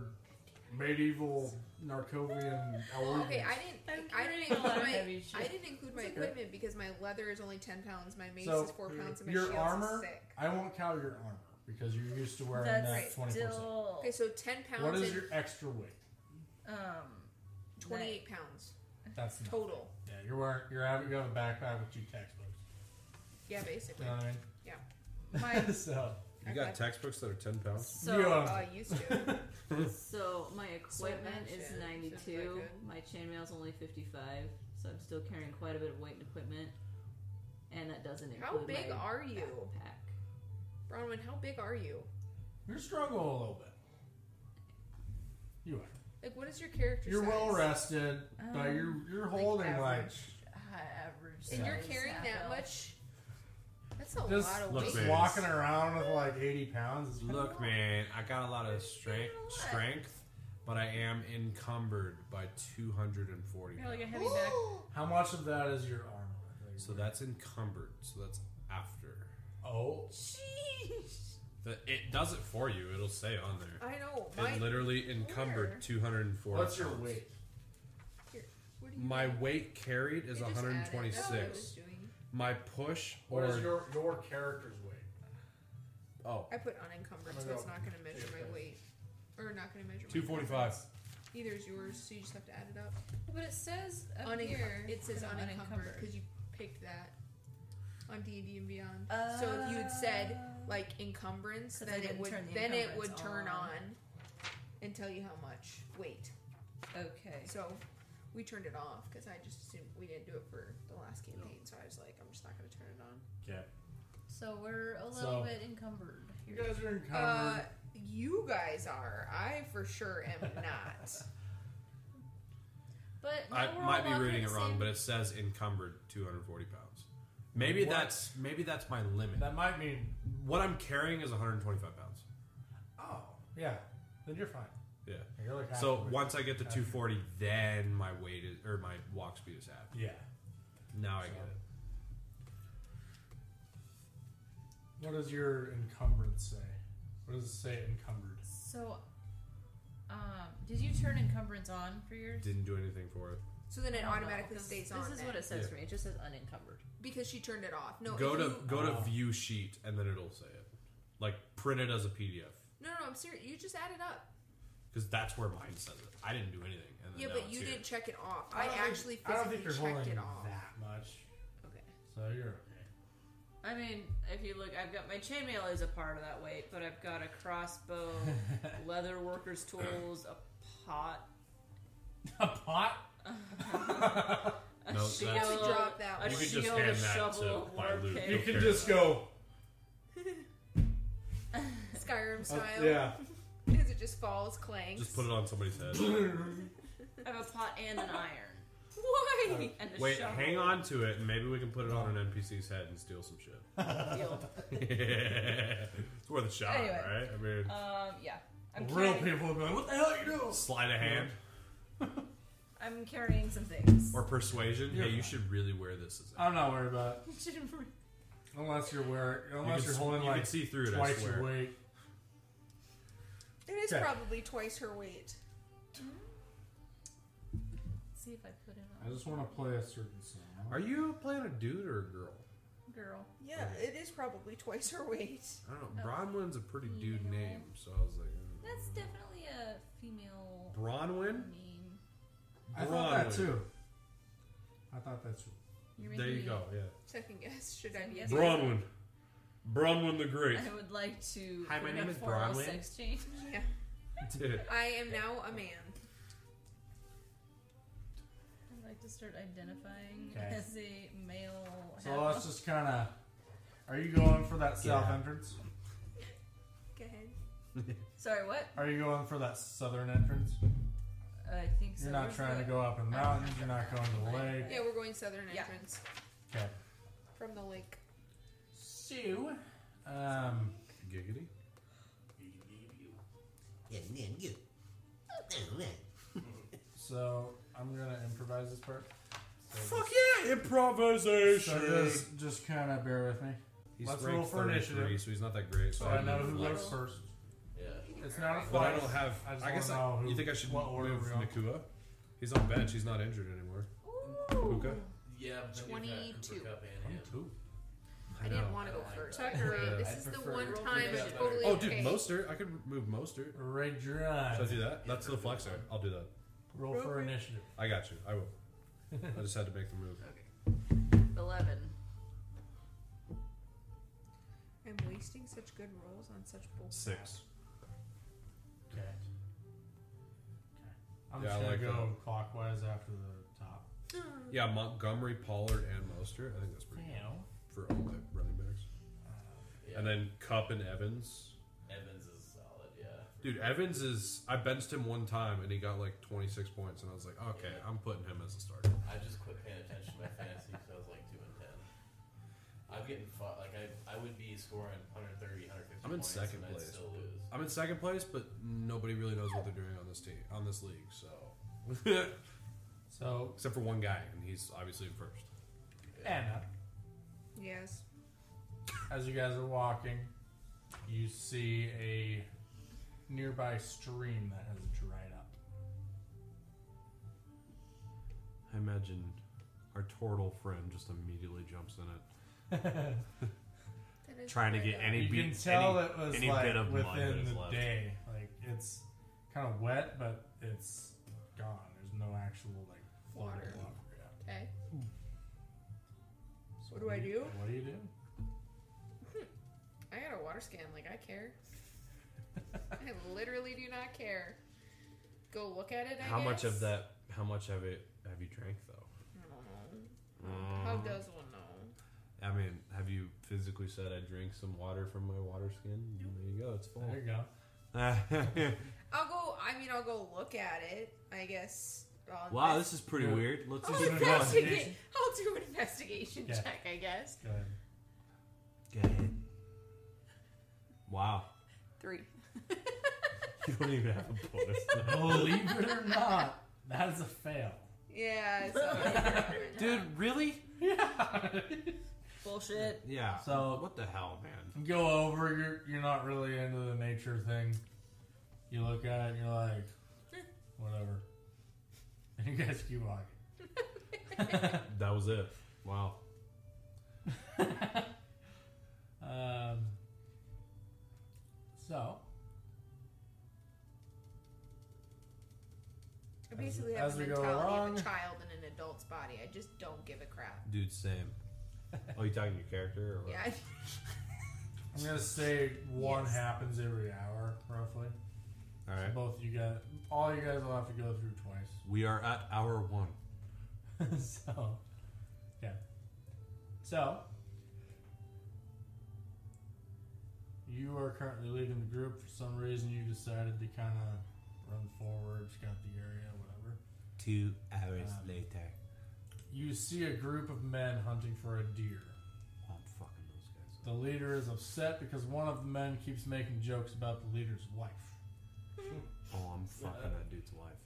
B: medieval Narcovian.
I: Well, Oh, okay,
B: Alarians.
I: I didn't.
G: I'm
I: I didn't
G: carrying a
I: include
G: lot of
I: my.
G: heavy shit.
I: I didn't include my equipment because my leather is only ten pounds. My mace
B: So,
I: is four pounds, and my
B: your
I: shield
B: armor.
I: is six.
B: I won't count your armor because you're used to wearing
G: That's
B: that 24.
G: still
I: Okay, so ten pounds
B: What is
I: and
B: your extra weight?
G: um
I: twenty-eight pounds
B: That's not,
I: total.
B: yeah. You're wearing. You're having. You have a backpack with two textbooks.
I: Yeah,
B: You
I: basically.
B: know what I mean?
G: My
B: so
C: You got textbooks that are ten pounds.
G: so
B: Yeah.
I: Uh, used to.
S: So my equipment
I: match
S: is
I: it.
S: 92.
I: Sounds like good.
S: My chainmail's only 55. So I'm still carrying quite a bit of weight and equipment. And that doesn't include
I: How big
S: my
I: are you,
S: backpack.
I: Bronwyn? How big are you?
B: you're struggling a little bit. You are.
I: Like, what is your character?
B: You're
I: size?
B: well rested, but
G: Um,
B: you're you're holding like,
G: average, average
I: And you're
G: size
I: carrying that
G: apple.
I: much. That's a lot
B: just
C: look,
I: of weight.
B: just
C: man.
B: walking around with like 80 pounds. Is
C: Look, man, I got a lot of strength, strength, but I am encumbered by 240
G: You're like a
C: pounds.
G: heavy back.
B: how much of that is your armor? Like,
C: So that's encumbered. So that's after.
B: oh,
C: The, it does it for you. It'll say on there.
I: I know.
C: It
I: Mine.
C: literally
I: Where?
C: encumbered 240
B: what's your
C: pounds.
B: weight?
I: What do you
C: My weight carried
I: It
C: is
I: just added. That's what I was
C: 126.
I: doing.
C: My push
B: What
C: or
B: is your your character's weight?
C: oh
I: I put unencumbered, so it's not going to measure my weight, or not going to measure. my
C: 245.
I: Neither is yours, so you just have to add it up.
G: But it says up
I: Unencum-
G: here
I: it says
G: I'm
I: unencumbered
G: unencumbered.
I: because you picked that on D and D and Beyond. so if you had said like encumbrance,
G: Oh. 'Cause I
I: then it
G: didn't
I: would
G: turn the
I: then it would turn
G: encumbrance on.
I: on. and tell you how much weight.
G: Okay.
I: So we turned it off because I just assumed we didn't do it for the last campaign. So I was like, I'm just not going to turn it on.
B: Okay,
G: So we're a
B: So-
G: little bit encumbered.
B: you guys are encumbered.
I: Uh, you guys are. I for sure am not.
G: But now
C: I
G: we're all
C: might be
G: walking
C: reading
G: the
C: it wrong,
G: same-
C: but it says encumbered 240 pounds. Maybe
B: What?
C: that's maybe that's my limit.
B: that might mean
C: what I'm carrying is 125 pounds.
B: oh yeah, then you're fine.
C: Yeah.
B: You're like half
C: So
B: the weight.
C: once I get to
B: half.
C: 240, then my weight is or my walk speed is half.
B: yeah.
C: Now I
B: So-
C: get it.
B: What does your encumbrance say? What does it say encumbered?
G: So, um, did you turn encumbrance on for yours?
C: Didn't do anything for it.
I: So then it
G: Oh, no,
I: automatically
G: this-
I: stays on.
S: This is
I: then.
S: what it says
C: Yeah.
S: for me. It just says unencumbered.
I: because she turned it off. No,
C: go
I: if
C: to
I: you-
C: go
B: Oh.
C: to view sheet and then it'll say it. Like print it as a PDF
I: no, no. I'm serious. You just added up.
C: because that's where mine says it. I didn't do anything. And then
I: Yeah,
C: now
I: but
C: it's
I: you
C: here.
I: didn't check it off. I,
B: don't think-
I: actually
B: I
I: physically
B: don't think you're holding
I: checked it off.
B: that much.
I: Okay.
B: So you're okay.
S: I mean, if you look, I've got my chainmail is a part of that weight, but I've got a crossbow, leather workers' tools, a pot,
B: A pot?
S: a
C: No,
S: shield,
C: that's-
I: You could drop that
S: a
I: one.
C: You could just
S: shield,
C: hand
S: a
C: that
S: shovel,
C: to
S: a
C: my
S: war
C: loot.
S: pick.
B: You
C: Don't
B: can
C: care
B: just go.
I: Skyrim
B: uh,
I: style.
B: yeah.
I: Because it just falls, clangs.
C: Just put it on somebody's head.
S: I have a pot and an iron.
B: Uh,
I: Why?
S: And a
C: Wait,
S: shovel.
C: hang on to it, and maybe we can put it on an NPC's head and steal some shit.
S: Shield.
C: it's worth a shot,
S: Anyway.
C: right? I mean,
S: Um, yeah. I'm
B: Real
S: carrying,
B: people are going, what the hell are you
S: Uh,
B: doing?
C: sleight of hand
S: I'm carrying some things.
C: or persuasion.
B: You're
C: hey, you
B: fine.
C: should really wear this. As a-
B: I'm not worried about it. Unless you're wearing, unless you
C: you can
B: are
C: s-
B: holding
C: you
B: like
C: can see through it. I
B: twice
C: swear.
B: your weight.
I: It is
B: Okay.
I: probably twice her weight.
G: see if I put it
B: I
G: on.
B: just want to play a certain song.
C: Are you playing a dude or a girl?
G: Girl.
I: Yeah, it is probably twice her weight.
C: I don't know. Bronwyn's a pretty
G: You
C: dude
G: know.
C: name, so I was like, mm.
G: That's definitely a female.
C: Bronwyn?
G: Name.
B: I thought that
C: Bronwyn.
B: too. I thought that too.
G: You're
C: There
G: making
C: you
G: me-
C: go. Yeah.
I: Second guess. Should I be?
G: Yes.
C: Bronwyn. Bronwyn the Great.
G: I would like to.
C: Hi, my
G: commit
C: name is
G: formal
C: Bronwyn.
G: Sex oh change.
I: Yeah. I am now a man.
G: I'd like to start identifying
B: Okay.
G: as a male.
B: So
G: half-
B: let's just kind of. Are you going for that south
C: Yeah.
B: entrance?
I: Go ahead.
G: Oh, Sorry, what?
B: Are you going for that southern entrance?
G: I think so.
B: You're not
G: We're
B: trying to
G: good.
B: go up in the
G: I'm not
B: mountains. You're not going to the lake.
I: Yeah, we're going southern
G: Yeah.
I: entrance
B: Okay.
I: from the lake.
B: So, um,
C: Giggity.
H: Oh,
B: so I'm gonna improvise this part. So
C: Fuck yeah, improvisation.
B: So just, just kind of bear with me.
C: He's
B: Let's roll
C: ranked
B: for
C: 33,
B: initiative.
C: so he's not that great.
B: So
C: so
B: I
C: I'm
B: know
C: gonna
B: who
C: flex.
B: goes first.
D: Yeah.
B: It's not a
C: But I
B: fight.
C: don't have.
B: I just
C: I,
B: wanna
C: guess I,
B: know who-
C: you think I should
B: what order
C: move
B: we're on.
C: Nakua? He's on bench. He's not injured anymore. Puka.
D: Yeah, but then you've got
I: 22.
D: Cooper Cup and him.
C: Two.
I: I, didn't want to go first. Tucker,
C: Yeah.
I: this
C: I'd
I: is the
D: prefer-
I: one
D: Roll
I: time
D: for
I: it's
D: that.
I: totally
C: Oh, dude,
I: okay.
C: Mostert. I could move Mostert.
B: Red
C: Should I
B: drive.
C: do that? That's the flexor. I'll do that.
B: Roll for initiative.
C: I got you. I will. I just had to make the move.
G: Eleven.
I: I'm wasting such good rolls on such bull.
C: Six.
B: Okay. Okay. I'm
C: Yeah,
B: just
C: I
B: gonna
C: like
B: go
C: that.
B: clockwise after the top.
C: Yeah, Montgomery, Pollard, and Mostert. I think that's pretty good for all the running backs.
D: Yeah.
C: And then Cup and Evans.
D: Evans is solid, yeah.
C: Dude, Evans is. I benched him one time and he got like 26 points, and I was like, okay, I'm putting him as a starter.
D: I just quit paying attention to my fantasy because I was like two and ten. I'm getting fought. Like I, I would be scoring 130, 150
C: I'm in
D: points,
C: second
D: and I'd
C: place.
D: still lose.
C: I'm in second place, but nobody really knows what they're doing on this team, on this league. So,
B: So
C: except for one guy, and he's obviously in first.
B: Anna,
I: Yes.
B: as you guys are walking, you see a nearby stream that has dried up.
H: I imagine our turtle friend just immediately jumps in it,
I: That is
H: trying to
I: great.
H: get any
B: you
H: bit,
B: can tell
H: any,
B: it was
H: any
B: like
H: bit of mud that
B: within
H: is
B: the
H: left.
B: day. Like it's kind of wet, but it's gone. There's no actual like flow of
I: Water.
B: Water. yeah.
I: Okay.
B: So
I: What do I do?
B: What do you do?
I: I got a water scan. Like I care. I literally do not care. Go look at it. I
H: How much of
I: guess?
H: that? How much of it have you drank though?
I: I don't know. How does one know?
H: I mean, have you physically said I drink some water from my water skin? There you go. It's full.
B: There you go.
I: I'll go. I mean, I'll go look at it. I guess. I'll
H: wow,
I: invest-
H: this is pretty
B: Yeah.
H: weird. Let's
I: I'll
H: just move on.
B: investigate.
I: investigate. I'll do an investigation
B: Yeah.
I: check. I guess.
B: Go ahead.
H: Go ahead. Wow.
I: Three.
H: You don't even have a bonus.
B: Believe it or not, that is a fail.
I: Yeah. So
H: Dude, really?
G: Bullshit.
H: Yeah.
B: So-
H: what the hell, man?
B: Go over. You're you're not really into the nature thing. You look at it and you're like, "Eh, whatever. And you guys keep walking.
H: That was it. Wow.
B: Um, so
I: I basically
B: As-
I: have
B: as
I: the
B: we go
I: mentality
B: along-
I: of a child in an adult's body. I just don't give a crap.
H: Dude, same. Oh, you talking to your character or what?
I: Yeah. I,
B: I'm gonna say one
I: Yes.
B: happens every hour, roughly.
H: All right.
B: So both you guys, all you guys will have to go through twice.
H: We are at hour one.
B: so, yeah. So, you are currently leading the group. For some reason, you decided to kind of run forward, scout the area, whatever.
H: Two hours
B: Um,
H: later.
B: You see a group of men hunting for a deer.
H: I'm fucking those guys.
B: The leader is upset because one of the men keeps making jokes about the leader's wife.
H: Oh, I'm fucking that dude's wife.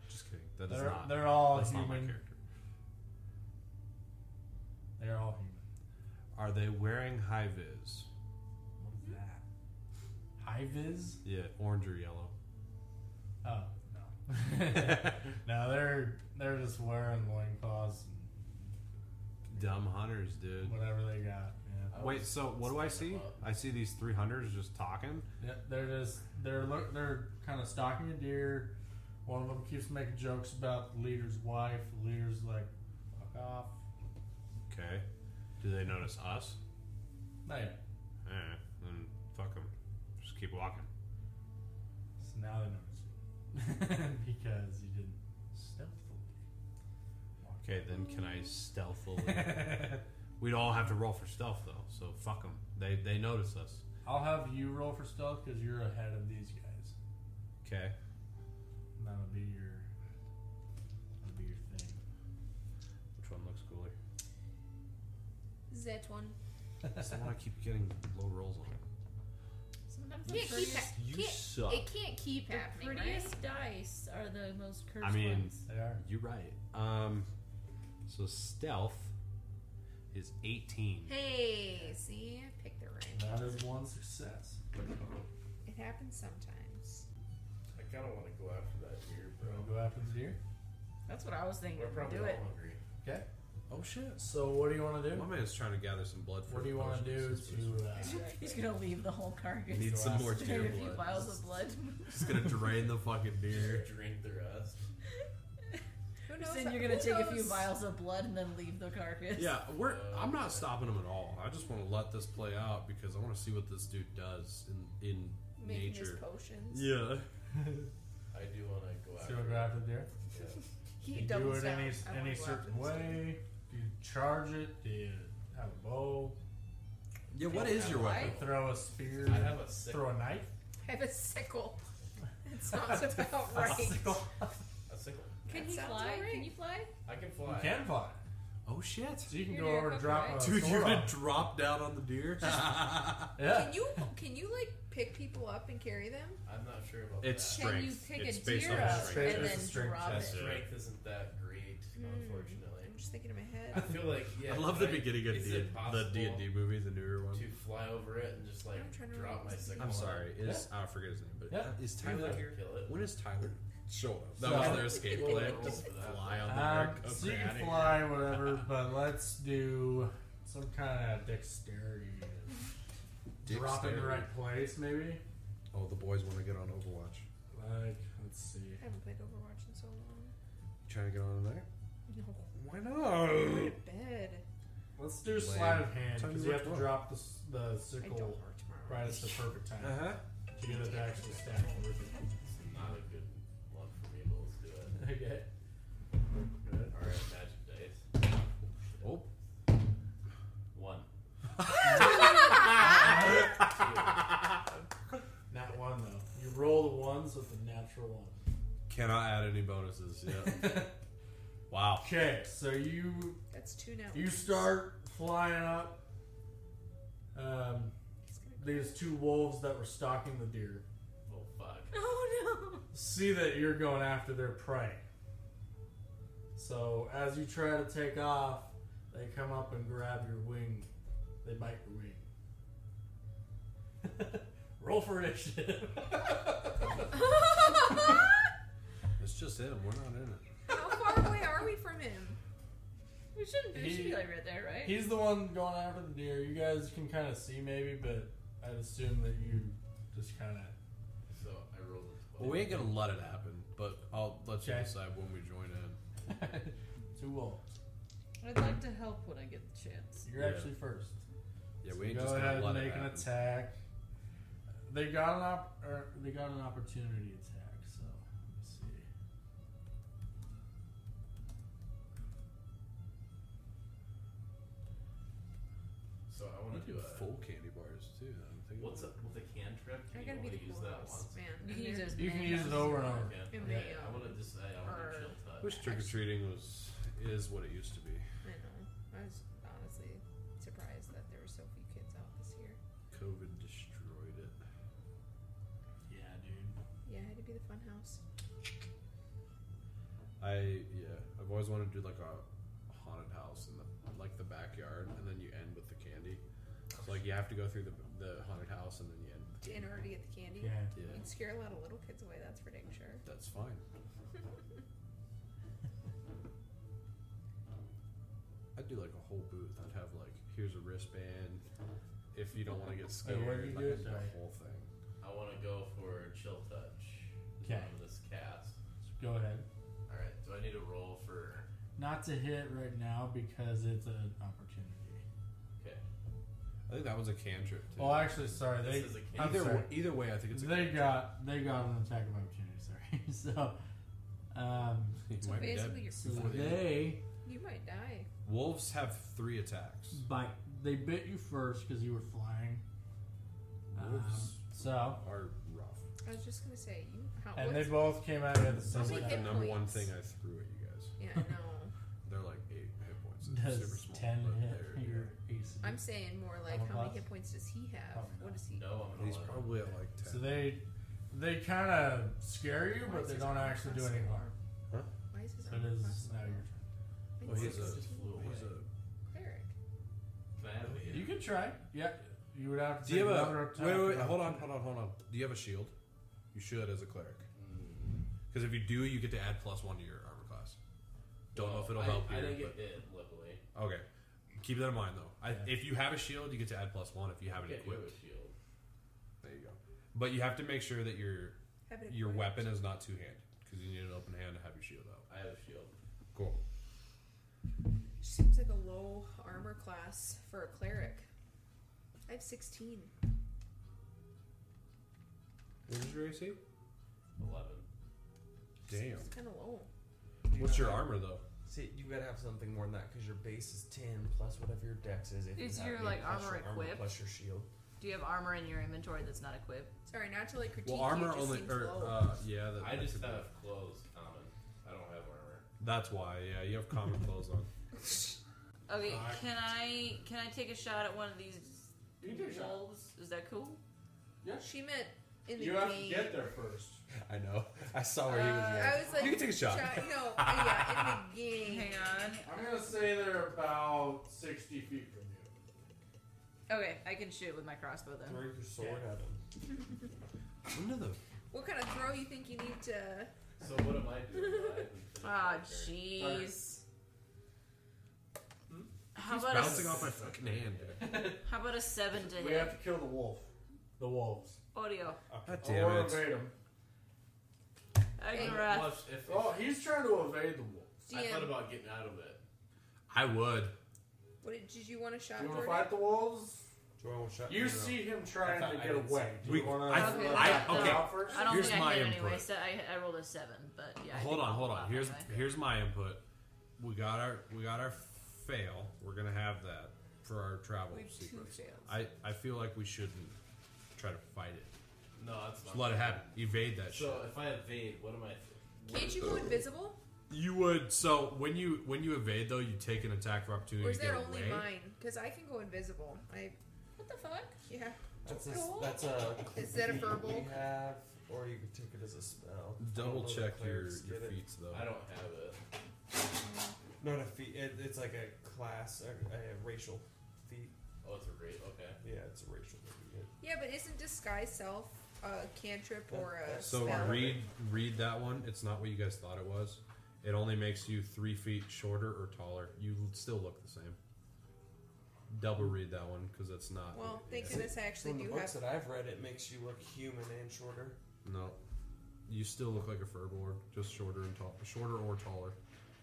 H: Just kidding. That is
B: They're,
H: not.
B: they're all
H: that's not my
B: human.
H: character.
B: They're all human.
H: Are they wearing high vis?
B: What is that? High vis?
H: Yeah, orange or yellow.
B: Oh no. no, they're they're just wearing loincloths
H: Dumb hunters, dude.
B: and whatever they got. Yeah.
H: Wait, so what do I see? I see these three hunters just talking.
B: Yeah, they're just they're look they're kind of stalking a deer. One of them keeps making jokes about the leader's wife. The leader's like, "Fuck off."
H: Okay. Do they notice us?
B: No. yeah.
H: Eh, then fuck them. Just keep walking.
B: So now they notice you because you didn't stealthily.
H: Okay, then can I stealthily? We'd all have to roll for stealth though, so fuck them. They they notice us.
B: I'll have you roll for stealth because you're ahead of these guys.
H: Okay.
B: And that'll be your that'll be your thing.
H: Which one looks cooler?
I: That one.
H: That's the one I keep getting low rolls on.
I: Sometimes
G: the
I: can't keep
G: prettiest-
I: hap-
H: you
I: can't-
H: suck.
I: It can't keep
G: The
I: happening.
G: prettiest
I: right?
G: dice are the most cursed
H: I mean,
G: ones.
H: you're right. Um, so stealth is 18.
I: Hey, see, I picked the right.
B: That is one success.
I: It happens sometimes.
A: I kind of want to go after that deer, bro.
B: We'll go after the deer.
S: That's what I was thinking.
A: We're probably
S: Do
A: all
S: it.
A: hungry.
B: Okay. Oh shit. So what do you want to do?
H: My man's trying to gather some blood for
B: What do you want to do
H: potions.
B: to? Uh,
G: He's gonna leave the whole carcass.
H: Need some more
G: There
H: deer
G: are a few
H: blood.
G: vials of blood.
H: Just gonna drain the fucking deer.
D: Drink the rest.
I: Who knows?
G: Then you're gonna
I: who
G: take a few
I: knows?
G: vials of blood and then leave the carcass.
H: Yeah, we're. I'm not stopping them at all. I just want to let this play out because I want to see what this dude does in in
I: Making his
H: nature.
I: potions.
H: Yeah.
D: I do want to go
B: so
D: out.
B: you'll go after the deer.
I: He
B: Do you do
I: doubles
B: it
I: down.
B: any
I: I wanna
B: any
I: go
B: certain
I: after this dude.
B: way? Do you charge it? Do you have a bow?
H: Yeah. What is your weapon?
B: Throw a spear?
D: I have a sickle.
B: throw a knife.
I: I have a sickle. That sounds about right.
D: A sickle.
G: Can
I: That
G: he
I: sounds
G: fly?
I: alright.
G: Can you fly?
D: I can
B: You
D: fly.
B: can fly.
H: Oh shit.
B: So you can
G: Your
B: go
G: deer
B: over and
G: can
B: drop
G: fly.
B: a
H: Dude, you're
B: sword
H: gonna
B: off.
H: drop down on the deer.
B: Yeah.
I: Can you can you like pick people up and carry them?
D: I'm not sure about
H: it's
D: that.
G: Can you
H: strength.
G: pick
H: it's
G: a
H: based
G: deer
H: on
G: up
H: strength.
G: and
B: It's a
G: then
B: strength
G: drop
D: My
G: it?
B: test.
D: strength isn't that great, unfortunately.
I: I'm just thinking in my
D: I
I: head.
D: feel like yeah.
H: I love the
D: right?
H: beginning of
D: Is
H: D-
D: it
H: the D and
D: possible
H: D movie, the newer one.
D: To fly over it and just like
I: I'm trying to
D: drop
I: remember
D: my
I: this
D: sickle.
H: I'm
D: on
H: sorry.
D: it.
H: Is I forget his name, but
B: Yeah.
H: is
D: Do
H: Tyler
D: that
H: here?
D: Kill it.
H: When is Tyler show up? That
B: So-
H: was their escape
D: Roll
H: plan.
D: for
H: Just
D: that.
H: fly on the
B: Um,
H: arc.
B: so you can fly, whatever, but let's do some kind of dexterity. Drop in the
H: Dexterity.
B: right place, maybe.
C: Oh, the boys want to get on Overwatch.
B: Like, let's see.
I: I haven't played Overwatch in so long.
C: You trying to get on there?
I: No,
C: Why not?
I: my bed.
B: Let's do
C: Lame.
B: sleight of hand
C: Tell me
B: because you
C: which
B: have to
C: one.
B: drop the, s- the
I: I don't
B: sickle
I: work tomorrow.
B: right at the perfect time
E: Uh-huh.
C: Uh huh.
B: to get it to actually stand worth
D: It's not a good one for me, but let's do it.
B: it. Okay. Good.
D: All right, magic dice.
H: Oh,
D: One.
B: Not one though. You roll the ones with the natural one.
H: cannot add any bonuses. Yeah. wow.
B: Okay, so you
I: That's two now.
B: You start flying up. Um, these two wolves that were stalking the deer
D: Oh fuck.
G: Oh no!
B: see that you're going after their prey. So as you try to take off, they come up and grab your wing. They bite your wing. Roll for initiative.
H: It's just him. We're not in it.
I: How far away are we from him?
G: We shouldn't do.
B: He-
G: He, should be like right there, right?
B: He's the one going after the deer. You guys can kind of see maybe, but I'd assume that you just kind of
D: So I rolled a twelve.
H: Well, we ain't gonna let it happen, but I'll let you
B: Okay.
H: decide when we join in.
B: two wolves.
G: I'd like to help when I get the chance.
B: You're
H: Yeah.
B: actually first.
H: Yeah,
B: So
H: we ain't
B: go
H: just
B: ahead
H: gonna let
B: and
H: it
B: make an
H: happen.
B: attack. They got an op- er, they got an opportunity attack. So let's see.
D: So I
H: We
D: want to
H: do
D: do a.
H: full candy bars too. I'm thinking
D: What's up
H: about
D: with the cantrip?
I: I
D: You
I: gotta be
D: only
I: the
D: use that once.
I: coolest man. um,
G: You
I: And
G: can use
I: they're-
G: it as
B: You can
G: many
B: use it
G: times.
B: over and over.
D: Yeah.
I: In
D: Yeah,
I: the,
D: I want to just. I want to
I: or-
D: chill
H: it.
D: touch.
H: Wish trick or treating was is what it used to be.
I: I know. I was honestly surprised that there were so few kids out this year.
H: COVID destroyed it.
B: Yeah, dude.
I: Yeah, I had to be the fun house.
H: I yeah. I've always wanted to do like a haunted house in the like the backyard, and then you end with the candy. So like you have to go through the the haunted house, and then you end. With the
I: And
H: candy.
I: already get the candy.
B: Yeah.
H: Yeah,
I: You'd scare a lot of little kids away, that's for dang sure.
H: that's fine. I do like a whole booth. I'd have like
C: here's a wristband. If you don't want to get
B: Wait,
C: scared,
B: what did you
C: like,
B: do?
C: the
B: Sorry.
C: whole thing.
D: I want to go for chill touch.
B: Okay.
D: On this cast.
B: Go ahead.
D: All right. Do I need to roll for?
B: Not to hit right now because it's an opportunity.
D: Okay.
C: I think that was a cantrip. Too.
B: Oh, actually, sorry. They
D: This is a cantrip.
B: I'm
C: Either
B: sorry.
C: wa- either way, I think it's a
B: they got they got an attack of opportunity. Sorry. so, um,
C: You
F: So
C: might be dead
F: basically you're
B: so
C: before the end.
B: they
F: You might die.
C: wolves have three attacks.
B: bite. They bit you first because you were flying. Um,
C: Wolves
B: so
C: are rough.
I: I was just gonna say you. How,
B: and they
I: what's-
B: both came at you at the
I: How
B: same
I: many
B: time.
C: The
I: hit
C: number one
I: points?
C: thing I threw at you guys.
I: Yeah, no.
C: They're like eight hit points. It's super
B: Does
C: small.
B: ten
C: but they're-
B: hit your AC?
I: I'm saying more like
B: Double
I: how many
B: plus?
I: hit points does he have?
B: Probably
I: What
B: not.
I: does he?
D: No, I'm
C: He's
D: gonna let-
C: probably at like ten.
B: So they they kind of scare you,
I: Why
B: but
I: is
B: they
I: his
B: don't
I: armor
B: actually do
I: class
B: any
I: so
B: harm.
C: Huh?
I: Why is his
B: So it
I: armor
B: is
I: class
B: now
I: so
B: your
I: low?
B: turn.
I: Mine's
C: Well, he's a,
I: 16.
C: he's a
I: Cleric.
D: Can I have a
B: You can try. Yeah, you would have to.
C: Do you
B: take
C: have
B: another
C: a
B: attack
C: wait, wait, wait,
B: for
C: Hold on,
B: opportunity.
C: hold on, hold on. Do you have a shield? You should as a cleric,
D: Mm.
C: because if you do, you get to add plus one to your armor class. Don't know if it'll
D: I,
C: help
D: I
C: you.
D: didn't get hit, luckily.
C: but- okay, keep that in mind though. I,
B: Yeah.
C: If you have a shield, you get to add plus one. If you have it
D: Yeah, you have
C: equipped,
D: a shield.
C: there you go. But you have to make sure that your
I: Have it
C: your
I: equipped.
C: weapon is not two handed because you need an open hand to have your shield out.
D: I have a shield.
C: Cool.
I: Seems like a low armor class for a cleric. I have 16.
C: What is your AC?
D: Eleven.
C: Damn.
I: It's kind of low.
C: What's your armor though?
E: See, you gotta have something more than that because your base is ten plus whatever your dex is. If you
S: Is
E: have
S: your,
E: it,
S: like,
E: plus
S: armor
E: your
S: equipped?
E: plus your shield?
S: Do you have armor in your inventory that's not equipped?
I: Sorry, not to like critique
C: Well, armor
I: you, it just
C: only.
I: seems
C: Or,
I: low.
C: uh, yeah, that,
D: I
C: that
D: just
C: could be-
D: have clothes common. I don't have armor.
C: That's why. Yeah, you have common clothes on.
S: Okay,
B: Uh,
S: can I can I take a shot at one of these
B: You can take a shot.
S: wolves? Is that cool?
C: uh,
I: she meant in the
B: You
I: game.
B: have to get there first.
C: I know. I saw
I: uh,
C: where he was going.
I: I was like,
C: you can take a shot.
I: try- no, yeah, in the game.
S: Hang on.
B: I'm gonna say they're about sixty feet from you.
S: Okay, I can shoot with my crossbow then.
E: Throw your sword at him.
C: Under the
I: What kind of throw you think you need to?
D: So what am I doing?
S: Ah, jeez. How about, a,
C: Hmm? bouncing
S: s-
C: off my fucking hand. dude.
S: how about a seven to
B: We
S: hit?
B: have to kill the wolf. The wolves.
S: Audio.
C: God
B: or
C: damn it.
B: evade him.
S: Agnes.
D: Plus, if, if,
B: Oh, he's trying to evade the wolf.
D: I
I: DM,
D: thought about getting out of it.
C: I would.
I: what did, did you want to shot
B: You want to
I: Jordan?
B: fight the wolves?
E: Do I want to shot
B: You
E: no.
B: see him trying to get away. Do
C: We-
B: you want
C: I-
B: to
S: Okay.
C: I- okay.
B: out first?
S: I don't
C: Here's
S: think
C: my
S: I hit
C: input.
S: anyway. So I, I rolled a seven, but yeah. I
C: hold
S: think
C: on,
S: I'll
C: hold on.
S: flop
C: Here's
S: anyway.
C: here's my input. We got our we got our fail. We're gonna have that for our travel
I: We've two
C: sequence.
I: fails.
C: I I feel like we shouldn't try to fight it.
D: No, that's
C: Just
D: not.
C: let it happen. Evade that shit.
D: So if I evade, what am I? what
I: Can't
D: is-
I: you go invisible?
C: You would. So when you when you evade though, you take an attack for opportunity.
I: Or is
C: to get
I: that only
C: away.
I: mine? Because I can go invisible. I
G: What the fuck?
I: yeah.
E: That's a,
I: Cool.
E: that's a.
I: Is that a
E: feat
I: verbal?
E: We have, or you could take it as a spell.
C: Double
E: Although
C: check
E: the
C: your
E: clerics
C: your
E: get it.
C: feats though.
D: I don't have it.
E: Not a feat. It, it's like a class, a, a racial feat.
D: Oh, it's a rate. Okay.
E: Yeah, it's a racial feat.
I: Yeah, but isn't disguise self a cantrip or a
C: So
I: spell?
C: read read that one. It's not what you guys thought it was. It only makes you three feet shorter or taller. You l- still look the same. Double read that one because it's not.
I: Well,
C: it-
I: thank
C: it-
I: goodness I actually
E: From the
I: do
E: books
I: have.
E: that I've read, it makes you look human and shorter.
C: No, you still look like a furball, just shorter and tall, shorter or taller,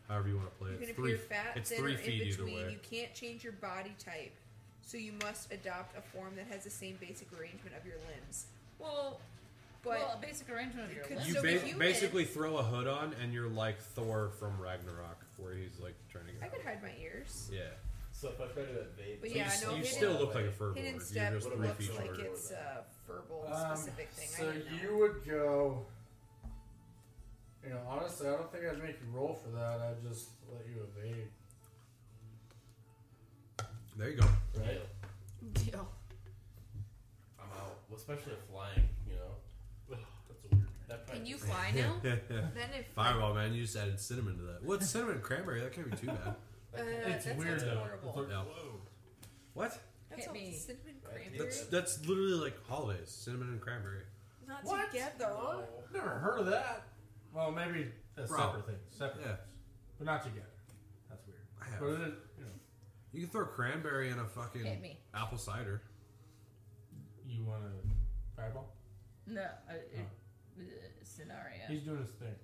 C: however you want to play
I: You
C: it.
I: can
C: It's Three.
I: appear fat,
C: it's
I: thin,
C: three
I: or
C: feet
I: in
C: either
I: between.
C: way.
I: You can't change your body type, so you must adopt a form that has the same basic arrangement of your limbs. Well, but
G: well, a basic arrangement of
I: You
G: your
I: could
G: limbs.
C: You
I: So
C: ba-
I: if you
C: basically throw a hood on and you're like Thor from Ragnarok, where he's like trying to get.
I: I
C: out.
I: could hide my ears.
C: Yeah,
D: So if I try to evade,
C: So
I: But
D: then-
C: you,
I: yeah,
C: s-
I: no,
C: you
I: hidden-
C: still look like a furball.
I: Hidden
C: You're
I: step
C: just three
I: looks
C: feet
I: like
C: shorter.
I: it's a verbal
B: Um,
I: specific thing. I
B: so
I: didn't know.
B: you would go. You know, honestly, I don't think I'd make you roll for that. I'd just let you evade,
C: There you go.
B: right?
D: Deal.
I: Deal.
D: I'm out. Well, especially if flying, you know. That's a weird. That
S: Can
D: probably-
S: you fly now?
I: Then if
C: Fireball, man, you just added cinnamon to that. What cinnamon and cranberry? That can't be too bad.
I: uh,
B: it's
I: that
B: weird
I: sounds
B: though.
I: horrible.
B: It's like-
C: No. What?
I: That's
G: Hit
I: all
G: me.
I: cinnamon cranberry.
C: That's that's literally like holidays, cinnamon and cranberry.
I: Not
B: What?
I: together.
D: Oh.
B: I've Never heard of that. Well, maybe that's
C: Bro.
B: separate things, separate
C: Yeah.
B: things, but not together. That's weird.
C: I have.
B: But it, is- you know,
C: You can throw cranberry in a fucking
G: Hit me.
C: apple cider.
B: You want to fireball?
G: No, uh, it, uh, scenario.
B: He's doing his thing.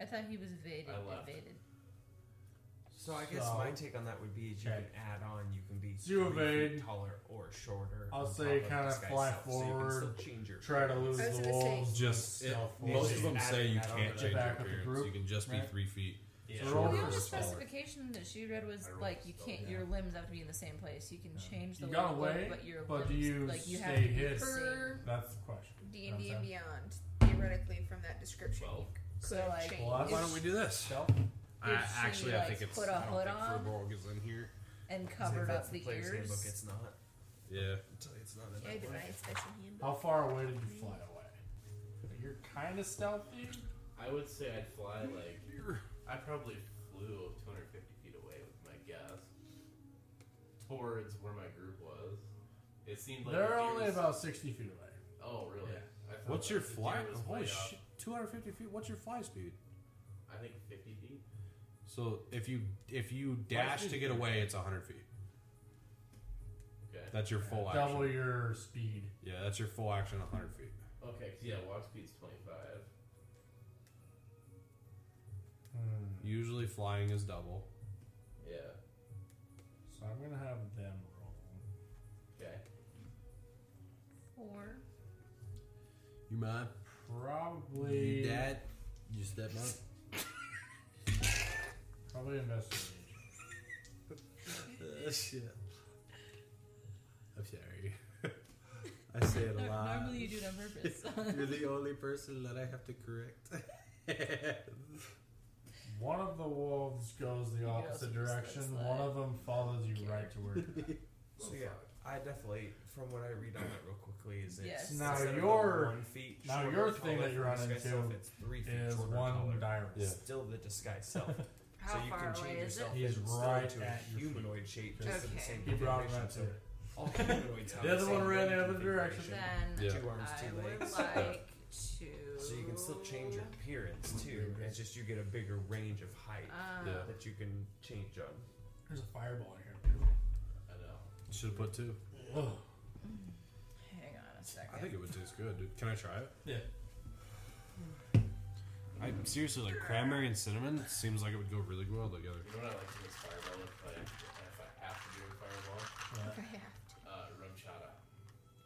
G: I thought he was evaded.
B: I left.
G: Evaded.
E: So I guess
B: So-
E: my take on that would be is you can add on, you can be
B: So you
E: three feet
B: evade.
E: taller or shorter.
B: I'll
E: on
B: say
E: top
B: kind
E: this
B: of
E: guy's
B: fly
E: self, so you can
B: forward,
E: still change your
B: try to
E: appearance.
B: lose the wolves.
C: Just
B: and
C: it,
B: stealth
C: most
B: forward.
C: of them
B: Add
C: say you
B: that on
C: can't
B: to
C: change your
B: back up the
C: appearance.
B: group,
C: you can just be
B: right?
C: three feet.
B: Yeah.
C: shorter
B: So roll
G: The
C: or
G: only
C: smaller.
G: specification that she read was like you can't. Your limbs have to be in the same place. You can change the
B: You
G: way
B: got
G: you
B: away,
G: look, but your
B: but do
G: limbs,
B: you
G: like you have
B: stay
G: to be
B: hid?
G: the same.
B: That's the question.
I: D
B: You know
I: and
B: what
I: D
B: I'm
I: and
B: saying?
I: Beyond, theoretically, from that description, you
G: So,
I: could
G: like,
I: change.
C: Well, why don't we do this? I,
G: If she,
C: actually, I
G: like,
C: think it's.
G: put a
C: I don't
G: hood
C: think
G: on
C: Furball is in here.
G: and
E: Say
G: covered
E: that's
G: up the
E: player's
G: ears.
E: handbook, it's not.
C: Yeah.
E: it's not in
I: Yeah, I
E: that
I: did
E: book.
I: my special handbook.
B: How far away did you fly away? You're kind of stealthy.
D: I would say I'd fly like I probably flew 250 feet away with my guess towards where my group was. It seemed like
B: They're
D: the deer
B: only
D: was-
B: about sixty feet away.
D: Oh really? I thought
C: What's
D: that
C: your
D: the deer
C: fly?
D: was
C: Holy
D: way up.
C: shit! Two hundred fifty feet. What's your fly speed?
D: I think 50 feet.
C: So if you if you
D: Fly
C: dash
D: speed
C: to
D: is
C: get
D: good.
C: away, it's hundred feet.
D: Okay.
C: That's your full action.
B: Double your speed.
C: Yeah, that's your full action. hundred feet.
D: Okay, 'cause, yeah, walk speed's 25.
B: Hmm.
C: Usually flying is double.
D: Yeah.
B: So I'm gonna have them roll.
D: Okay.
G: Or
C: You mind?
B: Probably
C: You dad. You step up.
B: Probably investigation. Oh,
C: Uh, shit. I'm sorry. I say it a
G: Nor-
C: lot.
G: normally you do it on purpose.
C: You're the only person that I have to correct.
B: One of the wolves goes the opposite
E: also just let
B: direction.
E: slide.
B: One of them follows you right to where you're at.
E: So yeah, I definitely, from what I read on that real quickly, is it's
G: Yes.
B: Now
E: instead of the
B: your
E: one feet
B: now
E: shorter
B: your
E: or
B: thing
E: taller
B: that you're
E: from
B: on
E: the
B: into
E: disguise self, it's three feet
B: is
E: shorter or
B: one
E: taller.
B: direct.
C: Yeah.
E: Still the disguise self. so
S: How
E: you
S: far
E: can
S: away
E: change
S: is
E: yourself
B: it? He's
E: into still
B: right
E: into a
B: at your feet.
E: humanoid shape, just to the
S: Okay.
E: same
B: He brought him
E: configuration,
B: out
E: so
B: to it.
E: all humanoids have
B: The other
E: same
B: one ran
E: leg
B: the other direction.
E: configuration.
G: Then
E: Two arms,
S: I
E: two
S: would
E: legs.
S: like to.
E: So you can still change your appearance too. It's just you get a bigger range of height
G: um,
S: Ah.
C: Yeah.
E: that you can change on.
B: There's a fireball in here.
D: I know.
C: Should have put two.
B: Ugh.
G: Hang on a second.
C: I think it would taste good, dude. Can I try it?
B: Yeah.
H: I seriously like cranberry and cinnamon seems like it would go really well together.
D: You know what I like to do is fireball if I, if I have to do a fireball?
I: If I have to.
D: Uh, rumchata.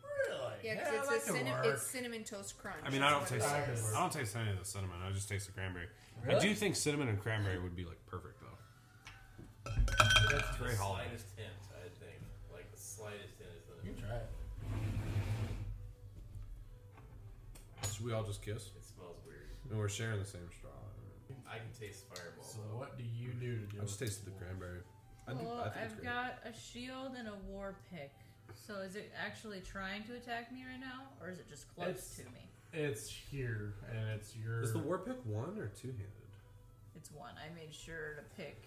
B: Really?
I: Yeah, because
B: that
I: it's, a
B: could
I: cinna-
B: work.
I: it's cinnamon toast crunch.
H: I mean, I don't
I: That's what
H: taste
I: it
B: That could
I: is.
B: work.
H: I don't taste any of the cinnamon. I just taste the cranberry. I
B: Really?
H: do think cinnamon and cranberry would be like perfect though.
D: That's
H: very
D: the
H: holiday.
D: slightest hint, I think. Like the slightest hint is
B: You
D: the.
B: can try it.
C: Should we all just kiss?
D: It smells weird.
C: And we're sharing the same straw.
D: I can taste fireball.
B: So what do you do to do?
C: I just
B: it?
C: tasted the cranberry. I, do,
G: Well,
C: I think it's
G: I've
C: great.
G: got a shield and a war pick. So is it actually trying to attack me right now, or is it just close
B: It's-
G: to me?
B: It's here, and it's your.
C: Is the war pick one or two handed?
G: It's one. I made sure to pick.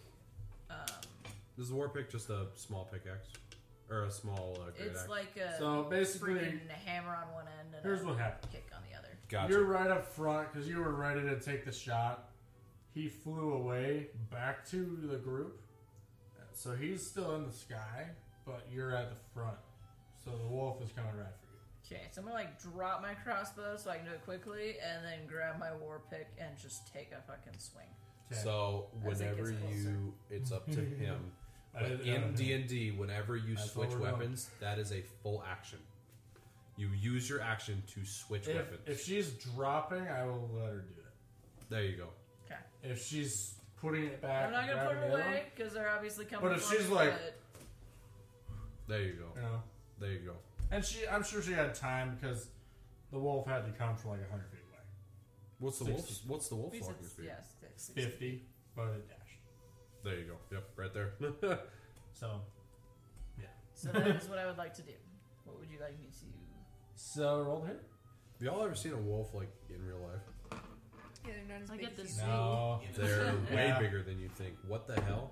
G: Um,
C: Is the war pick just a small pickaxe? Or a small uh, great
G: it's
C: axe?
G: like a
B: So basically-
G: friggin' hammer on one end and
B: Here's
G: a
B: what happened.
G: kick on the other.
C: gotcha.
B: You're right up front because you were ready to take the shot. He flew away back to the group, so he's still in the sky, but you're at the front. So the wolf is coming right for you.
G: Okay, so I'm gonna like drop my crossbow so I can do it quickly, and then grab my war pick and just take a fucking swing.
B: Okay.
C: So
G: As it
C: whenever
G: gets
C: you, it's up to him.
B: I
C: But
B: didn't know
C: in
B: him.
C: D and D, whenever you
B: That's what
C: switch
B: we're doing.
C: weapons, that is a full action. You use your action to switch
B: If,
C: weapons.
B: if she's dropping, I will let her do it.
C: there you go.
G: Okay,
B: If she's putting it back,
G: I'm not gonna put
B: grabbing
G: them
B: the other
G: away because they're obviously coming.
B: But if
G: for me,
B: she's like-
G: but-
C: There you go.
B: one, you know,
C: There you go.
B: and she, I'm sure she had time because the wolf had to come from like hundred feet away,
C: What's the wolf?
B: Sixty.
C: What's the wolf
G: Yes,
C: walking
G: it's-
C: speed?
G: yes, it's-
B: fifty, but it dashed.
C: There you go. Yep, right there.
B: So
G: So that is what I would like to do. What would you like me to do?
B: So roll here.
C: Have y'all ever seen a wolf like in real life?
I: Yeah, they're not as
S: I
I: big
S: get
I: as
S: this-
I: you.
B: No.
C: They're way
B: Yeah.
C: bigger than you think. What the hell?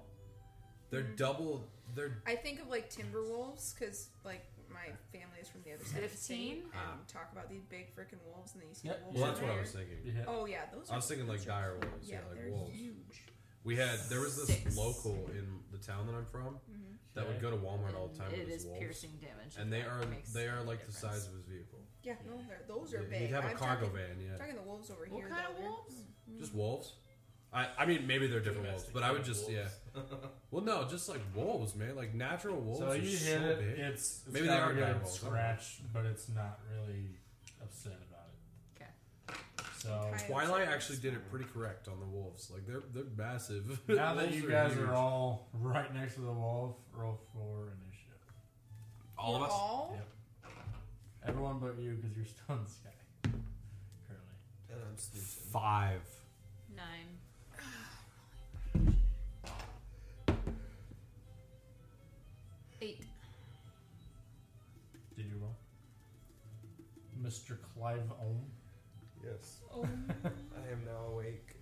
C: They're
G: Mm.
C: double. They're
I: I think of like timber wolves because like my family is from the other side of the
S: 15?
I: state and talk about these big freaking wolves and then you see
B: Yep.
I: wolves.
C: well. Ah. That's
I: out
C: what I
I: there.
C: was thinking.
B: You hit.
I: Oh yeah, those.
C: I
I: are
C: was thinking like
I: huge.
C: dire wolves.
I: Yeah,
C: Yeah, like
I: they're
C: wolves.
I: huge.
C: We had there was this
S: Six.
C: local in the town that I'm from
I: Mm-hmm.
S: Mhm.
C: that would go to Walmart all the time
S: It
C: with his
S: is
C: wolves,
S: piercing damage,
C: and they
S: that
C: are
S: makes
C: they
S: a
C: are
S: big
C: like the size of his vehicle.
T: Yeah, no, they're- those are
C: Yeah,
T: big.
C: He'd have a
T: I'm
C: cargo
T: talking,
C: van, yeah.
T: Talking the wolves over
S: What
T: here.
S: kind of
T: wolves?
C: Hmm. Just wolves? I, I mean, maybe they're different wolves, but I would just, yeah.
D: Domesticated
C: well, no, just like wolves, man. Like natural wolves.
B: So
C: are
B: you hit
C: so
B: it.
C: big.
B: It's, it's
C: maybe they are
B: good
C: dire wolves. I don't know.
B: scratch, but it's not really upset about it. Okay. So
C: Twilight actually did it pretty correct on the wolves. Like they're they're massive.
B: Now that
C: Wolves
B: you guys
C: huge.
B: are all right next to the wolf, roll for initiative.
C: All of us?
T: All?
B: Yep. Everyone but you, because you're still in sky. Currently.
E: And I'm snoozing.
C: Five.
S: Nine.
I: Eight.
B: Did you roll? Mr. Clive Ohm.
E: Yes.
B: Oh.
E: I am now awake.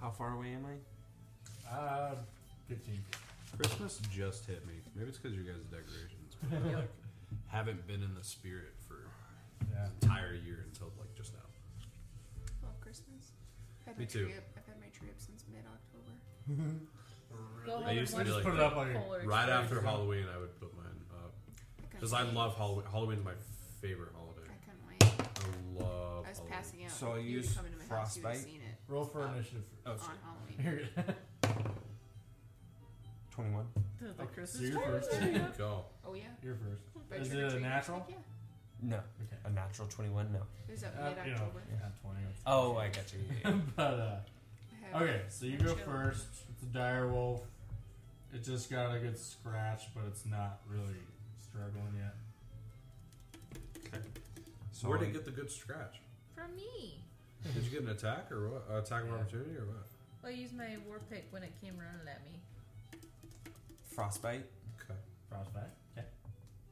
H: How far away am I?
B: Uh, 15.
C: Christmas just hit me. Maybe it's because your guys' decorations. but I, like, haven't been in the spirit for
B: Yeah.
C: an entire year until like just now.
I: Love Christmas. I've had
C: Me
I: my tree
C: too.
I: Up, I've had my tree up since mid October.
S: Go
C: I
S: home
C: used to
S: and
C: be
S: watch
C: like
S: the
C: that.
S: Polar
C: right
S: Express.
C: after Halloween. I would put mine up because I love Halloween. Halloween's my favorite holiday.
I: I couldn't wait.
C: I love.
I: I was
C: Oh, Halloween.
I: passing out. So you used coming to my House, you would have seen it.
B: Roll for initiative.
I: Oh, sorry. On
B: Halloween.
H: 21.
B: The
I: Christmas
B: so you're
I: tree?
B: first.
I: Yeah. Go. Oh, yeah.
B: You're first.
I: By
B: Is
I: trick or
B: it a
I: treat.
B: natural?
I: Yeah.
H: No.
B: Okay.
H: A natural 21? No.
I: It was up
B: Uh,
I: mid
B: you know,
I: October.
B: not 20. it's-
H: Oh, I got you. Yeah, yeah.
B: but
I: I
B: uh,
I: have
B: okay, so you
I: some
B: go
I: chill.
B: first. It's a dire wolf. It just got a good scratch, but it's not really struggling yet.
H: So
C: Where did
H: I-
C: you get the good scratch?
G: From me.
C: Did you get an attack or what? Uh, attack of opportunity or what?
G: Well, I used my war pick when it came running at me.
H: Frostbite.
C: Okay.
B: Frostbite. Okay.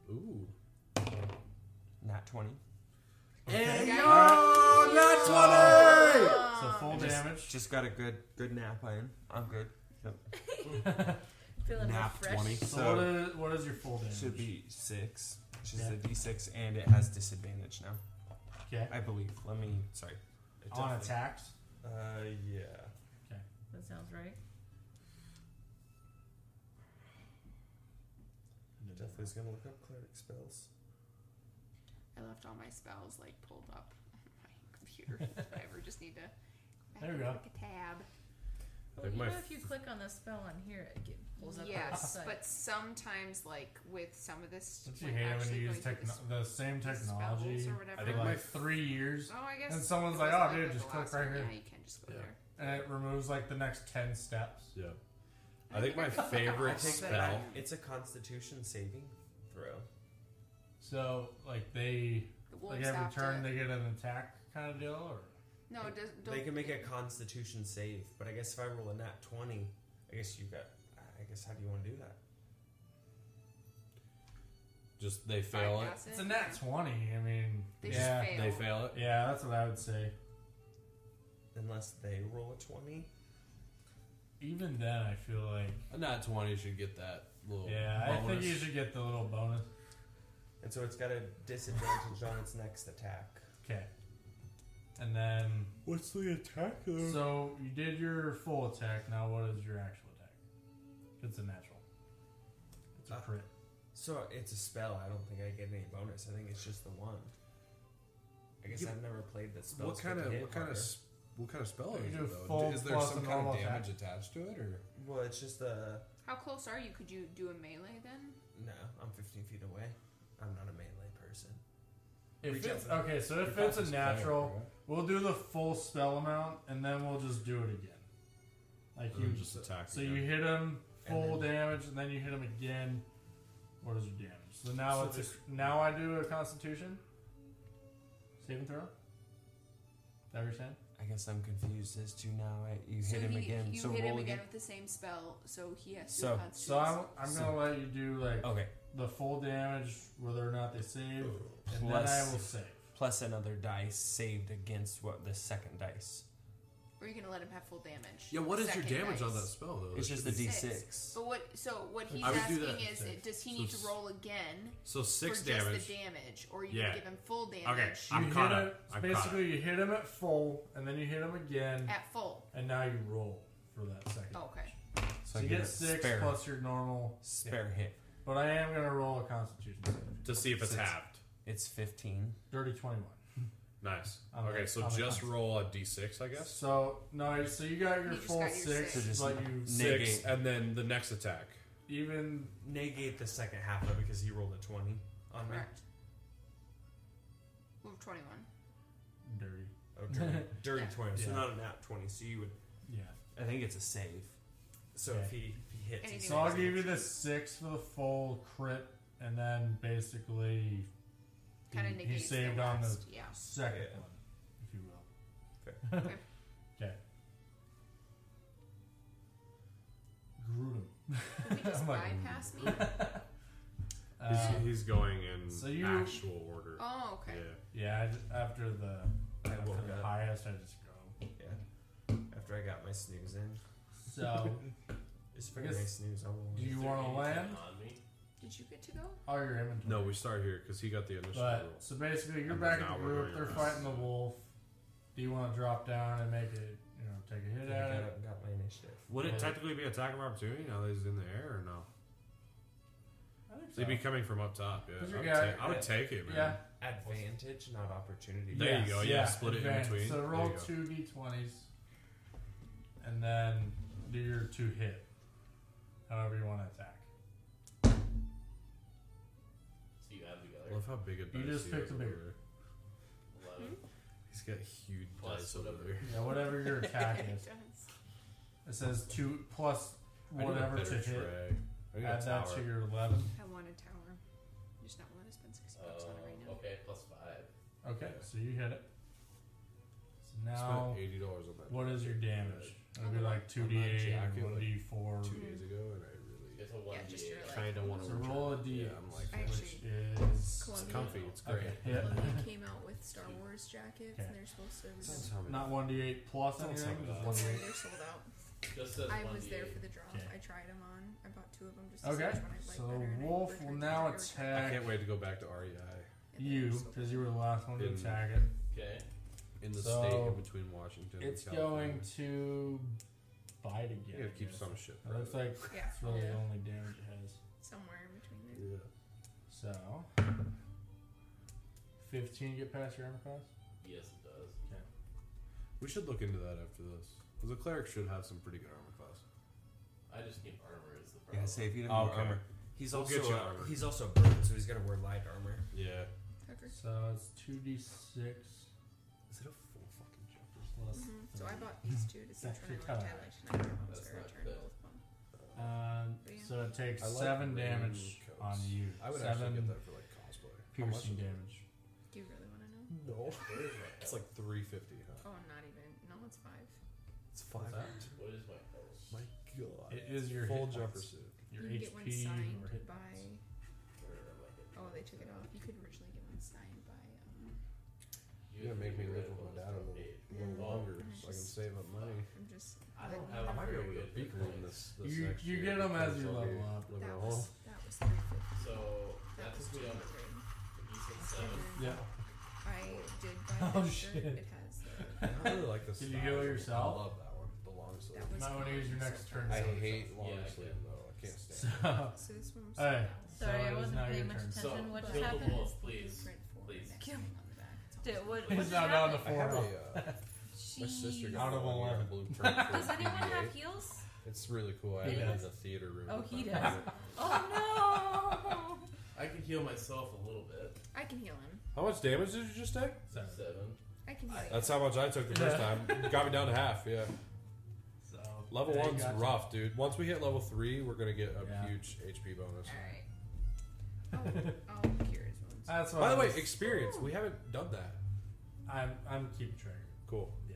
C: Ooh.
H: Not 20.
B: Okay.
H: yo,
B: Alright.
H: not
B: So-
H: 20!
G: Ah!
B: So full
H: I just-
B: damage.
H: Just got a good good nap in. I'm good.
G: Feeling
H: nap
G: refreshed.
H: 20.
B: So,
H: So,
B: what, is, what is your full damage?
H: should be 6, which is
B: Yeah.
H: a d6, and it has disadvantage now.
B: Okay.
H: I believe. Let me. Sorry. It
B: on
H: definitely-
B: attacks.
E: Uh, yeah.
B: Okay.
G: That sounds right.
E: Definitely is gonna look up cleric spells.
I: I left all my spells like pulled up on my computer. Whatever. Just need to. back
B: There we
I: and
B: go.
I: Look a tab.
G: Well,
C: Like
G: you
C: my
G: know, if you click on the spell on here, it get, pulls up. on the
I: Yes,
G: site.
I: but sometimes like with some of this,
B: Don't you
I: like,
B: hate it when
I: actually
B: you use
I: going through
B: techno- the same
I: spells
B: technology
I: or whatever.
B: for like three years?
I: Oh, I guess
B: And someone's
I: it
B: like,
I: wasn't
B: "Oh, dude,
I: like
B: just
I: the
B: click
I: last
B: right
I: one."
B: here."
I: Yeah, you can just go there.
B: And it removes like the next ten steps.
C: Yeah. I think my favorite spell.
E: It's a Constitution saving throw.
B: So like they
I: The wolves
B: like every
I: have
B: turn they get an attack kind of deal, or
I: No, it doesn't.
E: They
I: don't-
E: can make a Constitution save, but I guess if I roll a nat twenty, I guess you got. I guess how do you want to do that?
C: Just they fail
I: Bypass
C: it.
B: it's a nat twenty. I mean,
I: They just
B: yeah,
I: fail. They
C: fail it.
B: Yeah, that's what I would say.
E: Unless they roll a twenty.
B: Even then, I feel like
C: A nat twenty should get that little.
B: yeah, I think
C: bonus.
B: you should get the little bonus.
E: And so it's got a disadvantage on its next attack.
B: Okay, and then
A: What's the attack though?
B: so you did your full attack. Now what is your actual attack? It's a natural. It's a
E: Uh,
B: crit.
E: So it's a spell. I don't think I get any bonus. I think it's just the one. I guess
C: Yeah,
E: I've never played this spell.
C: What
E: so
C: kind
E: to
C: of
E: hit
C: what kind of
E: harder.
C: s- what kind of spell
B: You
C: is
B: do
C: it though?
B: full
C: Is there
B: plus
C: some
B: a
C: kind
B: normal
C: of
B: attack.
C: damage attached to it or?
E: Well, it's just a
I: How close are you? Could you do a melee then?
E: no. I'm 15 feet away. I'm not a melee person.
B: If
E: Reach
B: it's,
E: out for
B: okay, so if
E: Your class
B: it's a
E: is better,
B: natural,
E: right?
B: we'll do the full spell amount and then we'll just do it again. Like
C: And
B: you
C: then just attack
B: So
C: again.
B: you hit him
E: Mm-hmm. And
B: full
E: then-
B: damage, and then you hit him again. What is your damage? So now
E: So
B: it's
E: there's-
B: a, now I do a Constitution saving throw. Is that what you're saying?
H: I guess I'm confused as to now.
E: eh,
H: I, you
I: so
H: hit him
I: he,
H: again.
I: You
H: so
I: hit
H: roll
I: him again with the same spell, so he has to.
H: So-
I: constitute
B: So I'm, I'm
H: So-
B: gonna let you do like
H: Okay.
B: the full damage, whether or not they save, and then I
H: Plus-
B: will save.
H: Plus another dice saved against what the second dice.
I: Or you're gonna let him have full damage.
C: Yeah, what is your
I: Second
C: damage on
I: dice.
C: that spell though?
H: It's
C: That
H: just
C: should
H: a
C: be-
H: d6.
I: But what? So what he's
C: I would
I: asking
C: do that.
I: is, it- does he
C: So
I: need to
C: s-
I: roll again?
C: So six
I: for
C: damage.
I: Just the damage, or you
C: Yeah.
I: can give him full damage.
C: Okay,
B: you
C: I'm
B: hit
C: caught
B: him-
C: up. I'm caught
B: basically, you hit him at full, and then you hit him again,
I: At full. Oh,
B: and now you roll. for that second.
C: Oh.
I: Okay.
B: action.
C: So
B: So
C: I
B: you
C: get
B: get
C: a
B: six
C: spare-
B: plus your normal
C: spare hit.
B: But I am gonna roll a Constitution save.
C: To see if it's
B: Six.
C: halved.
T: It's 15.
B: Dirty twenty-one.
C: Nice.
B: On the-
C: okay, so
B: on the
C: just
B: con-
C: roll a d6, I guess.
B: So no, so you got your
C: You just
B: full
C: got your
B: six,
C: six. So just
B: but you
C: Six, and then the next attack.
B: even
E: negate the second half of it because he rolled a twenty on me.
I: Correct. Move 21.
B: Dirty.
E: Oh, dirty, dirty
I: Yeah.
E: twenty. So
B: Yeah.
E: not a nat twenty. So you would.
B: Yeah.
E: I think it's a save. So if he if he hits, it's
B: So I'll give you the six for the full crit, and then basically he-
I: Kinda
B: he
I: negates
B: saved
I: the
B: on the
I: last, yeah.
B: second
E: Yeah.
B: one, if you will.
I: Okay.
B: okay. Grudem.
I: Did he just
B: I'm like,
I: bypass me?
B: Uh,
H: he's, he's going in
B: so you-
H: actual order.
I: Oh, okay.
B: Yeah, I ju- after the
E: I
B: after
E: woke
B: the
E: up.
B: highest, I just go.
E: Yeah. After I got my snooze in.
B: So,
E: it's
B: I
E: pretty
B: guess-
E: nice snooze. I won't.
B: do you
E: Is there
B: want to
E: anything
B: land?
E: on me?
I: Did you get to go?
B: Oh, your inventory.
C: No, we start here because he got the initial
B: But
C: roll.
B: so basically, you're
C: And
B: back
C: then
B: in
C: now
B: the
C: we're
B: group.
C: going
B: They're
C: on.
B: fighting the wolf. Do you want to drop down and make it, you know, take a hit
E: Yeah, I
B: at
E: got
B: it?
E: up and got my initiative.
H: Would it
B: Yeah.
H: technically be attack of opportunity now that he's in the air or no?
B: I think so.
C: They'd be coming from up top. Yeah,
B: 'Cause
C: I
B: you
C: would,
B: got-
C: ta- I would take it, man.
B: Yeah.
E: Advantage, not opportunity.
C: There you go. Yeah, split it in
B: advantage.
C: between.
B: So
C: There
B: roll
C: you go.
B: two d20s, and then do your two hit, however you want to attack.
D: So you add together.
C: I love how big a dice
B: You just
C: he
B: picked
C: has
B: a
C: over
B: bigger.
C: there.
D: Eleven.
C: He's got huge
I: Hmm?
D: Plus
C: dice over
D: whatever.
C: there.
B: Yeah, whatever your attack is.
I: Does.
B: It says two plus
C: I need a
B: whatever to
C: better
B: hit.
C: tray. I need a
B: Add that to
C: tower.
B: your eleven.
I: I want a tower. I'm just not willing to spend 60 bucks on it right
D: Um,
C: Oh,
I: now.
D: okay, plus five.
B: Okay, so you hit it. So
C: I
B: now,
C: spent eighty dollars on that.
B: what is your damage? It'll be like two
C: On
B: d
C: that
B: eight,
C: jacket,
B: one
C: like,
B: d four.
C: Two days ago, and I really
D: It's a one
I: Yeah, just
D: D8.
I: your, like-
C: kind of want to
B: So roll a d8,
C: Yeah, I'm like,
I: I
B: which
I: actually-
B: is
C: it's
I: Columbia.
C: comfy. It's great.
B: okay. Yeah.
I: Columbia came out with Star Wars jackets,
B: Okay.
I: and they're supposed to.
E: Don't tell me.
B: Not one d eight plus
E: Don't
B: anything.
E: tell me
B: Just
E: that.
B: one d eight.
I: They're sold out.
D: Just says
I: I
D: one
I: was there
D: D8.
I: for the draw.
B: Okay.
I: I tried them on. I bought two of them just to
B: Okay,
I: see which one I liked
B: so
I: better,
B: the
I: and I
B: wolf will
I: returned the
B: now
I: other time.
C: I
B: attack
C: can't wait to go back to E REI
I: And they were
B: you
I: so good.
B: because you were the last one to
C: In-
B: attack it.
D: Okay.
C: in the
B: So,
C: state in between Washington.
B: It's
C: and California.
B: going to bite again.
C: You gotta
B: I
C: keep
B: guess.
C: some shit.
B: It looks like
I: Yeah.
B: it's really the
I: Yeah.
B: only damage it has.
I: Somewhere in between there.
C: Yeah.
B: So, fifteen get past your armor class.
D: Yes, it does.
C: We should look into that after this. Because the cleric should have some pretty good armor class.
D: I just need armor is the problem.
T: Yeah, say if you didn't
C: Oh,
T: have
C: okay.
T: armor.
E: He's
C: We'll
E: also
C: get you
E: a-
C: armor.
E: he's also a bird, so he's gonna wear light armor.
C: Yeah.
I: Tucker.
B: So it's two d six.
C: Is it a full fucking jumper?
B: plus
I: Mhm. So I
B: three.
I: bought these two to see which
B: Actually,
I: one I liked. I
B: kinda
I: liked neither of them,
D: That's
I: so I
D: not
I: returned
D: good.
I: both of
B: Um,
I: them. But yeah.
B: so it takes
C: I like
B: seven
C: rain
B: damage
C: coats.
B: on you.
C: I would
B: seven
C: actually get that for like cosplay. How much
B: piercing
C: is it?
B: damage.
I: Do you really want to know?
B: Hmm.
C: No. it's like 350, huh?
I: Oh, not even. No, it's five.
C: It's five. Oh
D: What is my health?
C: My god.
B: It is your
C: full
B: hit
C: jumper
B: points.
C: suit.
B: Your
I: you can get one
B: HP or
I: signed
B: hit
I: by.
B: points.
D: Where am I hitting?
I: Oh, they took it off. You could originally get one signed by. Um,
C: You're gonna make me
D: Red
C: live with
D: ones
C: my dad a
D: don't
C: little,
D: age.
C: a little
I: Yeah.
C: longer
I: And
C: so I can
I: it's just-
C: save up money.
I: I'm just.
D: I don't
I: letting
D: have
C: I
I: you
D: a
C: might be
I: know.
C: able to
D: Very
C: beat
D: good
C: room this, this
B: You-
C: next
B: you
C: year
B: get 'em
C: because
B: as you
C: I'll be
B: level up.
C: living
I: That
C: at
I: was
C: home.
I: that was three fifty.
D: So
I: That
D: that
I: was
D: puts
I: two
D: me on the
I: hundred.
D: decent seven.
I: And
B: Yeah.
I: I did buy
B: Oh,
I: this
B: shit.
I: shirt. It has the.
C: I really like this.
B: Did you
C: style.
B: go yourself?
C: I love that one. The long sleeve.
I: That was
B: Might wanna
I: fine.
B: use your
I: So
B: next turn.
I: far,
C: I
B: So-
C: hate long
D: Yeah, I
C: sleeve
D: can.
C: though. I can't
B: So,
C: stand.
B: all
I: So this one was.
B: right.
G: Sorry,
B: so
G: I
B: it is
G: wasn't
B: now your
G: paying much
B: turn.
G: attention.
D: So
G: What
D: kill the
G: happened?
D: wolf, please. Please.
I: Kill him on the back. It's all-
G: Did, what, what
B: He's
G: just
B: not down
G: happened?
B: to
C: I have
B: four.
C: a, uh,
B: health.
C: my
G: Jeez.
C: sister got
B: Out of
C: one year
B: 11.
C: blueprint for
G: Does anyone
C: PBA.
G: have heels?
C: It's really cool. I
G: He
C: have it in
G: does.
C: the theater room.
G: Oh, he
C: But-
G: does. Oh no!
D: I can heal myself a little bit.
I: I can heal him.
C: How much damage did you just take?
B: Seven.
D: Seven.
I: I can heal
D: I-
I: him.
C: That's how much I took the first time. Got me down to half. Yeah.
B: So
C: Level
B: they
C: one's
B: got you.
C: rough, dude. Once we hit level three, we're gonna get a
B: Yeah.
C: huge HP bonus.
I: Alright. I'll, I'll cure his wounds.
B: That's what
C: By the
B: I
C: way,
B: was-
C: experience. We haven't done that.
B: I'm I'm keeping track. of it.
C: Cool.
B: Yeah.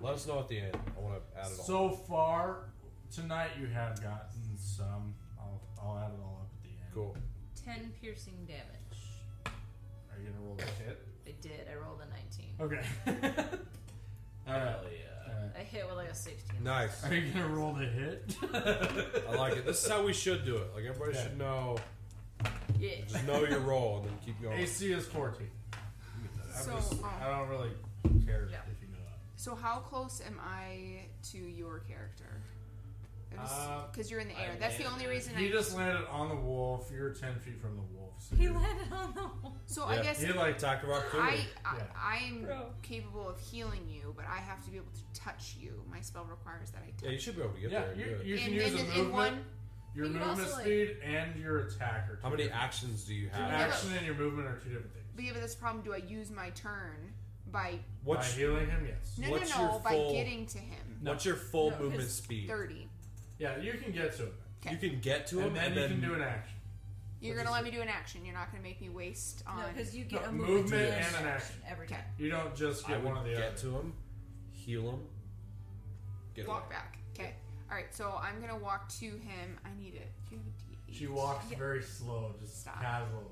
C: Let us know at the end. I want to add it all.
B: So far tonight, you have gotten some. I'll I'll add it all up at the end.
C: Cool.
G: Ten piercing damage.
B: Are you gonna roll the hit?
G: I did. I rolled a nineteen.
B: Okay. all right.
D: Hell
B: All
D: yeah.
B: right.
G: I hit with like a sixteen.
C: Nice.
B: Are you gonna roll the hit?
C: I like it. This is how we should do it. Like everybody
B: Okay.
C: should know.
G: Yeah.
C: Just know your role and then keep going.
B: AC is 14.
I: So,
B: I don't
I: um,
B: really care
I: Yeah.
B: if you know that.
I: So how close am I to your character?
B: Uh,
I: Because you're in the air.
B: I
I: That's the
B: landed-
I: only reason
B: He
I: I.
B: just landed on the wolf. You're ten feet from the wolf. So
I: He
B: you're-
I: landed on the wall. So I
B: Yeah.
I: guess
B: He like talked about food.
I: I, I
B: Yeah.
I: I am capable of healing you, but I have to be able to touch you. My spell requires that I touch.
C: Yeah, you should be able to get
B: yeah,
C: there. and do
B: You,
C: it.
B: you can
I: And
B: use
I: then
B: a
I: in
B: movement,
I: one-
B: your
I: You could
B: movement
I: also, like-
B: speed, and your attack. Are two
C: How many
B: different-
C: actions do you
B: Your
C: have?
B: action and your movement are two different things.
I: But yeah, but this problem. Do I use my turn by?
C: What's-
B: by healing him? Yes.
I: No,
C: What's
I: no,
C: your
I: no. By
C: full-
I: getting to him.
C: No. What's your full No, movement
I: 'cause
C: speed?
I: Thirty.
B: Yeah, you can get to him.
C: You can get to
B: And
C: him,
B: then
C: and
B: you
C: then
B: can do an action.
I: You're gonna let me do an action. You're not gonna make me waste on.
G: No, 'cause you get
B: No, a movement movement and and an an action action.
G: every time.
B: You don't just
C: I
B: get
C: would
B: one of the
C: get
B: other.
C: to him, heal him, get
I: walk
C: away.
I: back. Okay. All right. So I'm gonna walk to him. I need it. Do you have a D8?
B: She walks
I: Yeah.
B: very slow, just
I: Stop.
B: casually.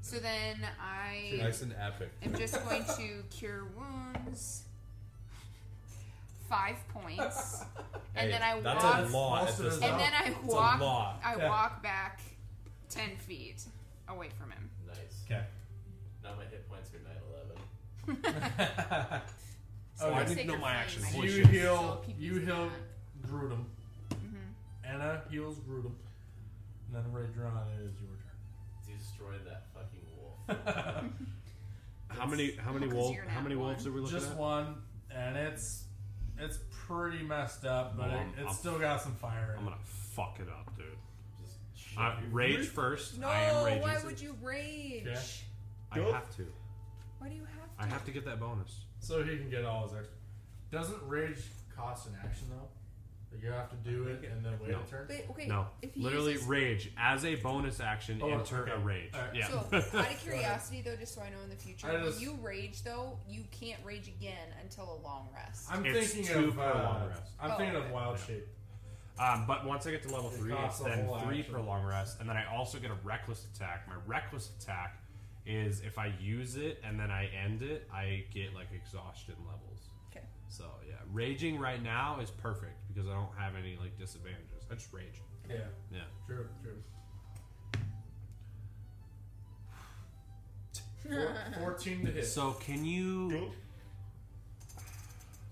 I: So then I.
C: Nice and epic.
I: I'm just going to cure wounds. Five points, and
C: Hey,
I: then I
C: that's a
I: walk.
C: lot at this
I: and
C: level.
I: then I
C: It's a
I: walk.
C: lot.
I: I
C: Yeah.
I: walk back ten feet away from him.
D: Nice.
B: Okay.
D: Now my hit points are 9 11.
C: Oh,
I: So
B: Okay.
I: I didn't know my action
B: So
I: was
B: You
I: just-
B: heal.
I: I'll keep
B: You
I: using
B: heal Grudem.
C: Mm-hmm.
I: Mhm.
B: Anna heals Grudem. And then Ray Drawn, it is your
D: Destroy that fucking wolf.
B: turn.
H: How many? How many wolves? How many wolves are we looking
B: Just
H: at?
B: one, and it's it's pretty messed up, but
H: Oh,
B: it,
H: I'm-
B: it's
H: I'm-
B: still got some fire.
H: I'm
B: in it.
H: gonna fuck it up, dude. Uh, rage first.
G: No,
H: I am raging.
G: why would you rage?
H: Okay. I
B: Go.
H: have to.
G: Why do you have
H: I have to get that bonus.
B: So he can get all his extra. Doesn't rage cost an action though? That you have to do it and then wait
H: No.
B: a turn.
G: Wait, okay.
H: no,
G: if he
H: literally
G: uses-
H: rage as a bonus action.
B: Oh,
H: enter
B: okay.
H: a rage.
B: All right.
H: Yeah.
I: So, out of curiosity, though, just so I know in the future,
B: I
I: when
B: just-
I: you rage, though, you can't rage again until a long rest.
B: I'm
H: It's
B: thinking
H: two
B: of
H: per
B: uh,
H: long rest.
B: I'm
I: Oh,
B: thinking of
I: okay.
B: wild shape.
H: Um, but once I get to level
B: It
H: three, it's
B: costs a
H: then
B: whole
H: three
B: action.
H: per long rest, and then I also get a reckless attack. My reckless attack is if I use it and then I end it, I get like exhaustion levels.
G: Okay.
H: So yeah, raging right now is perfect because I don't have any like disadvantages. I just rage.
B: Yeah.
H: Yeah.
B: True. True. Four, Fourteen to hit.
H: So can you?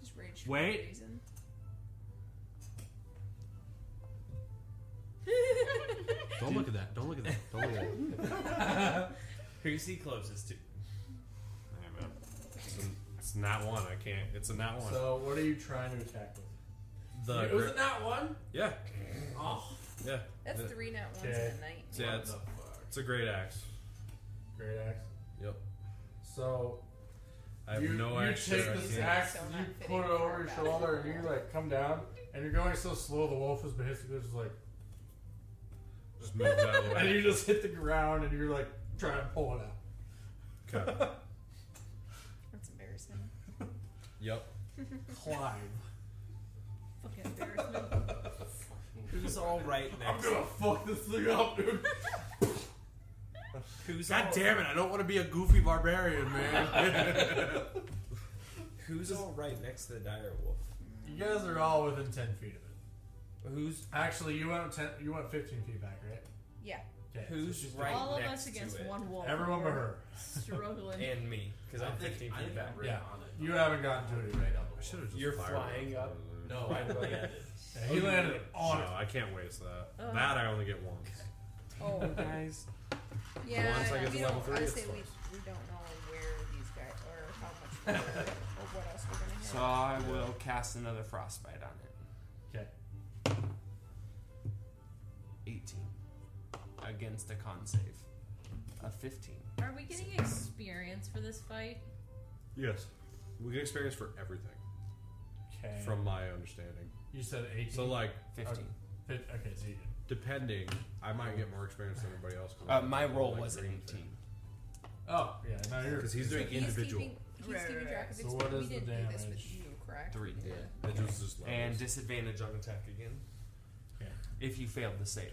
I: Just rage
H: for Wait. no
I: reason.
H: Don't look at that. Don't look at that. Don't look at that.
E: Who's he closest to?
H: Alright, man. It's, a- it's not one. I can't. It's a not one.
B: So what are you trying to attack with?
H: The
B: it was
H: gri-
B: it not one.
H: yeah.
B: Oh.
H: Yeah.
G: That's
H: Yeah.
G: three net ones
B: Okay.
G: in a night.
H: Yeah, it's, it's a great axe.
B: Great axe.
H: Yep.
B: So
H: I have
B: you,
H: no
B: you
H: action, I
B: take this
H: can't.
B: axe,
G: So
B: you
G: not fitting
B: put it
G: for
B: over
G: a
B: your
G: battle.
B: shoulder, and you like come down, and you're going so slow. The wolf is basically just like,
H: Just move out of the
B: and you
H: way.
B: just hit the ground, and you're like trying to pull it out.
H: Okay.
G: That's embarrassing.
C: Yep.
B: Climb.
G: Fucking embarrassment.
E: Who's all right
B: I'm
E: next?
B: gonna fuck this thing up, dude.
E: Who's
C: God
E: all,
C: damn it! I don't want to be a goofy barbarian, man.
E: Who's all right next to the dire wolf?
B: You guys are all within ten feet of it.
E: Who's
B: Actually, you went ten, you went fifteen feet back, right?
G: Yeah.
B: Okay, so
E: who's
B: she's
E: right
G: All of
E: next
G: us against
E: to it?
G: one wolf.
B: Everyone but her.
G: Struggling.
E: and me because
D: I
E: I'm
D: think-
E: 15
D: I
E: feet
D: think
E: back.
D: I'm right
B: Yeah,
D: on it.
B: you haven't gotten to it
D: Right
B: yet.
D: on the
H: Should
D: wolf.
H: have just
E: You're
H: fired
E: flying
H: one.
E: up.
D: No, I landed.
B: Yeah, he landed on
H: no,
B: it.
H: I can't waste that.
G: Uh.
H: that I only get once.
G: Oh,
H: Guys,
G: yeah.
H: once I get to
G: we
H: level
G: don't,
H: three,
G: I
H: it's
G: say we,
H: fine.
G: we don't know where these guys or how much we're, or what else we're gonna have.
T: So I will cast another frostbite on it.
B: Okay,
T: 18 against a con save. A 15.
S: Are we getting experience for this fight?
H: Yes. We get experience for everything,
B: okay.
H: from my understanding.
B: you said eighteen.
H: So, like,
T: 15.
B: Fit- okay, so you did.
H: depending, I might get more experience than everybody else. 'cause
T: Uh,
H: I'm
T: my
H: doing,
T: roll
H: like,
T: was an
H: green
T: 18.
B: Oh, yeah. Now you're
H: Because he's doing
G: He's
H: individual.
G: keeping, he's
S: Right,
G: keeping
S: right,
G: track of it.
B: So what
G: we
B: is the
G: didn't do this with
B: damage?
G: you, correct?
T: 3.
G: Yeah.
H: It was just levels.
T: And disadvantage on attack again
B: Okay.
T: if you failed the save.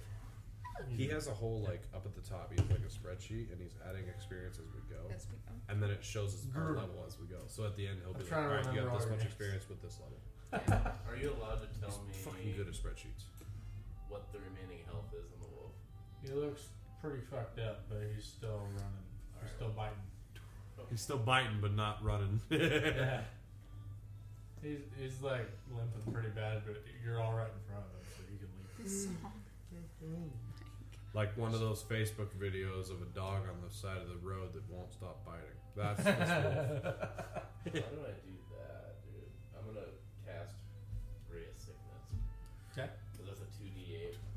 H: he has a whole like up at the top. He has like a spreadsheet, and he's adding experience as we go,
G: That's oh. we go.
H: and then it shows us our
B: Group.
H: level as we go. So at the end, he'll
B: I'm
H: be like,
B: trying
H: "All
B: to
H: right, you
B: remember
H: have this
B: all your
H: much
B: names."
H: experience with this level."
D: Are you allowed to tell me
H: He's fucking good at spreadsheets.
D: what the remaining health is on the wolf?
B: He looks pretty fucked up, but he's still running. He's still biting.
H: He's still biting, but not running.
B: Yeah. He's, he's like limping pretty bad, but you're all right in front of him, so you can leave.
C: Like one of those Facebook videos of a dog on the side of the road that won't stop biting. That's this wolf.
D: Why do I do that, dude? I'm gonna cast Ray of Sickness.
B: Okay.
D: Because that's a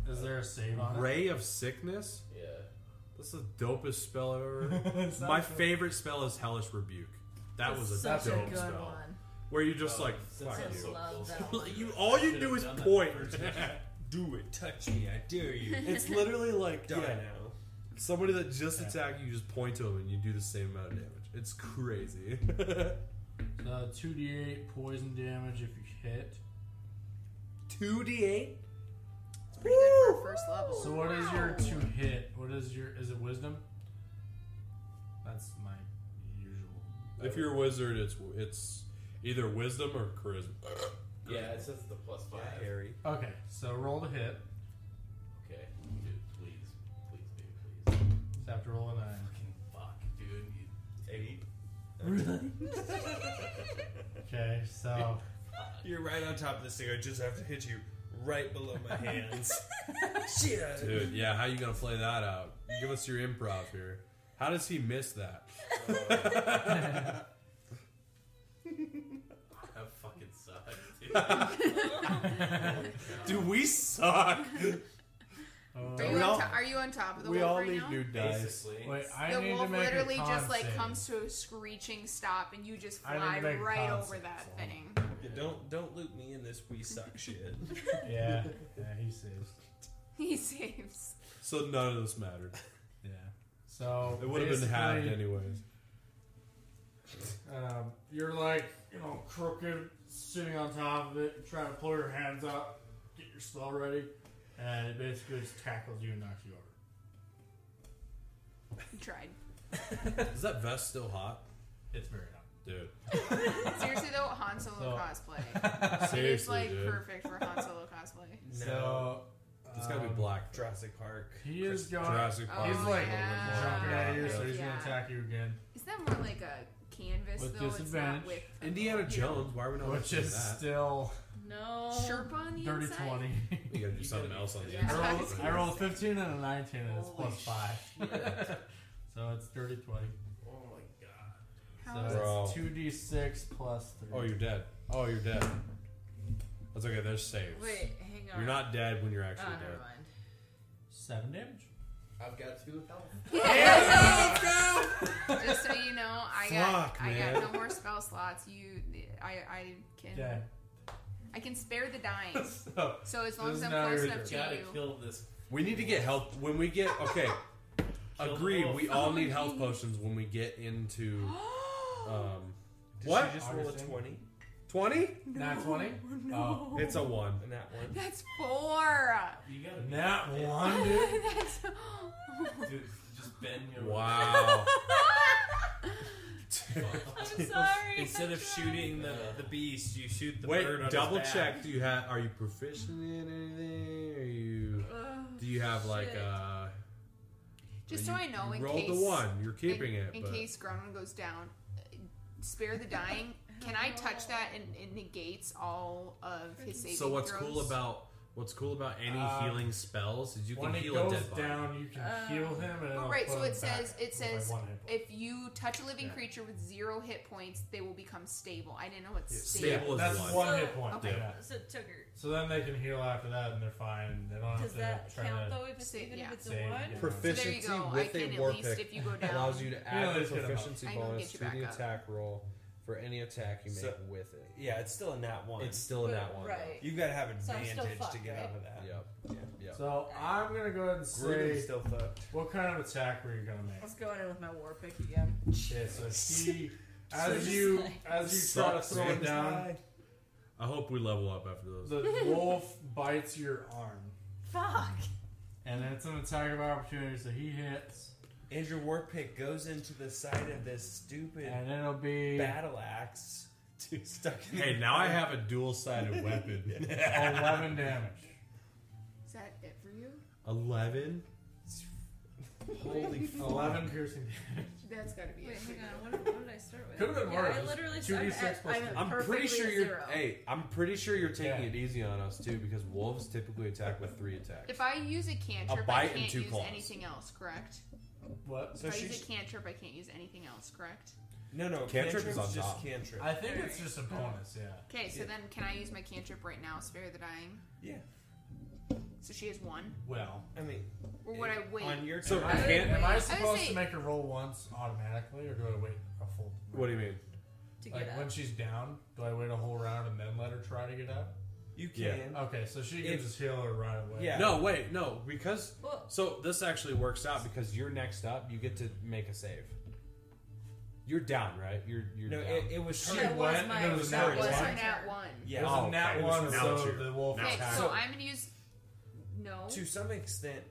D: 2d8.
B: Is there a save on it?
C: Ray of Sickness?
D: Yeah.
C: That's the dopest spell ever.
B: It's
C: My
B: not good.
C: favorite spell is Hellish Rebuke. That
G: That's
C: was a
G: such a
C: dope
G: good
C: spell.
G: one.
C: Where you just
D: Oh,
C: like
D: since
C: fuck
D: I'm
C: you.
D: so close
G: that
D: to it.
C: you all you
D: Should've
C: do is
D: done that
C: point.
D: first.
C: do it. Touch me. I dare
E: you.
C: It's literally like
E: Die
C: yeah,
E: now.
C: Somebody that just attacked you, you just point to them and you do the same amount of damage. It's crazy.
B: Uh, 2d8 poison damage if you hit.
C: 2d8?
I: It's pretty good for a first level.
B: So what is your to hit? What is your is it wisdom? That's my usual.
C: if you're a wizard, it's it's either wisdom or charisma.
D: Yeah, it says the plus five.
E: Harry.
B: Okay, so roll to hit.
D: Okay. Dude, please. Please, baby, please.
B: Just have to roll a nine.
D: Fucking fuck, dude. You- Eight.
B: Okay, so
E: You're right on top of this thing. I just have to hit you right below my hands. Shit.
C: Dude, yeah, how you gonna play that out? Give us your improv here. How does he miss that?
D: That fucking sucks, dude.
C: Dude, we suck.
B: uh,
I: Are you, on to- are you on top of the
C: we
I: wolf
C: all
I: right
C: need
I: now?
C: new dice.
D: Basically.
B: wait, I
I: the
B: need
I: wolf
B: to make
I: literally
B: a con
I: just like
B: save.
I: comes to a screeching stop, and you just
B: I need to
I: fly
B: make a
I: right
B: con
I: over
B: save,
I: that
B: so-
I: thing.
E: Yeah, don't don't loop me in this we suck shit.
B: Yeah, yeah, he saves.
I: He saves.
C: So none of this mattered.
B: Yeah. So
C: It would have been halved
B: basically,
C: anyways.
B: Um, you're like, you know, crooked, sitting on top of it, trying to pull your hands up, get your spell ready, and it basically just tackles you and knocks you over.
I: He tried.
C: Is that vest still hot?
B: It's very hot.
C: Dude.
I: Seriously though, Han Solo cosplay. it is
C: Seriously,
I: like
C: dude.
I: perfect for Han Solo cosplay.
B: So
C: It's gotta be
B: um,
C: black.
E: Jurassic Park.
B: He is going.
C: Jurassic
I: Oh,
C: Park.
B: He's like
I: yeah.
B: jumping at you, so he's
I: Yeah.
B: gonna attack you again.
I: Is that more like a canvas
B: With
I: though? It's not
B: disadvantage.
I: with the-
C: Indiana
I: you know,
C: Jones. Why are we not
B: Which
C: watching
B: is
C: that?
B: still
S: No.
I: Sherpa on the
B: dirty
I: inside.
B: 20.
C: We gotta do
D: You
C: something
D: gotta-
C: else on the
I: Yeah.
B: I
C: inside.
B: rolled, I rolled 15 and a 19, and it's
D: Holy
B: plus 5. so it's dirty 20.
D: Oh my god.
I: How is
B: So
C: Bro.
B: it's 2d6 plus 3.
C: Oh, you're dead. Oh, you're dead. That's okay. There's saves.
S: Wait, hang on.
C: You're not dead when you're
S: Oh,
C: actually
S: never mind.
B: 7 damage.
D: I've got two health.
I: Just so you know, I got
C: Fuck,
I: I
C: man.
I: got no more spell slots. You, I I can
B: Okay.
I: I can spare the dying.
B: So,
I: So as long
B: This
I: as
B: is
I: I'm
B: now
I: close
B: your
I: enough
B: turn.
I: to
D: Gotta
I: you,
D: kill this.
C: We need to get health when we get okay.
D: Kill
C: Agreed.
D: the
C: We
D: wolf.
C: all need health potions when we get into um
E: Did
C: what
E: she just roll a
B: Augustine?
E: twenty?
C: twenty?
B: Not 20?
C: Oh, it's a one.
E: And that one.
I: that's four.
D: You gotta be-
B: Not one, dude.
I: That's
D: Dude, just bend your
C: Wow.
S: I'm sorry.
T: Instead of shooting the, the beast, you shoot the
C: Wait,
T: bird on his
C: double
T: back.
C: check. Do you have? Are you proficient in anything? Are you? Do you have like
S: shit.
C: uh?
I: Just
C: you-
I: so I know,
C: you
I: in
C: rolled
I: case
C: the one. You're keeping
I: in,
C: it.
I: in
C: but
I: case Grunwin goes down. uh, Spare the dying. Can I touch that and it negates all of his saving
C: so what's
I: throws?
C: cool about what's cool about any
B: Um,
C: healing spells is you can
B: When it
C: heal a
B: goes
C: dead body.
B: down, you can heal him. And
I: Oh,
B: it'll
I: right,
B: put
I: so
B: him
I: it says-
B: back
I: it
B: with,
I: says
B: like one hit point.
I: If you touch a living
C: Yeah.
I: creature with zero hit points, they will become stable. I didn't know what
C: Yeah,
I: stable.
C: stable is
B: That's
C: one.
B: one, hit point.
I: Okay.
B: Yeah.
S: So Tooker,
B: So then they can heal after that, and they're fine. They don't have
S: does
B: to
S: that
B: try
S: count
B: to.
S: though? If it's,
I: Save-
S: even
I: yeah.
S: if it's
B: Save,
S: a one?
B: yeah.
I: So there you
C: Proficiency
I: go. I
C: with a
I: can at
C: war
I: least
C: pick
I: if you go down.
C: allows you to
B: Yeah,
C: add the
B: it's good enough.
C: proficiency
I: I can
C: bonus
I: get
C: to
I: you
C: the
I: back up.
C: attack roll for any attack you make
E: So-
C: with it.
E: Yeah, it's still a nat one.
C: It's still in
S: But-
C: that one. though.
S: right.
E: You've got to have
S: So I'm
E: advantage
S: still
E: to
S: fucked,
E: get out
S: right?
E: of that.
C: Yep. Yep.
B: So I'm gonna go ahead and
E: Gruden's
B: say,
E: still fucked.
B: what kind of attack were you gonna make?
S: Let's go in with my war pick again.
B: Yeah, so he, as you as you try to
C: Sucks,
B: throw it
C: man.
B: down,
C: I hope we level up after those.
B: the wolf bites your arm,
S: Fuck.
B: and it's an attack of opportunity. So he hits,
E: And your war pick goes into the side of this stupid
B: and it'll be
E: battle axe to stuck in
C: Hey, now I have a dual-sided weapon.
B: eleven damage.
I: Is that it for you?
C: Eleven.
A: Holy fuck.
B: Eleven piercing
I: That's gotta be
G: Wait,
I: it.
G: hang on. What, did- what did I start with?
B: Could've been
G: yeah,
B: worse.
G: I literally
B: Two
G: started
B: D six
G: at,
B: plus
G: I'm
B: two.
G: at
C: I'm pretty
G: perfectly
C: sure you're.
G: zero.
C: Hey, I'm pretty sure you're taking it easy on us too, because wolves typically attack with three attacks.
I: If I use a cantrip,
C: bite
I: I
C: and
I: can't
C: two
I: use
C: claws.
I: anything else, correct?
B: What?
I: if I use a cantrip, I can't use anything else, correct?
E: No, no.
C: Cantrip
E: cantrip's
C: is on
E: just
C: top.
E: cantrip.
B: I think it's just a bonus, yeah.
I: Okay, so then can I use my cantrip right now, spare the dying?
E: Yeah.
I: So she has one?
B: Well,
E: I mean,
I: Or would I wait?
E: On your
B: So
E: turn.
B: am, I, am I
I: I would
B: supposed
I: say-
B: to make her roll once automatically, or do I wait a full?
C: What do you mean?
G: To
B: like
G: get
B: when
G: up.
B: she's down, do I wait a whole round and then let her try to get up?
E: You
C: Yeah. Oh,
E: can.
B: Okay, so she can
E: If-
B: just heal her right away.
E: Yeah.
C: No, wait, no, because
G: Well-
C: so this actually works out because you're next up. You get to make a save. You're down, right? You're you're
E: No,
C: down.
E: it, it was
B: She
E: her-
B: went and
G: my-
B: it was
I: That
B: not
I: was her
B: one.
I: nat one.
E: Yeah.
B: It was
C: Oh,
B: a nat
C: okay, it was
B: one,
C: now it's
B: so
C: your-
B: the wolf
I: Okay,
B: attacked.
I: so I'm gonna use. No.
E: to some extent,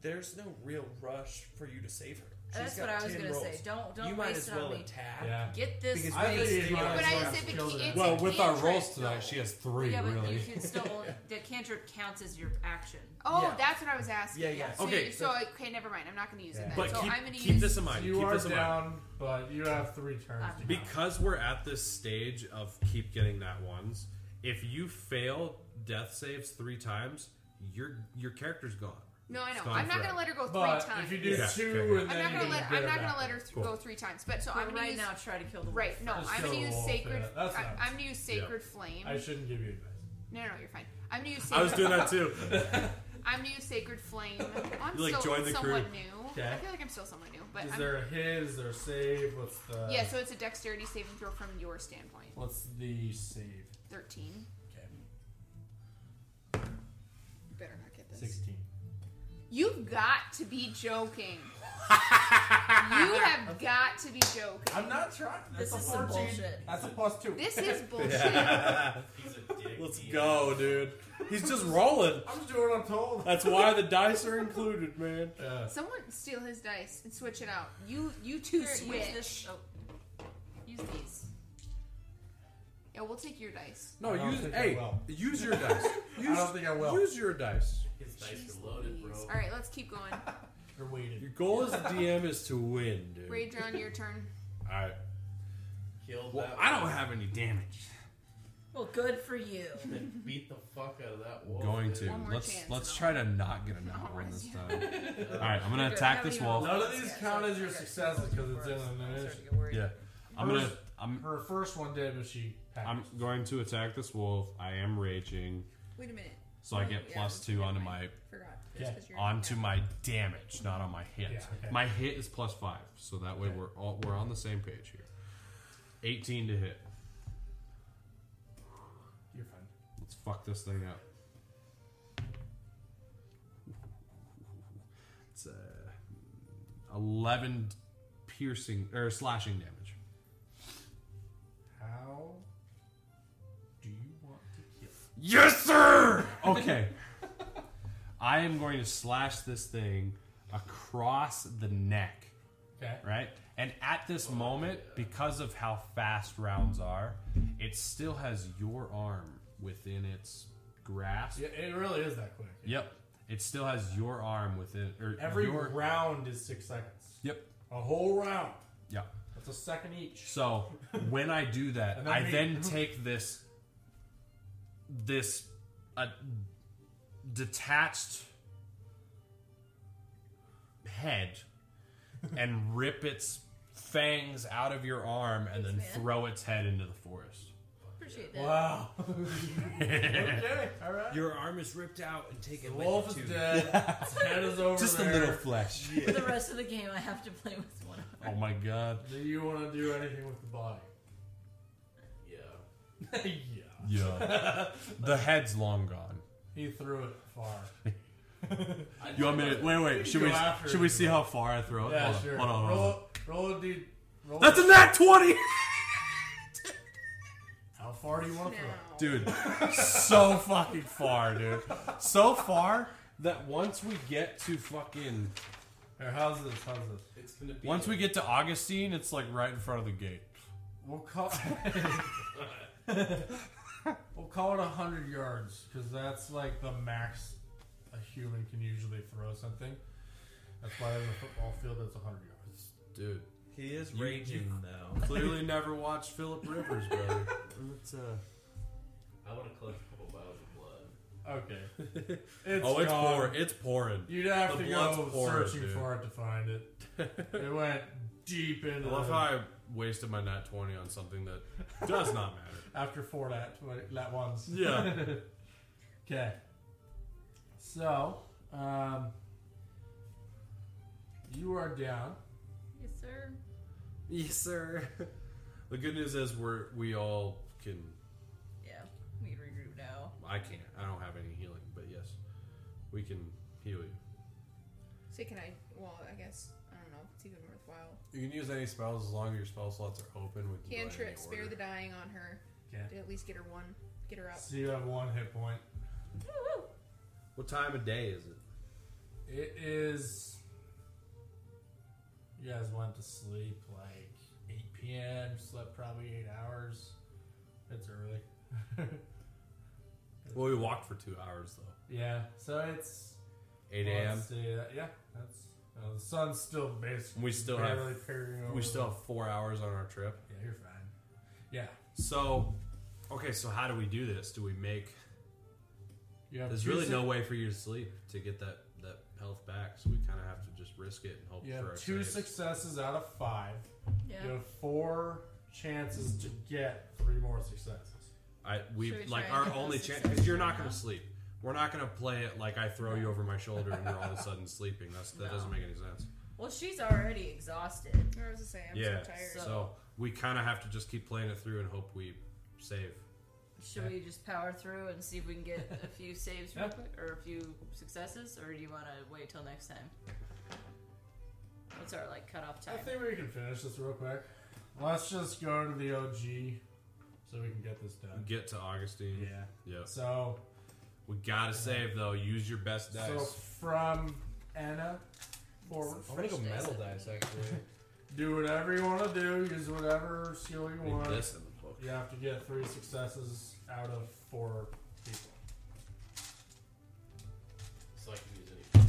E: there's no real rush for you to save her. She's
G: That's
E: got
G: what I was
E: 10
G: gonna say.
E: rolls.
G: Don't- don't
E: You might
G: waste
E: as
G: it on
E: well
G: me.
E: attack.
B: Yeah.
G: Get this
E: Because
G: thing
E: basically
B: you might
I: But
B: as
I: I
B: well
I: said the
B: kill
I: key-
B: her.
I: it's
C: well,
I: a
C: with our
I: cantrip,
C: rolls tonight,
I: though.
C: she has three.
S: yeah, but
C: really.
S: you can still. the cantrip counts as your action.
I: Oh,
E: Yeah.
I: that's what I was asking.
E: Yeah, yeah.
I: So
C: Okay,
I: you- So, okay, never mind. I'm not gonna use it
B: Yeah.
I: then.
C: But
I: so
C: keep,
I: I'm gonna
C: keep
I: use.
C: this in mind.
B: you
C: keep
B: are
C: this in mind.
B: down, but you have three turns. to go.
C: Because we're at this stage of keep getting that ones, if you fail death saves three times, your your character's gone.
I: No, I know.
C: It's gone
I: I'm not
C: forever.
I: gonna let her go three
B: but
I: times.
B: if you do
C: Yeah,
B: two,
C: okay, yeah.
B: and then
I: I'm not
B: you
I: gonna
B: can
I: let.
B: get
I: I'm
B: her
I: not
B: back.
I: gonna let her th-
C: Cool.
I: go three times. But so
S: But
I: I'm gonna
S: right
I: use.
S: now, try to kill the wolf.
I: Right. No,
B: Just
I: I'm
B: kill
I: gonna
B: the
I: use
B: wolf,
I: sacred.
B: yeah, that's
I: I,
B: nice.
I: I'm gonna use sacred flame.
B: I shouldn't give you advice.
I: no, no, no, you're fine. I'm gonna use. Sacred
C: I was doing that too.
I: I'm new to Sacred Flame. I'm
C: You, like,
I: still
C: joined the
I: someone
C: crew.
I: new.
B: Okay.
I: I feel like I'm still someone new, but
B: Is
I: I'm,
B: there uh, a his or save? What's the
I: yeah. So it's a dexterity saving throw from your standpoint.
B: What's the save?
I: Thirteen.
B: Okay,
I: You better not get this.
B: sixteen.
I: You've got to be joking. you have got to be joking.
B: I'm not trying.
G: This
B: That's
G: is
B: a
G: some
B: 14.
G: bullshit.
B: That's a plus two.
I: This is bullshit.
D: He's a dick.
C: Let's
D: DM.
C: go, dude. He's just rolling.
B: I'm just doing what I'm told.
H: Uh,
C: That's why the dice are included, man.
B: Yeah.
I: Someone steal his dice and switch it out. You you two
G: Here,
I: switch.
G: Use this. Oh. Use these.
I: Yeah, we'll take your dice.
C: No,
B: I don't
C: use
B: think I
C: hey,
B: will.
C: use your dice. Use,
B: I don't think I will.
C: Use your dice.
D: His dice
I: Jeez
D: are loaded, bro.
I: Louise. All right, let's keep going.
B: You're weighted.
C: Your goal as a DM is to win, dude.
I: Rage on your turn.
C: All right.
D: Killed
C: Well,
D: that.
H: I don't
D: wolf.
H: have any damage.
G: Well, good for you.
D: Beat the fuck out of that wolf.
C: Going
D: dude.
C: to
I: One more
C: let's
I: chance
C: let's
I: and
C: try to not get a nat one this time. All right, I'm gonna
G: You're good.
H: attack
G: I haven't
H: this
G: even
H: wolf.
G: rolled
B: None of
G: this
B: these
G: yet,
B: count
G: so
B: as your
G: I got two
B: successes 'cause
G: rolls
B: it's
G: before
B: in
G: I
B: an
G: start to
B: initiative.
G: get worried.
H: Yeah, I'm gonna
B: Hers-
H: I'm
B: Her first one did, but she. passed.
H: I'm going to attack this wolf. I am raging,
G: Wait a minute.
H: so I get
G: Yeah,
H: plus two
G: never
H: onto my
G: mind. Forgot.
B: Yeah.
G: Just 'cause you're-
H: onto my damage, not on my hit.
B: Yeah, okay.
H: My hit is plus five, so that way
B: Okay.
H: we're all, we're on the same page here. 18 to hit.
B: You're fine.
H: Let's fuck this thing up. It's uh, 11 piercing or slashing damage.
B: How do you want to kill?
H: Yes, sir. Okay. I am going to slash this thing across the neck,
B: Okay.
H: right? And at this moment, because of how fast rounds are, it still has your arm within its grasp.
B: Yeah, it really is that quick.
H: Yep. It still has your arm within or
B: Every
H: your,
B: round is six seconds.
H: Yep.
B: A whole round.
H: Yep.
B: That's a second each.
H: So when I do that,
B: And then
H: I
B: me.
H: then take this this uh, detached head and rip its fangs out of your arm and then
G: Thanks, man.
H: throw its head into the forest.
G: Appreciate that.
B: Wow. okay. All right.
E: Your arm is ripped out and taken.
B: the
E: with
B: wolf
E: you
B: is
E: too.
B: dead. Its head is over there.
C: flesh.
G: For the rest of the game, I have to play with one. of
H: Oh my god.
B: Do you want to do anything with the body?
D: Yeah.
B: yeah.
H: Yeah. the head's long gone.
B: He threw it far.
H: You want me to, wait, wait, should
B: Go
H: we
B: after
H: should we
B: it.
H: see how far I throw it?
B: Yeah,
H: hold on,
B: sure.
H: hold on, hold on.
B: roll, roll a d. Roll
H: That's a nat 20!
B: How far do you want to throw? it?
H: dude so fucking far dude so far that once we get to fucking
B: Here, how's this? How's this?
D: It's gonna be.
H: once we get to augustine it's like right in front of the gate
B: We'll call. we'll call it hundred yards because that's like the max a human can usually throw something. That's why there's a football field that's 100 yards.
H: Dude.
U: He is
H: You-
U: raging
H: you
U: though.
H: Clearly never watched Philip Rivers, brother.
U: It's uh
D: I want to collect a couple vials of blood.
B: Okay.
H: oh, it's
B: gone.
H: pouring. It's pouring.
B: You'd have
H: The
B: to
H: blood's
B: go
H: pouring,
B: searching
H: dude.
B: for it to find it. it went deep
H: I
B: into.
H: love
B: the-
H: how I wasted my nat 20 on something that does not matter.
B: After four lat, lat ones.
H: Yeah.
B: okay. So, um, you are down.
G: Yes, sir.
H: Yes, sir. The good news is we're we all can.
G: Yeah, we can regroup now.
H: I can't. I don't have any healing, but yes, we can heal you.
I: So can I? Well, I guess I don't know. if It's even worthwhile.
H: You can use any spells as long as your spell slots are open. With
I: Cantrip, spare the dying on her.
B: Okay.
I: To at least get her one. Get her up.
B: So you have one hit point.
H: What time of day is it?
B: It is. You guys went to sleep like 8 p.m. Slept probably eight hours. It's early.
H: Well, we walked for two hours though.
B: yeah. So it's
H: 8 a.m.
B: Let's see, uh, yeah. That's uh, the sun's still basically.
H: We still have
B: barely peering over
H: we still
B: the-
H: have four hours on our trip.
B: Yeah, you're fine. Yeah.
H: So, okay, so how do we do this? Do we make?
B: You have
H: There's
B: two
H: really
B: se-
H: no way for you to sleep to get that that health back, so we kind of have to just risk it and hope
B: You
H: for our
B: have two
H: saves.
B: successes out of five.
G: Yeah.
B: You have four chances to get three more successes.
H: I we
B: Should we
H: like
B: try
H: our
B: and get
H: only
B: those
H: chance
B: successes
H: because you're not
B: right
H: going to
B: now?
H: sleep. We're not going to play it like I throw you over my shoulder and you're all of a sudden sleeping. That's that
G: No.
H: doesn't make any sense.
G: Well, she's already exhausted.
I: I was just saying,
H: yeah, so, we kind of have to just keep playing it through and hope we save.
G: Should we just power through and see if we can get a few saves real
B: Yeah.
G: quick, or a few successes, or do you want to wait till next time? What's our like cutoff time?
B: I think we can finish this real quick. Let's just go to the OG so we can get this done.
H: Get to Augustine.
B: Yeah.
H: yeah.
B: So
H: We gotta save though. Use your best dice.
B: so from Anna forward.
U: I'm gonna go metal dice actually.
B: Do whatever you want to do. Use whatever skill you
H: Need
B: want.
H: this in the book.
B: You have to get three successes out of four people.
D: So I can use any.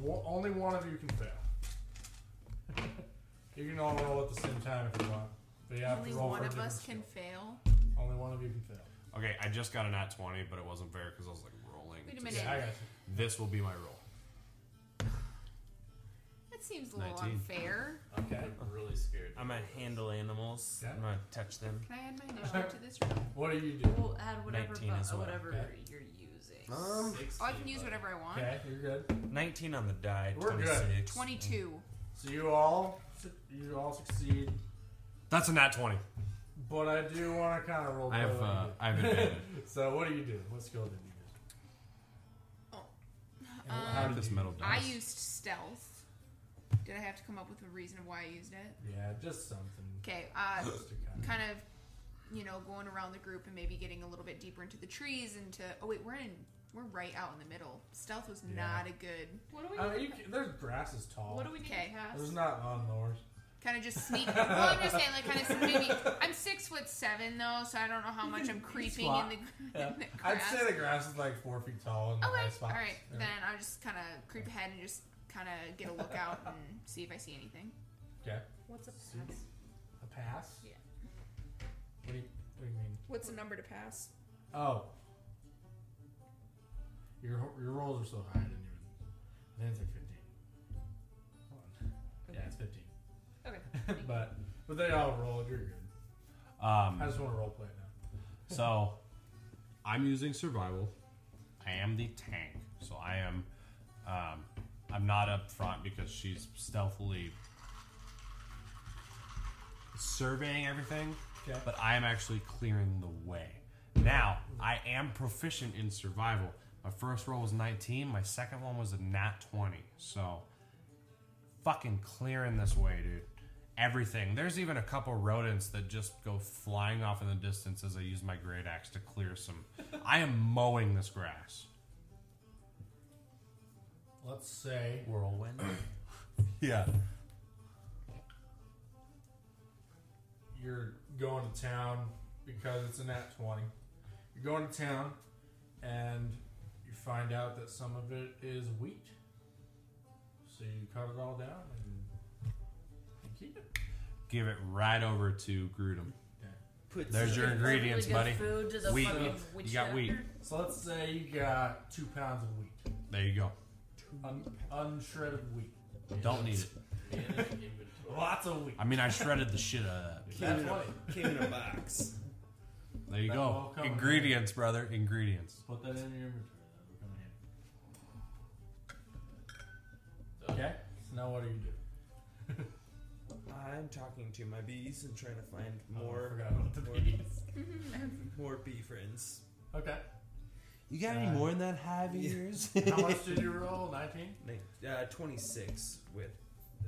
B: Wo- only one of you can fail. you can all roll at the same time if you want. But you have
I: Only
B: to roll
I: one
B: for
I: of us
B: different
I: can fail.
B: skill. Only one of you can fail.
C: Okay, I just got a nat 20, but it wasn't fair because I was like rolling.
I: Wait a
C: to
I: minute.
C: see.
I: Yeah, I
B: got
C: This will be my roll.
I: That seems a little
E: 19.
I: unfair.
E: I'm
B: okay.
E: really scared. I'm gonna handle animals. I'm gonna touch them.
I: Can I add my initiative to this? roll?
B: What do you do?
G: We'll add whatever,
E: 19
G: bu- uh,
E: as well.
G: whatever
E: Okay.
G: you're using.
E: Um,
I: Oh, I can use whatever I want.
B: Okay, you're good.
E: 19 on the die.
B: We're good.
E: 26.
I: Twenty-two.
B: So you all, su- you all succeed.
C: That's a nat 20.
B: But I do want to kind of roll.
C: I have,
B: play what you
C: uh,
B: do.
C: I have advantage.
B: so what do you do? What skill did you use? And
I: Oh. Um,
B: how did you use it?
I: I used stealth. Did I have to come up with a reason of why I used it?
B: Yeah, just something.
I: Okay, uh,
B: Just to
I: kind of, you know, going around the group and maybe getting a little bit deeper into the trees and to. Oh wait, we're in. We're right out in the middle. Stealth was
B: Yeah.
I: not a good.
G: What do
B: I mean, you can, there's grass is tall.
I: What do we need to cast?
B: There's not lawnmowers.
I: Kind of just sneak. well, I'm just saying, like, kind of maybe. I'm six foot seven though, so I don't know how much I'm creeping in
B: Squat.
I: the,
B: Yeah.
I: in the
B: I'd
I: grass.
B: say the grass is like four feet tall. In the
I: Okay,
B: high
I: all
B: spots.
I: right.
B: Yeah.
I: Then I'll just kind of creep ahead and just kind of get a look out and see if I see anything.
B: Okay.
I: What's a
B: See? A pass?
I: Yeah.
B: What do you, what do you mean?
I: What's the number to pass?
B: Oh. Your your rolls are so high. I didn't even. I think it's like fifteen. Hold on. Yeah, it's fifteen. Okay. but but they all rolled. You're good.
C: Um,
B: I just want to roll play it now.
C: So, I'm using survival. I am the tank, so I am. Um, I'm not up front because she's stealthily surveying everything.
B: Okay.
C: But I am actually clearing the way. Now I am proficient in survival. My first roll was 19. My second one was a nat 20. So fucking clearing this way, dude. Everything. There's even a couple rodents that just go flying off in the distance as I use my great axe to clear some. I am mowing this grass.
B: Let's say
E: Whirlwind.
C: Yeah.
B: you're going to town because it's a nat 20. You're going to town and you find out that some of it is wheat. So you cut it all down and you keep it.
H: Give it right over to Grudem.
B: Put
H: There's your
B: some-
H: ingredients, buddy.
B: Really good food to the
H: wheat.
B: fucking
H: You
B: witch
H: got wheat.
B: So let's say you got two pounds of wheat,
H: There you go.
B: Un- unshredded wheat.
H: Don't need it.
B: Lots of wheat.
H: I mean, I shredded the shit out of that.
B: That's why.
E: box.
H: There you
B: That
H: go.
B: will come in
H: Ingredients, brother. Ingredients.
B: Put that in your inventory. That will come in handy. Okay. So now what do you do?
E: I'm talking to my bees and trying to find
B: Oh, I
E: more
B: forgot about the
E: more,
B: bees.
E: more bee friends.
B: Okay.
H: You got
B: Uh,
H: any more in that hive of yours?
B: How much did you roll? 19?
E: Uh, 26 with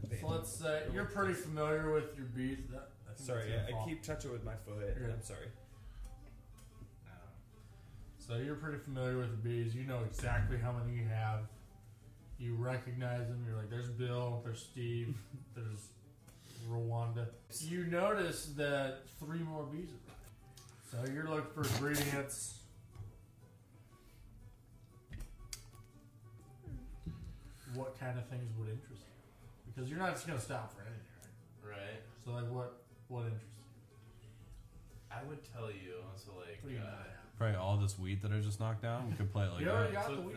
E: advantage.
B: So let's say you're pretty familiar with your bees. That, I think
E: Sorry, I, I
B: that's your fault.
E: keep touching with my foot.
B: You're-
E: I'm sorry.
B: So you're pretty familiar with the bees. You know exactly how many you have. You recognize them. You're like, there's Bill, there's Steve, there's Rwanda. You notice that three more bees arrived. So you're looking for ingredients. What kind of things would interest you? Because you're not just gonna stop for anything,
D: Right.
B: So like, what what interests
D: I would tell you, so like,
B: Pretty
D: uh,
H: Probably all this wheat that I just knocked down. We could play it like
B: You
H: that.
B: already got
D: took
B: the wheat.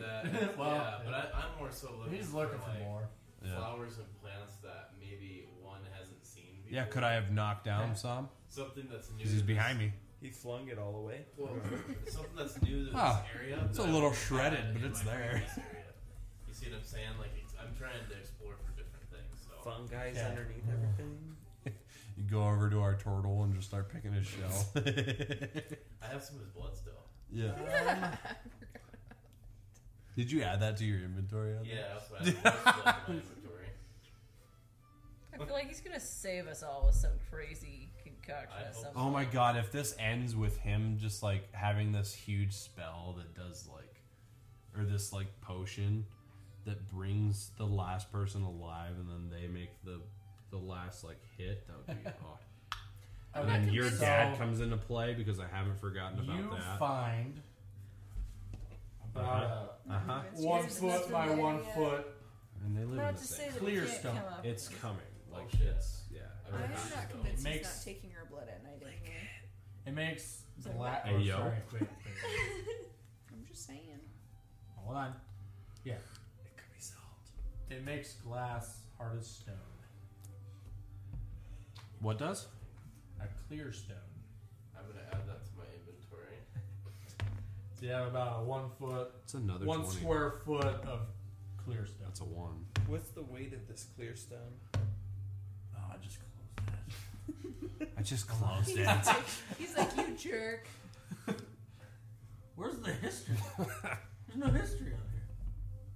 D: that.
B: Well,
D: yeah, but
B: yeah.
D: I, I'm more so looking.
B: He's looking for
D: like,
B: more.
H: Yeah.
D: Flowers and plants that maybe one hasn't seen. Before.
H: Yeah, could I have knocked down some?
D: Something that's new.
H: Because he's
D: to this-
H: behind me.
E: He flung it all away. Uh-huh.
D: Well, something that's new to this
H: Ah,
D: area.
H: it's
D: that
H: a
D: I
H: little
D: haven't
H: shredded,
D: had
H: but
D: in
H: it's
D: my
H: there.
D: previous area. You see what I'm saying? Like, it's, I'm trying to explore for different things. So
E: Fungi's
D: Yeah.
E: underneath everything.
H: You go over to our turtle and just start picking his shell.
D: I have some of his blood still.
H: yeah. Did you add that to your inventory? Adam?
D: Yeah, that's what I have left in my inventory.
G: I feel like he's gonna save us all with some crazy concoction of something.
H: Oh my god, if this ends with him just like having this huge spell that does like or this like potion that brings the last person alive and then they make the the last like hit, that would be oh.
B: I'm
H: And
B: not
H: then your
B: convinced.
H: dad
B: So-
H: comes into play because I haven't forgotten about
B: you
H: that.
B: find about
H: Uh-huh.
B: a
H: Uh-huh.
B: one foot by one foot.
H: And they live in
B: Not
H: the
B: to
H: same
B: say that we Clear can't stone. come up
H: It's coming. Like
B: shit.
H: it's yeah.
B: I am
H: It's-
B: not convinced he's Makes- not
S: taking her blood at night anyway.
B: It makes the
S: Sorry.
B: la-
H: Hey,
B: oh,
H: yo.
B: sorry, wait, wait.
S: I'm just saying.
B: Hold on. Yeah. It could be salt. It makes glass hard as stone.
H: What does?
B: A clear stone.
D: I'm gonna add that to my inventory.
B: So you have about a one foot.
H: It's another
B: one
H: 20.
B: square foot of clear stone.
H: That's a one.
E: What's the weight of this clear stone?
B: Oh, I just closed
H: I just closed
G: He's
H: it.
G: like, he's like, you jerk.
B: Where's the history? There's no history on here.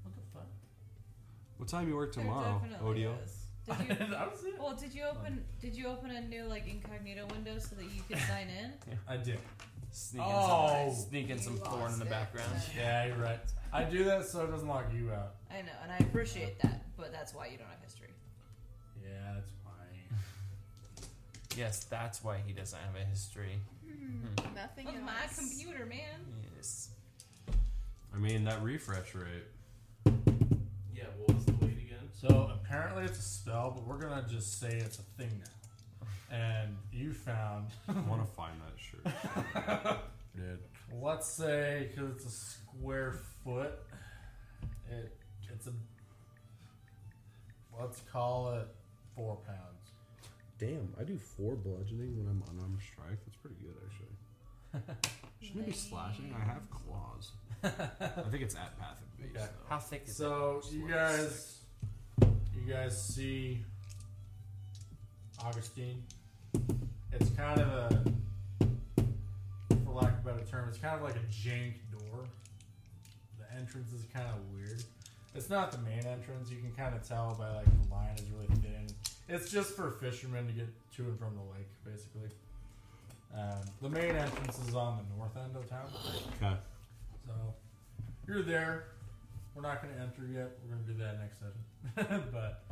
B: What the fuck?
H: What time you work
G: There
H: tomorrow,
G: definitely
H: Odeo?
G: is. Did you,
B: I was there.
G: well, did you open? Did you open a new like incognito window so that you could sign in?
B: I did.
T: Sneak in
B: Oh.
T: some, sneak in some
G: You
T: thorn in
G: lost
T: the
G: it.
T: background.
B: Yeah, you're right. I do that so it doesn't lock you out.
G: I know, and I appreciate that, but that's why you don't have history.
B: Yeah, that's fine.
T: Yes, that's why he doesn't have a history.
B: Hmm.
S: Nothing
G: With my
S: else.
G: computer, man.
T: Yes.
H: I mean that refresh rate.
D: Yeah, what was the weight again?
B: So apparently it's a spell, but we're gonna just say it's a thing now. And you found.
H: I want to find that shirt. Dude.
B: Let's say because it's a square foot, it it's a. Let's call it four pounds.
H: Damn, I do four bludgeoning when I'm unarmed strike. That's pretty good, actually. Shouldn't it be slashing? I have claws. I think it's at path of beast.
B: Okay.
H: though.
T: How thick is
B: So you guys, you guys see Augustine. It's kind of a, for lack of a better term, it's kind of like a jank door. The entrance is kind of weird. It's not the main entrance. You can kind of tell by like the line is really thin. It's just for fishermen to get to and from the lake, basically. Um, the main entrance is on the north end of town.
H: Okay.
B: So you're there. We're not going to enter yet. We're going to do that next session. but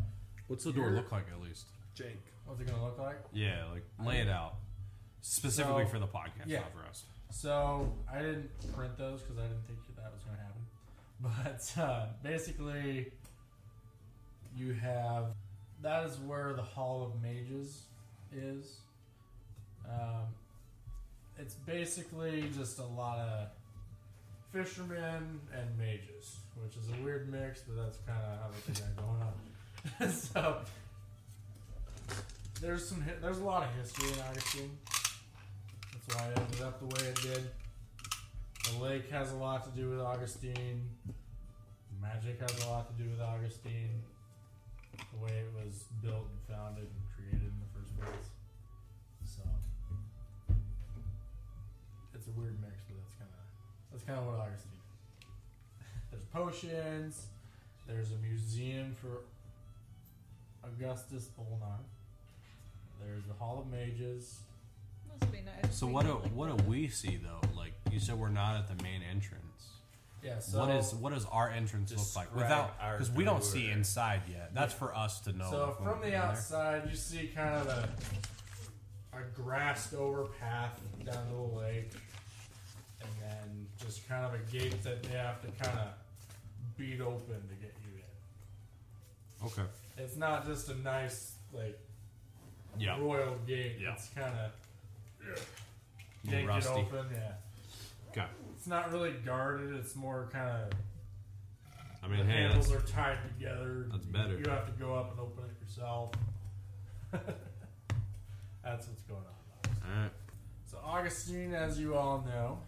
H: What's the door
B: You're-
H: look like at least?
E: Jake.
B: what's it going to look like?
H: Yeah, like lay it out specifically
B: So-
H: for the podcast,
B: yeah.
H: not for us.
B: So I didn't print those because I didn't think that was going to happen. But uh, basically, You have that is where the Hall of Mages is. Um, it's basically just a lot of fishermen and mages, which is a weird mix, but that's kind of how they got going on. so there's some hi- there's a lot of history in Augustine. That's why it ended up the way it did. The lake has a lot to do with Augustine. Magic has a lot to do with Augustine. The way it was built and founded and created in the first place. So it's a weird mix, but that's kind of that's kind of what Augustine. Is. There's potions. There's a museum for Augustus Olnar. There's the Hall of Mages.
G: Must be nice.
H: So
G: We
H: what do
G: could, like,
H: what do we see though? Like you said, we're not at the main entrance.
B: Yeah, so-
H: what is what does our entrance look like
B: Describe
H: without
B: our
H: because we don't
B: door.
H: see inside yet. That's for us to know.
B: So
H: if we're
B: from the
H: in there.
B: outside, you see kind of a a grassed over path down to the lake, and then just kind of a gate that they have to kind of beat open to get you
H: Okay.
B: in. It's not just a nice like
H: Yeah.
B: royal gate. It's kind of
H: Little
B: yank it
H: rusty.
B: open. Yeah.
H: Okay.
B: It's not really guarded. It's more kind of.
H: I mean,
B: the
H: hey,
B: handles are
H: that's-
B: tied together.
H: that's better.
B: You have to go up and open it yourself. that's what's going on.
H: All right.
B: So Augustine, as you all know,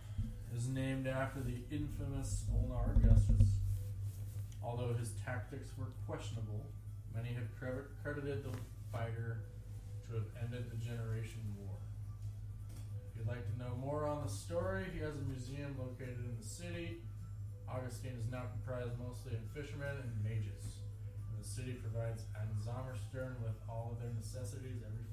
B: is named after the infamous Olnar Augustus. Although his tactics were questionable, many have cre- credited the fighter to have ended the Generation War. If you'd like to know more on the story, he has a museum located in the city. Augustine is now comprised mostly of fishermen and mages. And the city provides Anzamerstern with all of their necessities every